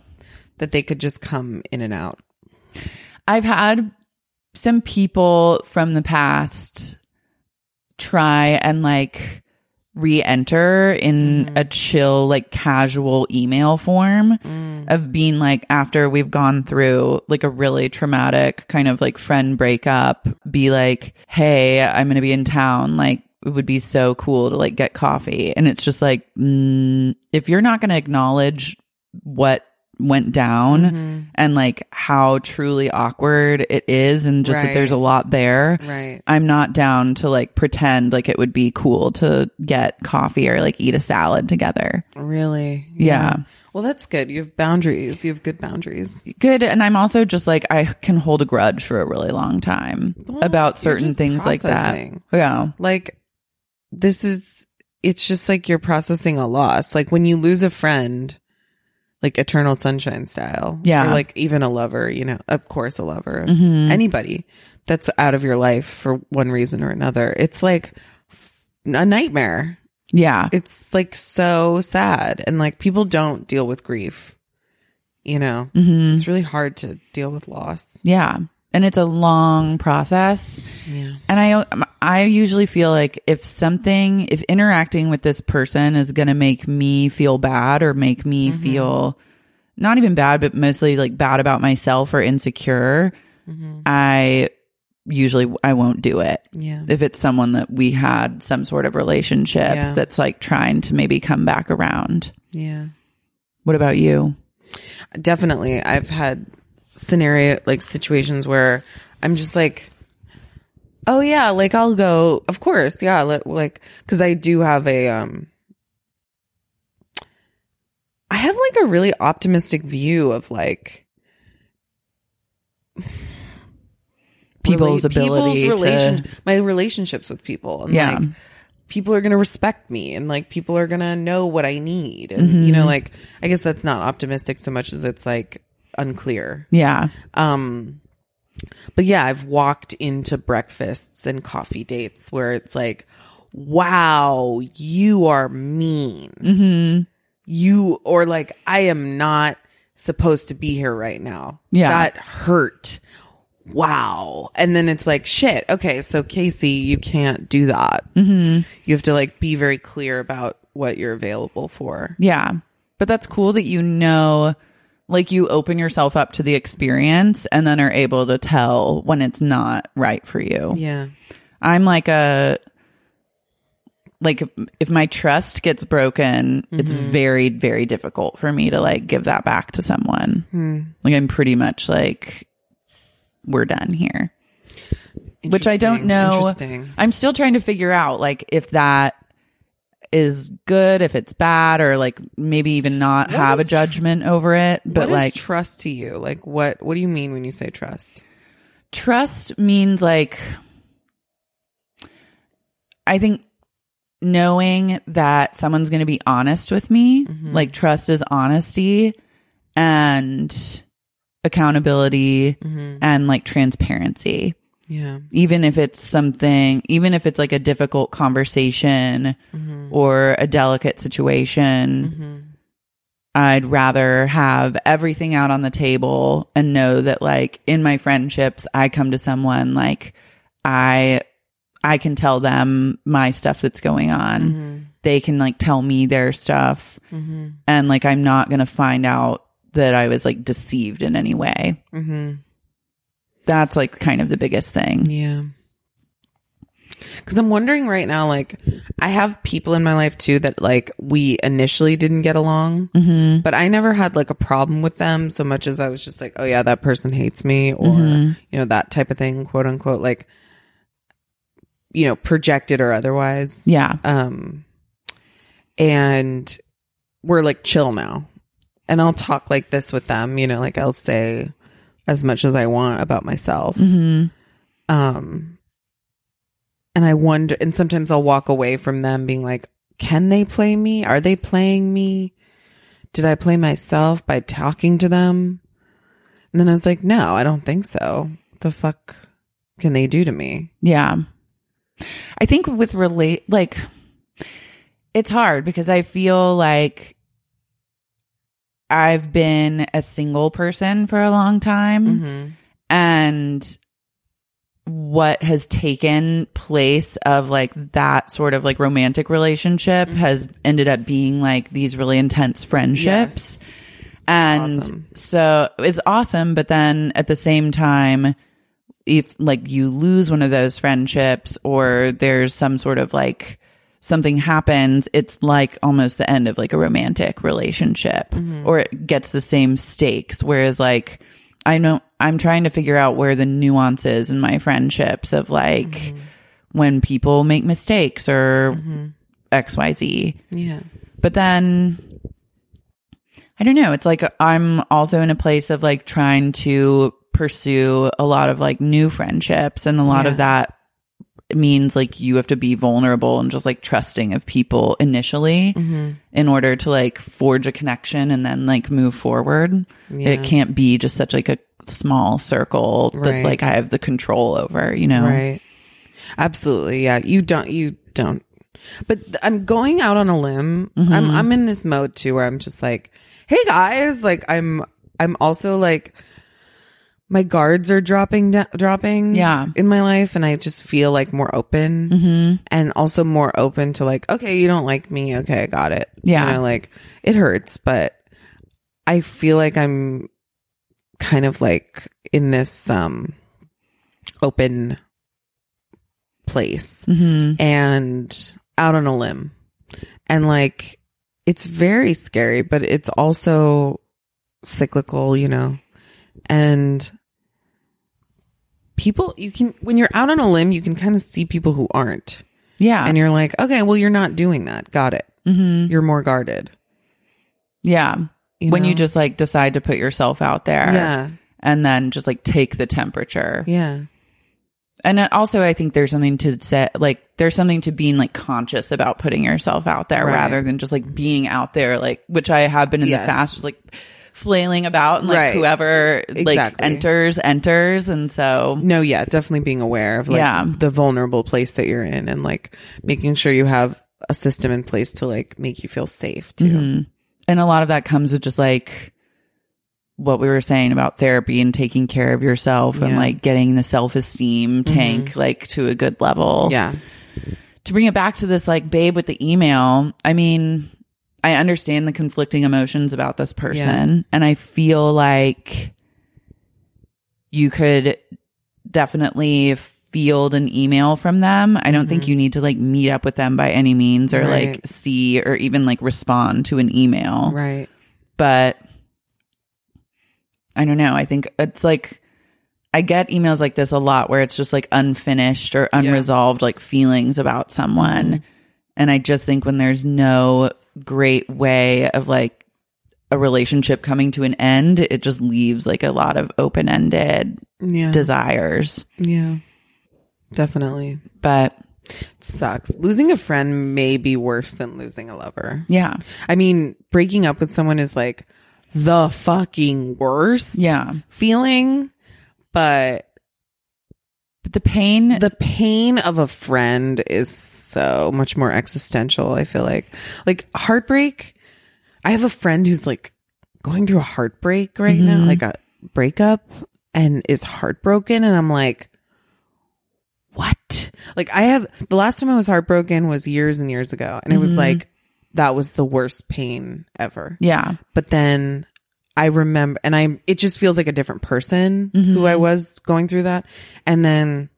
Speaker 2: that they could just come in and out?
Speaker 1: i've had some people from the past try and like re-enter in a chill like casual email form of being like after we've gone through like a really traumatic kind of like friend breakup be like hey i'm gonna be in town like it would be so cool to like get coffee and it's just like mm, if you're not gonna acknowledge what went down and like how truly awkward it is and just that
Speaker 2: Right.
Speaker 1: there's a lot there
Speaker 2: Right.
Speaker 1: I'm not down to like pretend like it would be cool to get coffee or like eat a salad together.
Speaker 2: Really?
Speaker 1: Yeah.
Speaker 2: Well, that's good. You have boundaries. You have good boundaries.
Speaker 1: Good. And I'm also just like, I can hold a grudge for a really long time about
Speaker 2: you're
Speaker 1: certain
Speaker 2: just
Speaker 1: things like that.
Speaker 2: processing.
Speaker 1: Yeah.
Speaker 2: Like, this is, it's just like you're processing a loss. Like when you lose a friend, like Eternal Sunshine style.
Speaker 1: Yeah. Mm-hmm.
Speaker 2: Or like even a lover, you know, of course, a lover, anybody that's out of your life for one reason or another. It's like f- a nightmare.
Speaker 1: Yeah.
Speaker 2: it's like so sad and like people don't
Speaker 1: Mm-hmm.
Speaker 2: deal with grief you know it's really hard to deal with loss
Speaker 1: Yeah. and it's a long process. And I um, I usually feel like if something if interacting with this person is going to make me feel bad or make me
Speaker 2: Mm-hmm.
Speaker 1: feel not even bad but mostly like bad about myself or insecure,
Speaker 2: Mm-hmm.
Speaker 1: I usually I won't do it.
Speaker 2: Yeah.
Speaker 1: If it's someone that we had some sort of relationship
Speaker 2: Yeah.
Speaker 1: that's like trying to maybe come back around.
Speaker 2: Yeah.
Speaker 1: What about you?
Speaker 2: definitely i've had scenario like situations where i'm just like oh yeah like i'll go of course yeah li- like because i do have a um i have like a really optimistic view of like
Speaker 1: People's
Speaker 2: rela-
Speaker 1: ability
Speaker 2: people's
Speaker 1: to
Speaker 2: relation- my relationships with people and
Speaker 1: Yeah.
Speaker 2: like people are going to respect me and like people are going to know what I need. And you know, like I guess that's not optimistic so much as it's like unclear.
Speaker 1: Yeah.
Speaker 2: Um but yeah, I've walked into breakfasts and coffee dates where it's like, "Wow, you are mean."
Speaker 1: Mm-hmm.
Speaker 2: You or like I am not supposed to be here right now.
Speaker 1: Yeah.
Speaker 2: That hurt. Wow. And then it's like, shit, okay, so Casey, you can't do that
Speaker 1: Mm-hmm.
Speaker 2: you have to like be very clear about what you're available for.
Speaker 1: Yeah. But that's cool that you know, like you open yourself up to the experience and then are able to tell when it's not right for you.
Speaker 2: Yeah.
Speaker 1: I'm like a, like if my trust gets broken, it's very, very difficult for me to like give that back to someone. Like I'm pretty much like, we're done here which I don't
Speaker 2: Interesting.
Speaker 1: know.
Speaker 2: Interesting.
Speaker 1: I'm still trying to figure out like if that is good, if it's bad, or like maybe even not
Speaker 2: What
Speaker 1: have a
Speaker 2: is tr-
Speaker 1: judgment over it. But
Speaker 2: What is
Speaker 1: like
Speaker 2: trust to you? Like what what do you mean when you say trust?
Speaker 1: trust means like I think knowing that someone's going to be honest with me,
Speaker 2: Mm-hmm.
Speaker 1: like trust is honesty and accountability and like transparency.
Speaker 2: Yeah.
Speaker 1: even if it's something, even if it's like a difficult conversation or a delicate situation,
Speaker 2: Mm-hmm.
Speaker 1: I'd rather have everything out on the table and know that like in my friendships, I come to someone like I, I can tell them my stuff that's going on.
Speaker 2: Mm-hmm.
Speaker 1: They can like tell me their stuff and like I'm not going to find out that I was like deceived in any way.
Speaker 2: Mhm.
Speaker 1: That's like kind of the biggest thing.
Speaker 2: Yeah. Cuz I'm wondering right now like I have people in my life too that like we initially didn't get along,
Speaker 1: Mm-hmm.
Speaker 2: but I never had like a problem with them so much as I was just like, "Oh yeah, that person hates me" or
Speaker 1: Mhm.
Speaker 2: you know, that type of thing, quote unquote, like you know, projected or otherwise.
Speaker 1: Yeah.
Speaker 2: um and we're like chill now and i'll talk like this with them you know like i'll say as much as i want about myself
Speaker 1: hmm
Speaker 2: um and i wonder and sometimes i'll walk away from them being like can they play me are they playing me did i play myself by talking to them and then i was like no i don't think so the fuck can they do to me
Speaker 1: Yeah. I think with relate, like, it's hard because I feel like I've been a single person for a long time.
Speaker 2: mm-hmm.
Speaker 1: And what has taken place of like that sort of like romantic relationship has ended up being like these really intense friendships. and
Speaker 2: Awesome.
Speaker 1: so it's awesome but then at the same time if like you lose one of those friendships or there's some sort of like something happens it's like almost the end of like a romantic relationship or it gets the same stakes whereas like i know i'm trying to figure out where the nuance is in my friendships of like when people make mistakes or xyz
Speaker 2: yeah
Speaker 1: but then I don't know. It's like I'm also in a place of like trying to pursue a lot of like new friendships, and a lot of that means like you have to be vulnerable and just like trusting of people initially
Speaker 2: Mm-hmm.
Speaker 1: in order to like forge a connection and then like move forward. It can't be just such like a small circle
Speaker 2: Right.
Speaker 1: that's like I have the control over, you know?
Speaker 2: Right. Absolutely. Yeah. You don't, you don't. But th- I'm going out on a limb. I'm,
Speaker 1: Mm-hmm.
Speaker 2: I'm in this mode too where I'm just like, hey guys, like I'm, I'm also like, my guards are dropping da- dropping
Speaker 1: Yeah. Mm-hmm.
Speaker 2: in my life and I just feel like more open and also more open to like okay you don't like me okay I got it
Speaker 1: Yeah.
Speaker 2: you know, like it hurts but I feel like I'm kind of like in this um open place
Speaker 1: Mm-hmm.
Speaker 2: and out on a limb. And like, it's very scary, but it's also cyclical, you know? And people, you can, when you're out on a limb, you can kind of see people who aren't.
Speaker 1: Yeah.
Speaker 2: And you're like, okay, well, you're not doing that. Got it.
Speaker 1: mm-hmm.
Speaker 2: You're more guarded.
Speaker 1: Yeah.
Speaker 2: You
Speaker 1: when you
Speaker 2: know?
Speaker 1: just like decide to put yourself out there.
Speaker 2: Yeah.
Speaker 1: And then just like take the temperature.
Speaker 2: Yeah.
Speaker 1: And it- also, I think there's something to say, like, there's something to being like conscious about putting yourself out there
Speaker 2: Right.
Speaker 1: rather than just like being out there, like, which I have been in
Speaker 2: Yes.
Speaker 1: the past, just like flailing about and like
Speaker 2: Right.
Speaker 1: whoever like
Speaker 2: Exactly.
Speaker 1: enters, enters. And so,
Speaker 2: No, yeah, definitely being aware of like
Speaker 1: Yeah.
Speaker 2: the vulnerable place that you're in and like making sure you have a system in place to like make you feel safe too.
Speaker 1: Mhm. and a lot of that comes with just like what we were saying about therapy and taking care of yourself and
Speaker 2: Yeah. Mm-hmm.
Speaker 1: like getting the self esteem tank like to a good level.
Speaker 2: Yeah.
Speaker 1: to bring it back to this like babe with the email i mean i understand the conflicting emotions about this person and i feel like you could definitely field an email from them i don't think you need to like meet up with them by any means or like
Speaker 2: Right.
Speaker 1: see or even like respond to an email
Speaker 2: Right.
Speaker 1: but I don't know. I think it's like I get emails like this a lot where it's just like unfinished or unresolved like feelings about someone.
Speaker 2: Mm-hmm.
Speaker 1: And I just think when there's no great way of like a relationship coming to an end, it just leaves like a lot of open ended
Speaker 2: Yeah.
Speaker 1: desires.
Speaker 2: yeah. Definitely.
Speaker 1: But
Speaker 2: sucks. Losing a friend may be worse than losing a lover.
Speaker 1: yeah.
Speaker 2: I mean, breaking up with someone is like the fucking worst
Speaker 1: Yeah.
Speaker 2: feeling, but
Speaker 1: But the pain
Speaker 2: the pain of a friend is so much more existential i feel like like heartbreak i have a friend who's like going through a heartbreak right now like a breakup and is heartbroken and i'm like what like i have the last time i was heartbroken was years and years ago and it was like that was the worst pain ever
Speaker 1: Yeah.
Speaker 2: but then I remember, and I it just feels like a different person who
Speaker 1: Mm-hmm.
Speaker 2: I was going through that. And then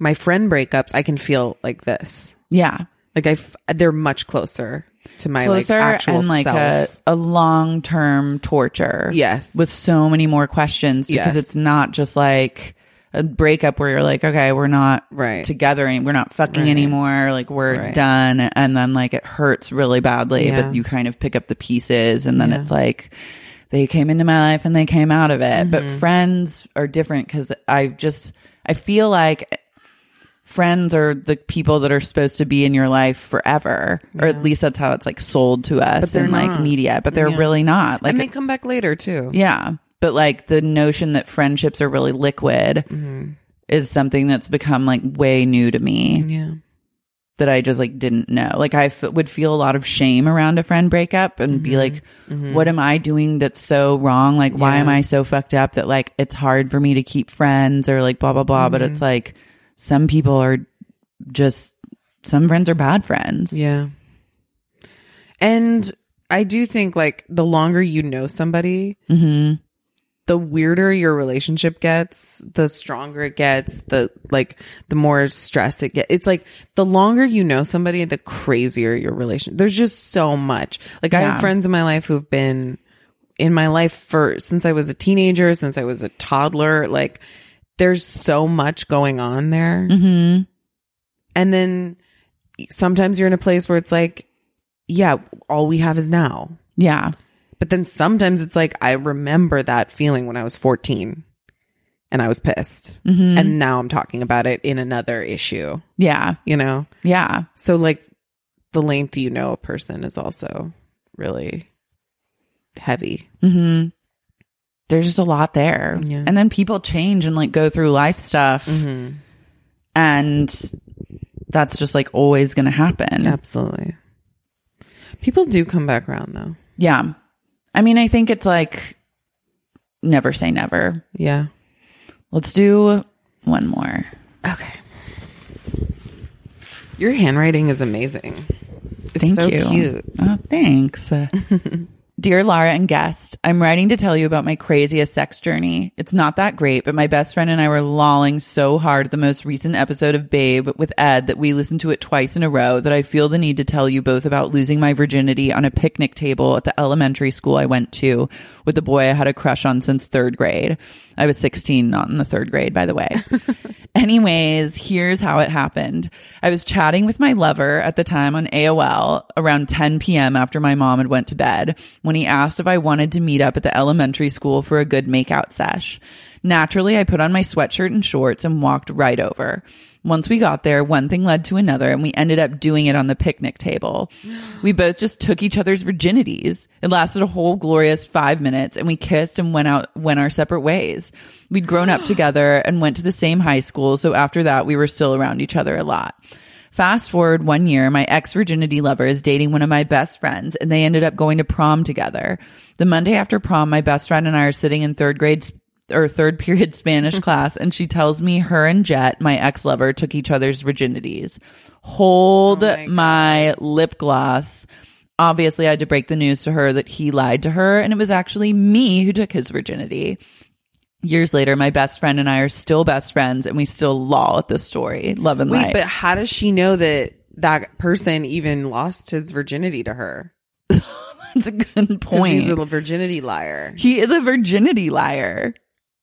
Speaker 2: my friend breakups, I can feel like this,
Speaker 1: Yeah.
Speaker 2: like I f- they're much closer to my
Speaker 1: Closer
Speaker 2: like actual
Speaker 1: and like a,
Speaker 2: self.
Speaker 1: a long term torture.
Speaker 2: yes,
Speaker 1: with so many more questions because
Speaker 2: Yes.
Speaker 1: it's not just like a breakup where you're like, okay, we're not
Speaker 2: Right.
Speaker 1: together and we're not fucking
Speaker 2: Right.
Speaker 1: anymore. Like we're
Speaker 2: Right.
Speaker 1: done. And then like it hurts really badly,
Speaker 2: Yeah.
Speaker 1: but you kind of pick up the pieces and then it's like, they came into my life and they came out of it. But
Speaker 2: Mm-hmm.
Speaker 1: friends are different because I just, I feel like friends are the people that are supposed to be in your life forever, or at least that's how it's like sold to us
Speaker 2: they're
Speaker 1: in like
Speaker 2: not.
Speaker 1: media, but they're
Speaker 2: Yeah.
Speaker 1: really not. Like
Speaker 2: and they come back later too.
Speaker 1: yeah. But like the notion that friendships are really liquid is something that's become like way new to me
Speaker 2: yeah,
Speaker 1: that I just like didn't know. Like I f- would feel a lot of shame around a friend breakup and be like, what am I doing that's so wrong? Like, why am I so fucked up that like it's hard for me to keep friends or like blah, blah, blah. But it's like some people are just, some friends are bad friends.
Speaker 2: yeah. And I do think like the longer you know somebody,
Speaker 1: hmm
Speaker 2: the weirder your relationship gets, the stronger it gets, the like the more stress it gets. It's like the longer you know somebody, the crazier your relation. There's just so much. Like I
Speaker 1: Yeah.
Speaker 2: have friends in my life who've been in my life for since I was a teenager, since I was a toddler. Like there's so much going on there.
Speaker 1: hmm
Speaker 2: And then sometimes you're in a place where it's like, yeah, all we have is now.
Speaker 1: Yeah.
Speaker 2: But then sometimes it's like I remember that feeling when I was 14 and I was pissed.
Speaker 1: hmm
Speaker 2: And now I'm talking about it in another issue,
Speaker 1: yeah.
Speaker 2: you know?
Speaker 1: Yeah.
Speaker 2: So like the length you know a person is also really heavy.
Speaker 1: hmm There's just a lot there. Mm-hmm.
Speaker 2: Yeah.
Speaker 1: And then people change and like go through life stuff. And that's just like always going to happen.
Speaker 2: Absolutely. People do come back around though.
Speaker 1: Yeah. I mean, I think it's like never say never.
Speaker 2: Yeah.
Speaker 1: Let's do one more.
Speaker 2: Okay. Your handwriting is amazing. It's
Speaker 1: Thank
Speaker 2: so
Speaker 1: you.
Speaker 2: cute.
Speaker 1: Oh,
Speaker 2: [laughs]
Speaker 1: thanks. Dear Lara and guest, I'm writing to tell you about my craziest sex journey. It's not that great, but my best friend and I were lolling so hard at the most recent episode of Babe with Ed that we listened to it twice in a row that I feel the need to tell you both about losing my virginity on a picnic table at the elementary school I went to with the boy I had a crush on since third grade. I was 16, not in the third grade, by the
Speaker 2: [laughs]
Speaker 1: way. Anyways, here's how it happened. I was chatting with my lover at the time on AOL around 10 p.m. after my mom had went to bed when he asked if I wanted to meet up at the elementary school for a good makeout sesh. Naturally, I put on my sweatshirt and shorts and walked right over. Once we got there, one thing led to another and we ended up doing it on the picnic table. We both just took each other's virginities. It lasted a whole glorious five minutes and we kissed and went out, went our separate ways. We'd grown up together and went to the same high school. So after that, we were still around each other a lot. Fast forward one year, my ex virginity lover is dating one of my best friends, and they ended up going to prom together. The Monday after prom, my best friend and I are sitting in third grade sp- or third period [laughs] Spanish class, and she tells me her and Jet, my ex lover, took each other's virginities. Hold my lip gloss. Obviously, I had to break the news to her that he lied to her, and it was actually me who took his virginity. Years later, my best friend and I are still best friends, and we still loll at this story. Love and
Speaker 2: Wait,
Speaker 1: light. [laughs]
Speaker 2: but how does she know that that person even lost his virginity to her?
Speaker 1: That's a good
Speaker 2: [laughs] 'Cause
Speaker 1: point.
Speaker 2: He's a virginity liar.
Speaker 1: he is a virginity liar.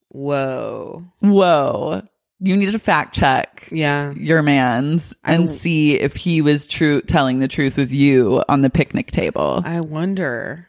Speaker 2: Whoa.
Speaker 1: Whoa. You need to fact check
Speaker 2: Yeah.
Speaker 1: your man's and see if he was true telling the truth with you on the picnic table.
Speaker 2: I wonder.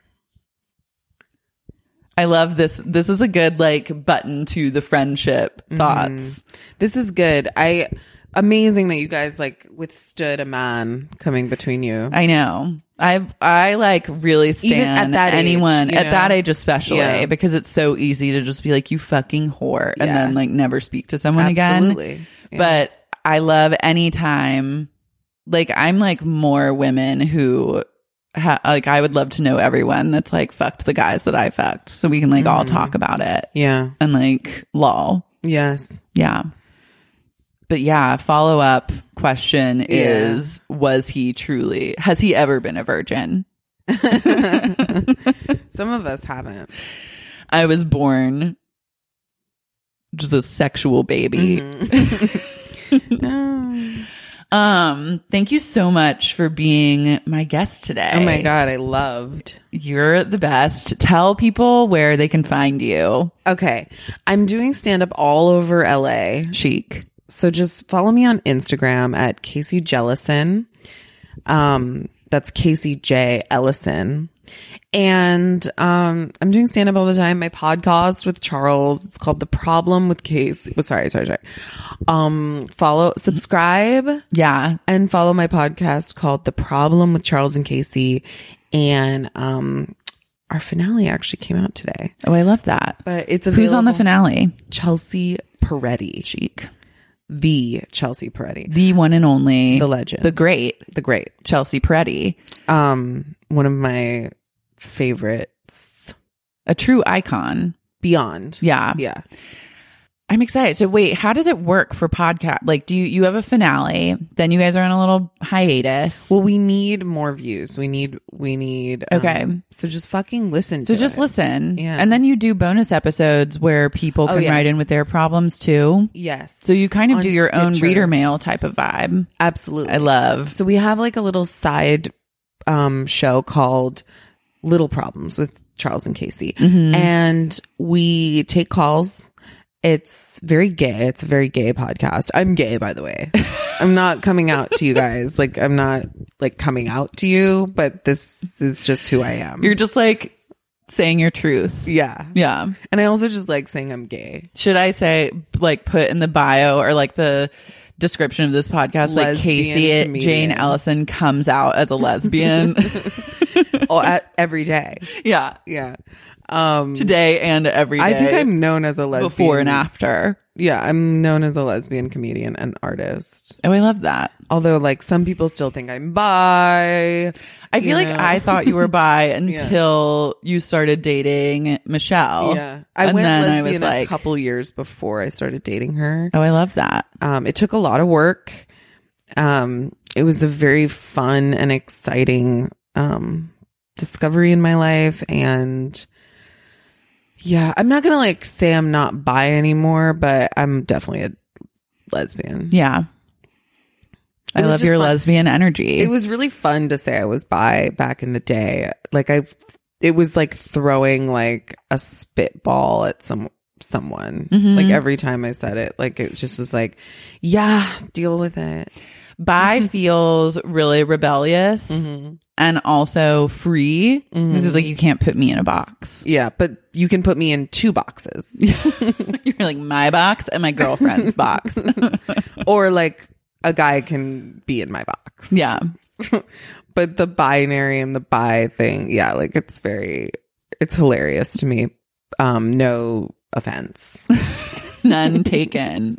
Speaker 1: I love this. This is a good like button to the friendship
Speaker 2: Mm-hmm.
Speaker 1: thoughts.
Speaker 2: This is good. I amazing that you guys like withstood a man coming between you.
Speaker 1: I know. I I like really stand
Speaker 2: at that age,
Speaker 1: anyone
Speaker 2: you
Speaker 1: at
Speaker 2: know?
Speaker 1: that age especially
Speaker 2: Yeah.
Speaker 1: because it's so easy to just be like you fucking whore and
Speaker 2: Yeah.
Speaker 1: then like never speak to someone again.
Speaker 2: Absolutely. Yeah.
Speaker 1: but I love any time. Like I'm like more women who ha- like I would love to know everyone that's like fucked the guys that I fucked, so we can like
Speaker 2: Mm-hmm.
Speaker 1: all talk about it
Speaker 2: yeah.
Speaker 1: and like lol, [laughs]
Speaker 2: Yes.
Speaker 1: yeah. But yeah, follow up question is: Was he truly? Has he ever been a
Speaker 2: [laughs]
Speaker 1: virgin?
Speaker 2: Some of us haven't.
Speaker 1: I was born just a sexual baby.
Speaker 2: Mm-hmm.
Speaker 1: um, thank you so much for being my guest today.
Speaker 2: Oh my god, I loved.
Speaker 1: You're the best. Tell people where they can find you.
Speaker 2: Okay. I'm doing stand up all over LA.
Speaker 1: Chic.
Speaker 2: So just follow me on Instagram at Casey Jellison. Um, that's Casey J Ellison. And um, I'm doing stand up all the time. My podcast with Charles, it's called The Problem with Casey. Oh, sorry, sorry, sorry. Um, follow, subscribe,
Speaker 1: Yeah.
Speaker 2: and follow my podcast called The Problem with Charles and Casey. And um, our finale actually came out today,
Speaker 1: Oh, I love that.
Speaker 2: but it's
Speaker 1: Who's on the
Speaker 2: available-
Speaker 1: finale?
Speaker 2: Chelsea Peretti,
Speaker 1: Chic.
Speaker 2: the Chelsea Peretti,
Speaker 1: The one and only.
Speaker 2: The legend.
Speaker 1: The great
Speaker 2: the great.
Speaker 1: Chelsea Peretti.
Speaker 2: um one of my favorites
Speaker 1: A true icon.
Speaker 2: beyond
Speaker 1: Yeah.
Speaker 2: yeah
Speaker 1: I'm excited. So wait, how does it work for podcast? Like, do you, you have a finale? Then you guys are on a little hiatus.
Speaker 2: well we need more views we need we need um,
Speaker 1: Okay.
Speaker 2: so just fucking listen
Speaker 1: so
Speaker 2: to
Speaker 1: just
Speaker 2: it.
Speaker 1: listen,
Speaker 2: Yeah.
Speaker 1: and then you do bonus episodes where people
Speaker 2: Oh,
Speaker 1: can write
Speaker 2: yes.
Speaker 1: in with their problems too.
Speaker 2: yes
Speaker 1: So you kind of
Speaker 2: On
Speaker 1: do your own
Speaker 2: Stitcher.
Speaker 1: reader mail type of vibe.
Speaker 2: absolutely
Speaker 1: I love.
Speaker 2: so we have like a little side um show called little problems with charles and casey
Speaker 1: Mm-hmm.
Speaker 2: and we take calls it's very gay it's a very gay podcast i'm gay by
Speaker 1: [laughs]
Speaker 2: the way i'm not coming out to you guys like i'm not like coming out to you but this is just who i am
Speaker 1: You're just like saying your truth.
Speaker 2: yeah
Speaker 1: Yeah.
Speaker 2: and i also just like saying i'm
Speaker 1: [laughs]
Speaker 2: gay
Speaker 1: Should I say like put in the bio or like the description of this podcast like
Speaker 2: Lesbian
Speaker 1: Casey Jane
Speaker 2: comedian.
Speaker 1: Ellison
Speaker 2: [laughs]
Speaker 1: comes out as a lesbian? [laughs]
Speaker 2: all at every day
Speaker 1: yeah.
Speaker 2: yeah Um,
Speaker 1: today and every day.
Speaker 2: I think I'm known as a lesbian
Speaker 1: before and after.
Speaker 2: Yeah, I'm known as a lesbian comedian and artist.
Speaker 1: Oh, I love that.
Speaker 2: Although, like, some people still think I'm bi.
Speaker 1: I feel
Speaker 2: you
Speaker 1: like
Speaker 2: know?
Speaker 1: I thought
Speaker 2: [laughs]
Speaker 1: you were bi until you started dating Michelle.
Speaker 2: Yeah, I
Speaker 1: Oh. and
Speaker 2: went
Speaker 1: then I
Speaker 2: lesbian
Speaker 1: was
Speaker 2: a
Speaker 1: like,
Speaker 2: couple years before I started dating her.
Speaker 1: oh, I love that.
Speaker 2: Um, it took a lot of work. Um, it was a very fun and exciting um, discovery in my life, and yeah, I'm not gonna like say I'm not bi anymore, but I'm definitely a lesbian.
Speaker 1: Yeah. I
Speaker 2: It was
Speaker 1: love
Speaker 2: just
Speaker 1: your
Speaker 2: fun.
Speaker 1: lesbian energy.
Speaker 2: It was really fun to say I was bi back in the day. Like I, it was like throwing like a spitball at some someone. Like every time I said it, like it just was like, yeah, deal with it. [laughs]
Speaker 1: bi feels really rebellious
Speaker 2: Mm-hmm.
Speaker 1: and also free. This is like, you can't put me in a
Speaker 2: [laughs]
Speaker 1: box.
Speaker 2: Yeah, but you can put me in two
Speaker 1: [laughs]
Speaker 2: boxes
Speaker 1: You're like my box and my girlfriend's
Speaker 2: [laughs]
Speaker 1: box. [laughs]
Speaker 2: or like a guy can be in my box.
Speaker 1: Yeah.
Speaker 2: but the binary and the bi thing, yeah, like it's very it's hilarious to me. Um no offense.
Speaker 1: None taken.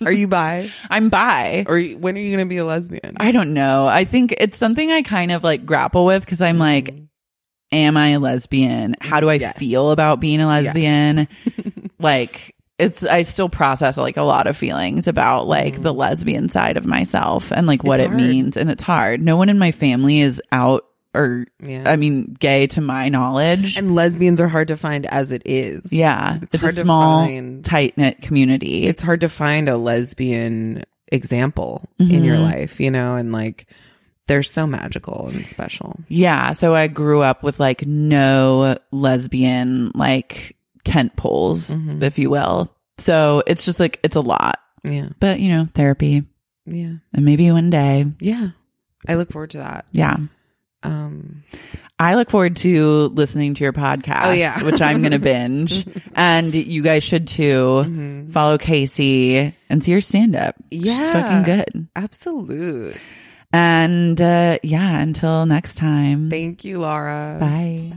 Speaker 2: Are you bi?
Speaker 1: I'm bi.
Speaker 2: Or you- when are you going to be a lesbian?
Speaker 1: I don't know. I think it's something I kind of like grapple with because I'm like, am I a lesbian? How do I
Speaker 2: Mm-hmm. Yes.
Speaker 1: feel about being a
Speaker 2: [laughs]
Speaker 1: lesbian? like, it's, I still process like a lot of feelings about like the lesbian side of myself and like what
Speaker 2: Mm-hmm. It's
Speaker 1: it
Speaker 2: hard.
Speaker 1: means. And it's hard. No one in my family is out or,
Speaker 2: Yeah.
Speaker 1: I mean, gay to my knowledge.
Speaker 2: and lesbians are hard to find as it is.
Speaker 1: yeah. It's, a
Speaker 2: hard to
Speaker 1: small,
Speaker 2: find.
Speaker 1: tight knit community.
Speaker 2: It's hard to find a lesbian example in
Speaker 1: Mm-hmm.
Speaker 2: your life, you know, and like they're so magical and special.
Speaker 1: Yeah. So I grew up with like no lesbian like tent poles,
Speaker 2: Mm-hmm.
Speaker 1: if you will. So it's just like it's a lot.
Speaker 2: Yeah.
Speaker 1: But you know, therapy.
Speaker 2: Yeah.
Speaker 1: And maybe one day.
Speaker 2: Yeah. I look forward to that.
Speaker 1: Yeah.
Speaker 2: Um
Speaker 1: I look forward to listening to your podcast,
Speaker 2: Oh, yeah.
Speaker 1: which I'm going to
Speaker 2: [laughs]
Speaker 1: binge. and you guys should too.
Speaker 2: Mm-hmm.
Speaker 1: Follow Casey and see her stand up. She's
Speaker 2: Yeah.
Speaker 1: fucking good.
Speaker 2: absolute.
Speaker 1: And uh, yeah, until next time.
Speaker 2: Thank you, Laura.
Speaker 1: Bye.